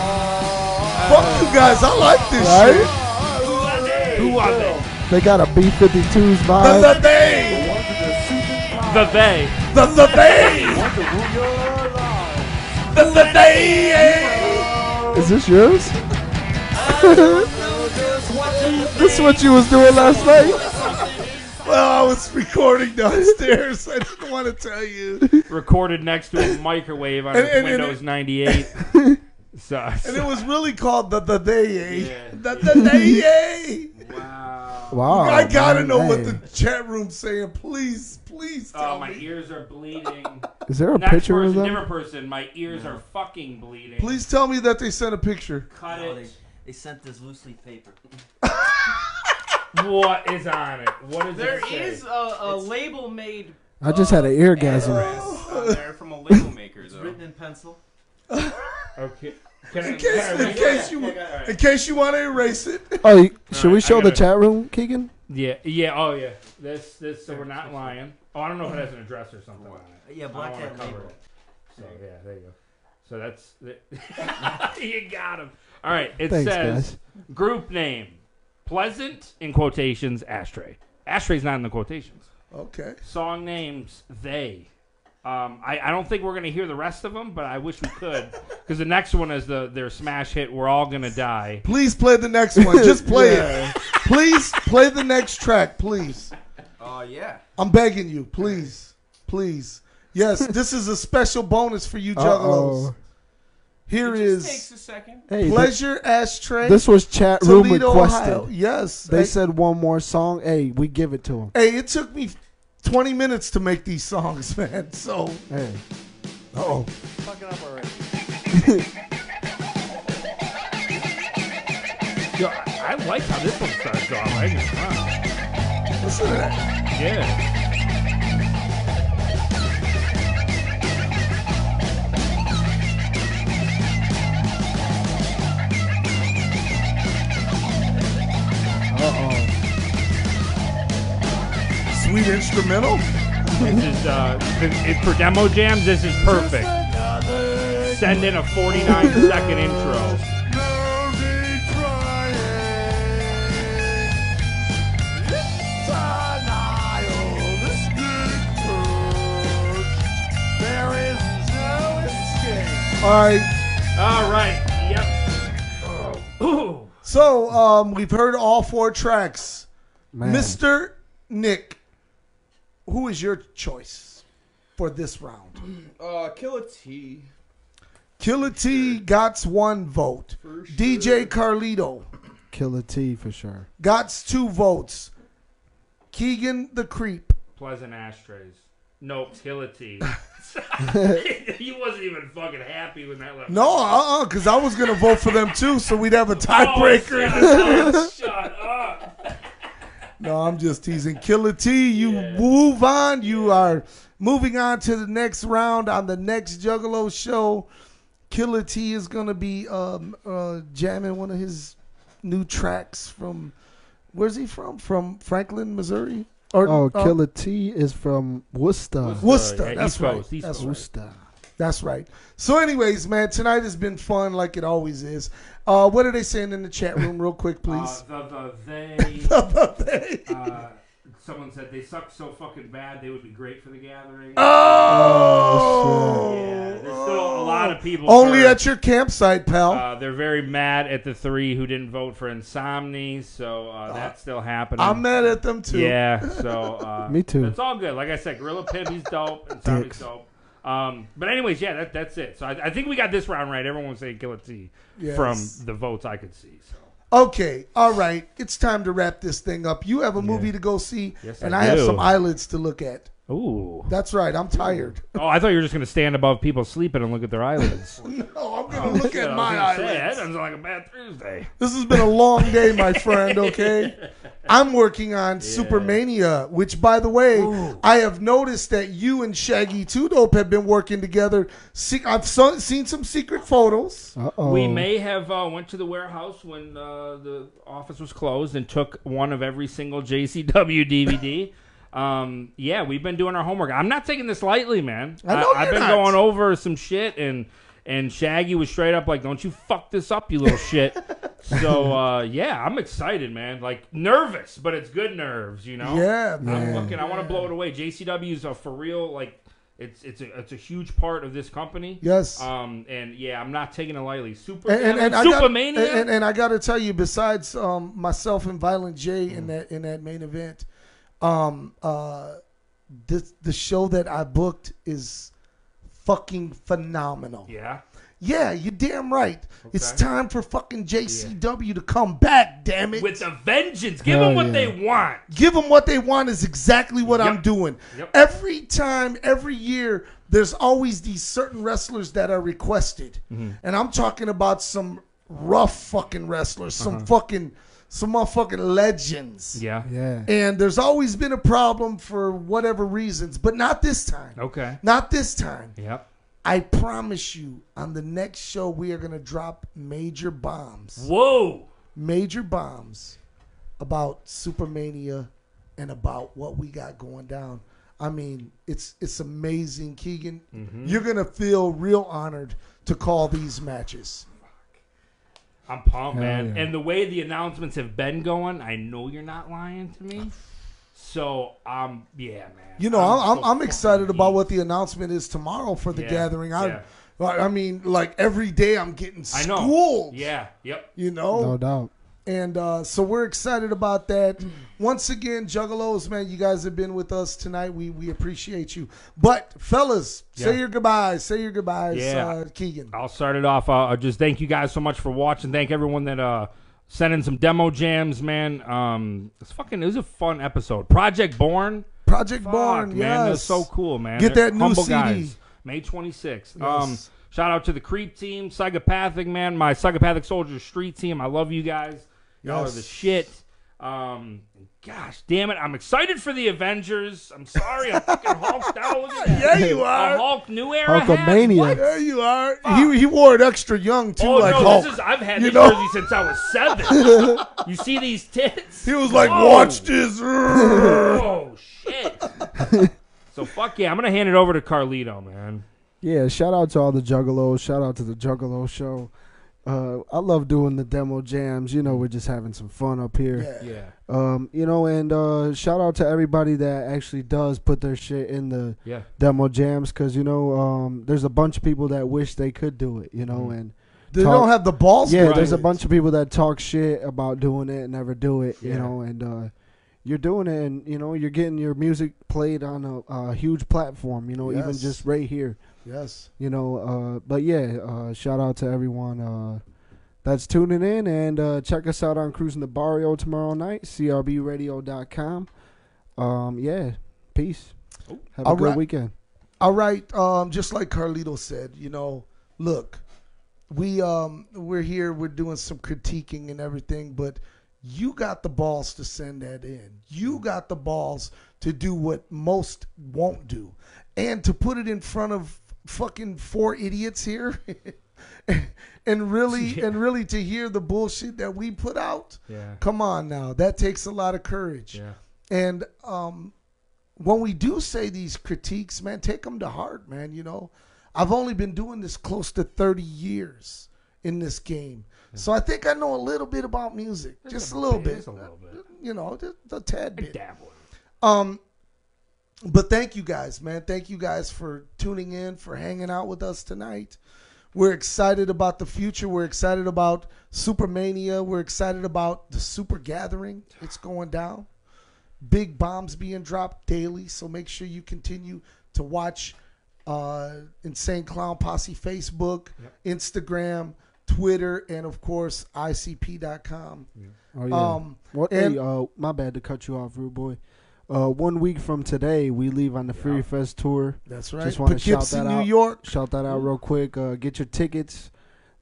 Speaker 1: Fuck you guys, I like this shit.
Speaker 2: Who are they?
Speaker 3: They got a B-52's
Speaker 1: The, the
Speaker 3: vibe.
Speaker 1: they,
Speaker 2: The they.
Speaker 1: the, the they, the, the they.
Speaker 3: Is this yours? this is what you was doing last night?
Speaker 1: Well, Oh, I was recording downstairs. I didn't want to tell you.
Speaker 2: *laughs* Recorded next to a microwave on
Speaker 1: And-
Speaker 2: a
Speaker 1: and- and-
Speaker 2: Windows
Speaker 1: *laughs*
Speaker 2: 98. so,
Speaker 1: And it was really called the the they. eh? The, the they. eh?
Speaker 3: Wow.
Speaker 1: I gotta
Speaker 3: Oh, man,
Speaker 1: know what
Speaker 3: hey.
Speaker 1: the chat room's saying. Please, please tell
Speaker 2: oh, my
Speaker 1: me.
Speaker 2: ears are bleeding.
Speaker 3: *laughs* Is there a
Speaker 2: Next
Speaker 3: picture
Speaker 2: person,
Speaker 3: of them?
Speaker 2: Different person. My ears are fucking bleeding.
Speaker 1: Please tell me that they sent a picture.
Speaker 2: cut
Speaker 13: No,
Speaker 2: it.
Speaker 13: they, they sent this loose leaf paper.
Speaker 2: *laughs* What is on it? What is
Speaker 7: There
Speaker 2: it say?
Speaker 7: is a, a label made.
Speaker 3: I just had an eargasm.
Speaker 7: address
Speaker 1: Oh.
Speaker 7: on there from a label maker, though.
Speaker 13: Written in pencil.
Speaker 2: Okay. Can I,
Speaker 1: In case,
Speaker 2: can I
Speaker 1: in
Speaker 2: read
Speaker 1: case
Speaker 2: it?
Speaker 1: you,
Speaker 2: Yeah, all right.
Speaker 1: in case you want to erase it.
Speaker 3: Oh, you- should we
Speaker 2: Alright, I
Speaker 3: show the
Speaker 2: gotta-
Speaker 3: chat room, Keegan?
Speaker 2: Yeah, yeah, oh yeah. This, this, so we're not lying. Oh, I don't know if it has an address or something on
Speaker 13: Yeah,
Speaker 2: it. I don't
Speaker 13: black
Speaker 2: wanna
Speaker 13: that
Speaker 2: cover
Speaker 13: label.
Speaker 2: it.
Speaker 5: So yeah, there you go.
Speaker 2: So that's *laughs* *laughs* you got him. All right. It
Speaker 3: Thanks,
Speaker 2: says group name pleasant in quotations ashtray. Ashtray's not in the quotations.
Speaker 1: Okay.
Speaker 2: Song names they. Um, I, I don't think we're gonna hear the rest of them, but I wish we could because the next one is the their smash hit. We're all gonna die.
Speaker 1: Please play the next
Speaker 3: *laughs*
Speaker 1: one. Just play it. Please play the next track, please.
Speaker 7: Oh yeah.
Speaker 1: I'm begging you, please, please. Yes, this is a special bonus for you, Juggalos.
Speaker 3: Uh-oh.
Speaker 1: Here
Speaker 7: It
Speaker 1: is
Speaker 7: just takes a second.
Speaker 3: Hey,
Speaker 1: pleasure
Speaker 3: thi-
Speaker 1: ashtray.
Speaker 3: This was chat room
Speaker 1: Toledo,
Speaker 3: requested.
Speaker 1: Ohio. Yes,
Speaker 3: They
Speaker 1: Hey,
Speaker 3: said one more song. Hey, we give it to them.
Speaker 1: Hey, it took me 20 minutes to make these songs, *laughs* man. So,
Speaker 3: Hey.
Speaker 1: oh,
Speaker 5: Fuck it up already.
Speaker 2: Yo, I, I like how this one starts off. I ain't gonna lie.
Speaker 1: Listen to that.
Speaker 2: Yeah.
Speaker 3: Uh
Speaker 1: sweet instrumental.
Speaker 2: This is uh, if for demo jams, this is perfect. Send in a 49 second intro.
Speaker 1: *laughs* All right.
Speaker 2: All right. Yep. Ooh.
Speaker 1: So, um, we've heard all four tracks. Mr. Nick, who is your choice for this round?
Speaker 7: Uh, kill a T.
Speaker 1: Killer T got one vote. DJ Carlito
Speaker 3: Killer T for sure.
Speaker 1: got two votes. Keegan the Creep.
Speaker 2: Pleasant ashtrays. Nope. Hillity. *laughs* he wasn't even fucking happy when that left.
Speaker 1: No, uh uh because I was going to vote for them too, so we'd have a tiebreaker.
Speaker 2: Oh, shut
Speaker 1: *laughs*
Speaker 2: up.
Speaker 1: No, I'm just teasing. Killer T, you move on. You are moving on to the next round on the next Juggalo show. Killer T is going to be um, uh, jamming one of his new tracks from, where's he from? From Franklin, Missouri?
Speaker 3: oh,
Speaker 1: uh,
Speaker 3: Killer T is from Worcester.
Speaker 1: Worcester. That's right. That's right.
Speaker 3: Worcester.
Speaker 1: That's right. So, anyways, man, tonight has been fun like it always is. Uh, what are they saying in the chat room, real quick, please?
Speaker 2: Uh, the, the, they,
Speaker 1: *laughs* The- the they.
Speaker 2: Uh, someone said they suck so fucking bad they would be great for the gathering.
Speaker 1: Oh,
Speaker 2: yeah. There's still a lot of people.
Speaker 1: Only
Speaker 2: hurt.
Speaker 1: at your campsite, pal.
Speaker 2: Uh, they're very mad at the three who didn't vote for Insomni, so uh, that's still happening.
Speaker 1: I'm mad at them too. *laughs*
Speaker 2: Yeah, so uh,
Speaker 3: Me too.
Speaker 2: It's all good. Like I said, Gorilla Pimp, he's
Speaker 3: *laughs*
Speaker 2: dope. Insomni's dope. Um, but anyways, yeah, that, that's it. So I, I think we got this round right. Everyone was saying Killer T from
Speaker 1: Yes.
Speaker 2: the votes I could see. So
Speaker 1: Okay, all right. It's time to wrap this thing up. You have a movie to go see,
Speaker 2: Yes,
Speaker 1: and
Speaker 2: I
Speaker 1: I, have
Speaker 2: do.
Speaker 1: some eyelids to look at.
Speaker 2: Ooh.
Speaker 1: That's right. I'm tired.
Speaker 2: Oh, I thought you were just gonna stand above people sleeping and look at their eyelids.
Speaker 1: No, I'm gonna look
Speaker 2: Yeah, I
Speaker 1: at
Speaker 2: was
Speaker 1: my
Speaker 2: gonna say,
Speaker 1: eyelids.
Speaker 2: That sounds like a bad Thursday.
Speaker 1: This has been a long day,
Speaker 2: *laughs*
Speaker 1: my friend, okay? I'm working on Supermania, which, by the way, I have noticed that you and Shaggy Two Dope have been working together. See, I've so, seen some secret photos.
Speaker 3: *laughs* Uh-oh.
Speaker 2: We may have uh, went to the warehouse when uh, the office was closed and took one of every single *laughs* JCW DVD. um, yeah, we've been doing our homework. I'm not taking this lightly, man.
Speaker 1: I know
Speaker 2: have
Speaker 1: you're
Speaker 2: been
Speaker 1: not.
Speaker 2: going over some shit, and and Shaggy was straight up like, "Don't you fuck this up, you little
Speaker 1: *laughs*
Speaker 2: shit." so uh, yeah, I'm excited, man. Like nervous, but it's good nerves, you know.
Speaker 1: Yeah,
Speaker 2: I'm
Speaker 1: man.
Speaker 2: fucking. I want to blow it away. JCW is a for real like. It's it's a it's a huge part of this company.
Speaker 1: Yes.
Speaker 2: Um. And yeah, I'm not taking it lightly. Super
Speaker 1: And, and, and I got, and,
Speaker 2: Supermania.
Speaker 1: and, and I got to tell you, besides um, myself and Violent J
Speaker 2: Mm.
Speaker 1: in that in that main event, um, uh, this, the show that I booked is fucking phenomenal.
Speaker 2: yeah.
Speaker 1: Yeah, you're damn right. It's
Speaker 2: Okay.
Speaker 1: time for fucking JCW to come back, damn it.
Speaker 2: With a vengeance. Give
Speaker 1: Hell
Speaker 2: them what
Speaker 1: yeah.
Speaker 2: they want.
Speaker 1: Give them what they want is exactly what I'm doing.
Speaker 2: Yep.
Speaker 1: Every time, every year, there's always these certain wrestlers that are requested.
Speaker 2: Mm-hmm.
Speaker 1: And I'm talking about some rough fucking wrestlers, some
Speaker 2: Uh-huh.
Speaker 1: fucking, some motherfucking legends.
Speaker 2: Yeah.
Speaker 3: Yeah.
Speaker 1: And there's always been a problem for whatever reasons, but not this time.
Speaker 2: Okay.
Speaker 1: Not this time.
Speaker 2: Yep.
Speaker 1: I promise you, on the next show, we are going to drop major bombs.
Speaker 2: Whoa.
Speaker 1: Major bombs about Supermania and about what we got going down. I mean, it's it's amazing, Keegan.
Speaker 2: Mhm.
Speaker 1: You're gonna feel real honored to call these matches.
Speaker 2: I'm pumped,
Speaker 1: Hell
Speaker 2: man.
Speaker 1: yeah.
Speaker 2: And the way the announcements have been going, I know you're not lying to me. So um, yeah, man.
Speaker 1: You know, I'm I'm,
Speaker 2: so
Speaker 1: I'm excited about what the announcement is tomorrow for the
Speaker 2: Yeah,
Speaker 1: gathering. I,
Speaker 2: yeah.
Speaker 1: I I mean, like every day I'm getting
Speaker 2: I know.
Speaker 1: schooled.
Speaker 2: Yeah. Yep.
Speaker 1: You know,
Speaker 3: No doubt.
Speaker 1: And uh, so we're excited about that. Once again, Juggalos, man, you guys have been with us tonight. We we appreciate you. But fellas,
Speaker 2: Yeah.
Speaker 1: say your goodbyes. Say your goodbyes,
Speaker 2: Yeah.
Speaker 1: uh, Keegan.
Speaker 2: I'll start it off. Uh, just thank you guys so much for watching. Thank everyone that uh, sent in some demo jams, man. Um, it's fucking. It was a fun episode. Project Born.
Speaker 1: Project
Speaker 2: Born. Man, that's
Speaker 1: yes.
Speaker 2: so cool, man.
Speaker 1: Get
Speaker 2: They're
Speaker 1: that new
Speaker 2: humble
Speaker 1: CD.
Speaker 2: Guys. May 26th. Um,
Speaker 1: Yes.
Speaker 2: shout out to the Creep team, Psychopathic man, my Psychopathic Soldier Street team. I love you guys. Y'all
Speaker 1: Yes.
Speaker 2: are the shit. Um, gosh, damn it! I'm excited for the Avengers. I'm sorry, I'm fucking hulked out. Look
Speaker 1: *laughs*
Speaker 2: at that.
Speaker 1: Yeah, you are.
Speaker 2: A Hulk new era. hat?
Speaker 3: Hulkamania.
Speaker 1: There you are. He, he wore it extra young too,
Speaker 2: Oh
Speaker 1: like
Speaker 2: no,
Speaker 1: Hulk.
Speaker 2: this is I've had
Speaker 1: You
Speaker 2: this
Speaker 1: know?
Speaker 2: jersey since I was
Speaker 1: *laughs*
Speaker 2: seven. you see these tits?
Speaker 1: He was like,
Speaker 2: Whoa.
Speaker 1: "Watch this."
Speaker 2: oh
Speaker 1: *laughs*
Speaker 2: shit! so fuck yeah, I'm gonna hand it over to Carlito, man.
Speaker 3: Yeah, shout out to all the juggalos. Shout out to the Juggalo show. Uh, I love doing the demo jams. You know, we're just having some fun up here.
Speaker 2: Yeah. Yeah.
Speaker 3: Um, you know, and uh, shout out to everybody that actually does put their shit in the
Speaker 2: Yeah.
Speaker 3: demo jams because you know, um, there's a bunch of people that wish they could do it. You know,
Speaker 2: Mm-hmm.
Speaker 3: and
Speaker 1: They don't have the balls to
Speaker 3: Yeah,
Speaker 1: do
Speaker 3: there's a
Speaker 1: it.
Speaker 3: bunch of people that talk shit about doing it and never do it. You
Speaker 1: Yeah.
Speaker 3: know, and uh, you're doing it, and you know, you're getting your music played on a, a huge platform. You know, even
Speaker 1: Yes.
Speaker 3: just right here
Speaker 1: Yes.
Speaker 3: you know uh but yeah uh shout out to everyone uh that's tuning in and uh check us out on cruising the barrio tomorrow night crbradio.com um yeah peace have a
Speaker 1: Oh. All
Speaker 3: good
Speaker 1: right.
Speaker 3: weekend
Speaker 1: All right, um, just like Carlito said, you know, look, we um, we're here, we're doing some critiquing and everything, but you got the balls to send that in.
Speaker 2: Mm-hmm.
Speaker 1: You got the balls to do what most won't do, and to put it in front of fucking four idiots here, *laughs*
Speaker 2: *laughs*
Speaker 1: and really and really to hear the bullshit that we put out.
Speaker 2: Yeah.
Speaker 1: Come on now, that takes a lot of courage.
Speaker 2: Yeah.
Speaker 1: And um, when we do say these critiques, man, take them to heart, man. You know, I've only been doing this close to 30 years in this game. So I think I know a little bit about music, just a little bit,
Speaker 2: Just a little bit.
Speaker 1: you know, just a tad bit.
Speaker 2: dabble.
Speaker 1: Um, but thank you guys, man. Thank you guys for tuning in, for hanging out with us tonight. We're excited about the future. We're excited about Supermania. We're excited about the Super Gathering. It's going down. Big bombs being dropped daily, so make sure you continue to watch uh, Insane Clown Posse Facebook, Instagram, Twitter, and of course ICP.com.
Speaker 3: Oh yeah.
Speaker 1: Um,
Speaker 3: What-
Speaker 1: and-
Speaker 3: hey, uh, my bad to cut you off, rude boy. Uh, one week from today, we leave on the Fury Fest tour.
Speaker 1: That's right.
Speaker 3: Just want to shout
Speaker 1: Poughkeepsie,
Speaker 3: that
Speaker 1: New
Speaker 3: out.
Speaker 1: York.
Speaker 3: Shout that out real quick. Uh, get your tickets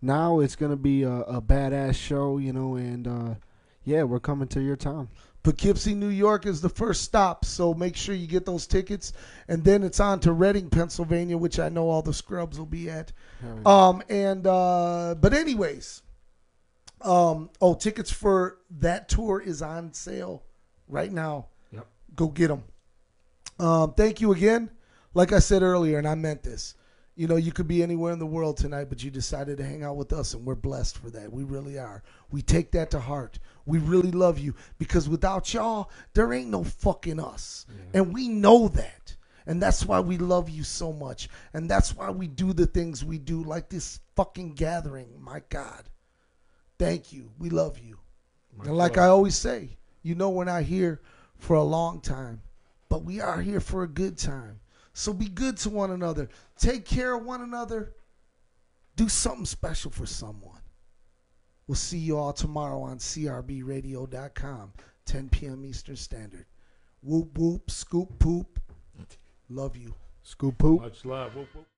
Speaker 3: now. It's gonna be a, a badass show, you know. And uh, yeah, we're coming to your town.
Speaker 1: Poughkeepsie, New York is the first stop, so make sure you get those tickets. And then it's on to Reading, Pennsylvania, which I know all the scrubs will be at.
Speaker 3: Hell yeah.
Speaker 1: Um, and uh, but anyways, um, oh, tickets for that tour is on sale right now.
Speaker 2: Yep.
Speaker 1: Go get them. Um, thank you again. Like I said earlier, and I meant this. You know, you could be anywhere in the world tonight, but you decided to hang out with us, and we're blessed for that. We really are. We take that to heart. We really love you because without y'all, there ain't no fucking us. And we know that. And that's why we love you so much. And that's why we do the things we do, like this fucking gathering. My God. Thank you. We love you. and like I always say, you know we're not here for a long time, but we are here for a good time. So be good to one another. Take care of one another. Do something special for someone. We'll see you all tomorrow on crbradio.com, 10 p.m. Eastern Standard. Whoop whoop, scoop poop. Love you.
Speaker 3: Scoop poop.
Speaker 2: Much love. Whoop, whoop.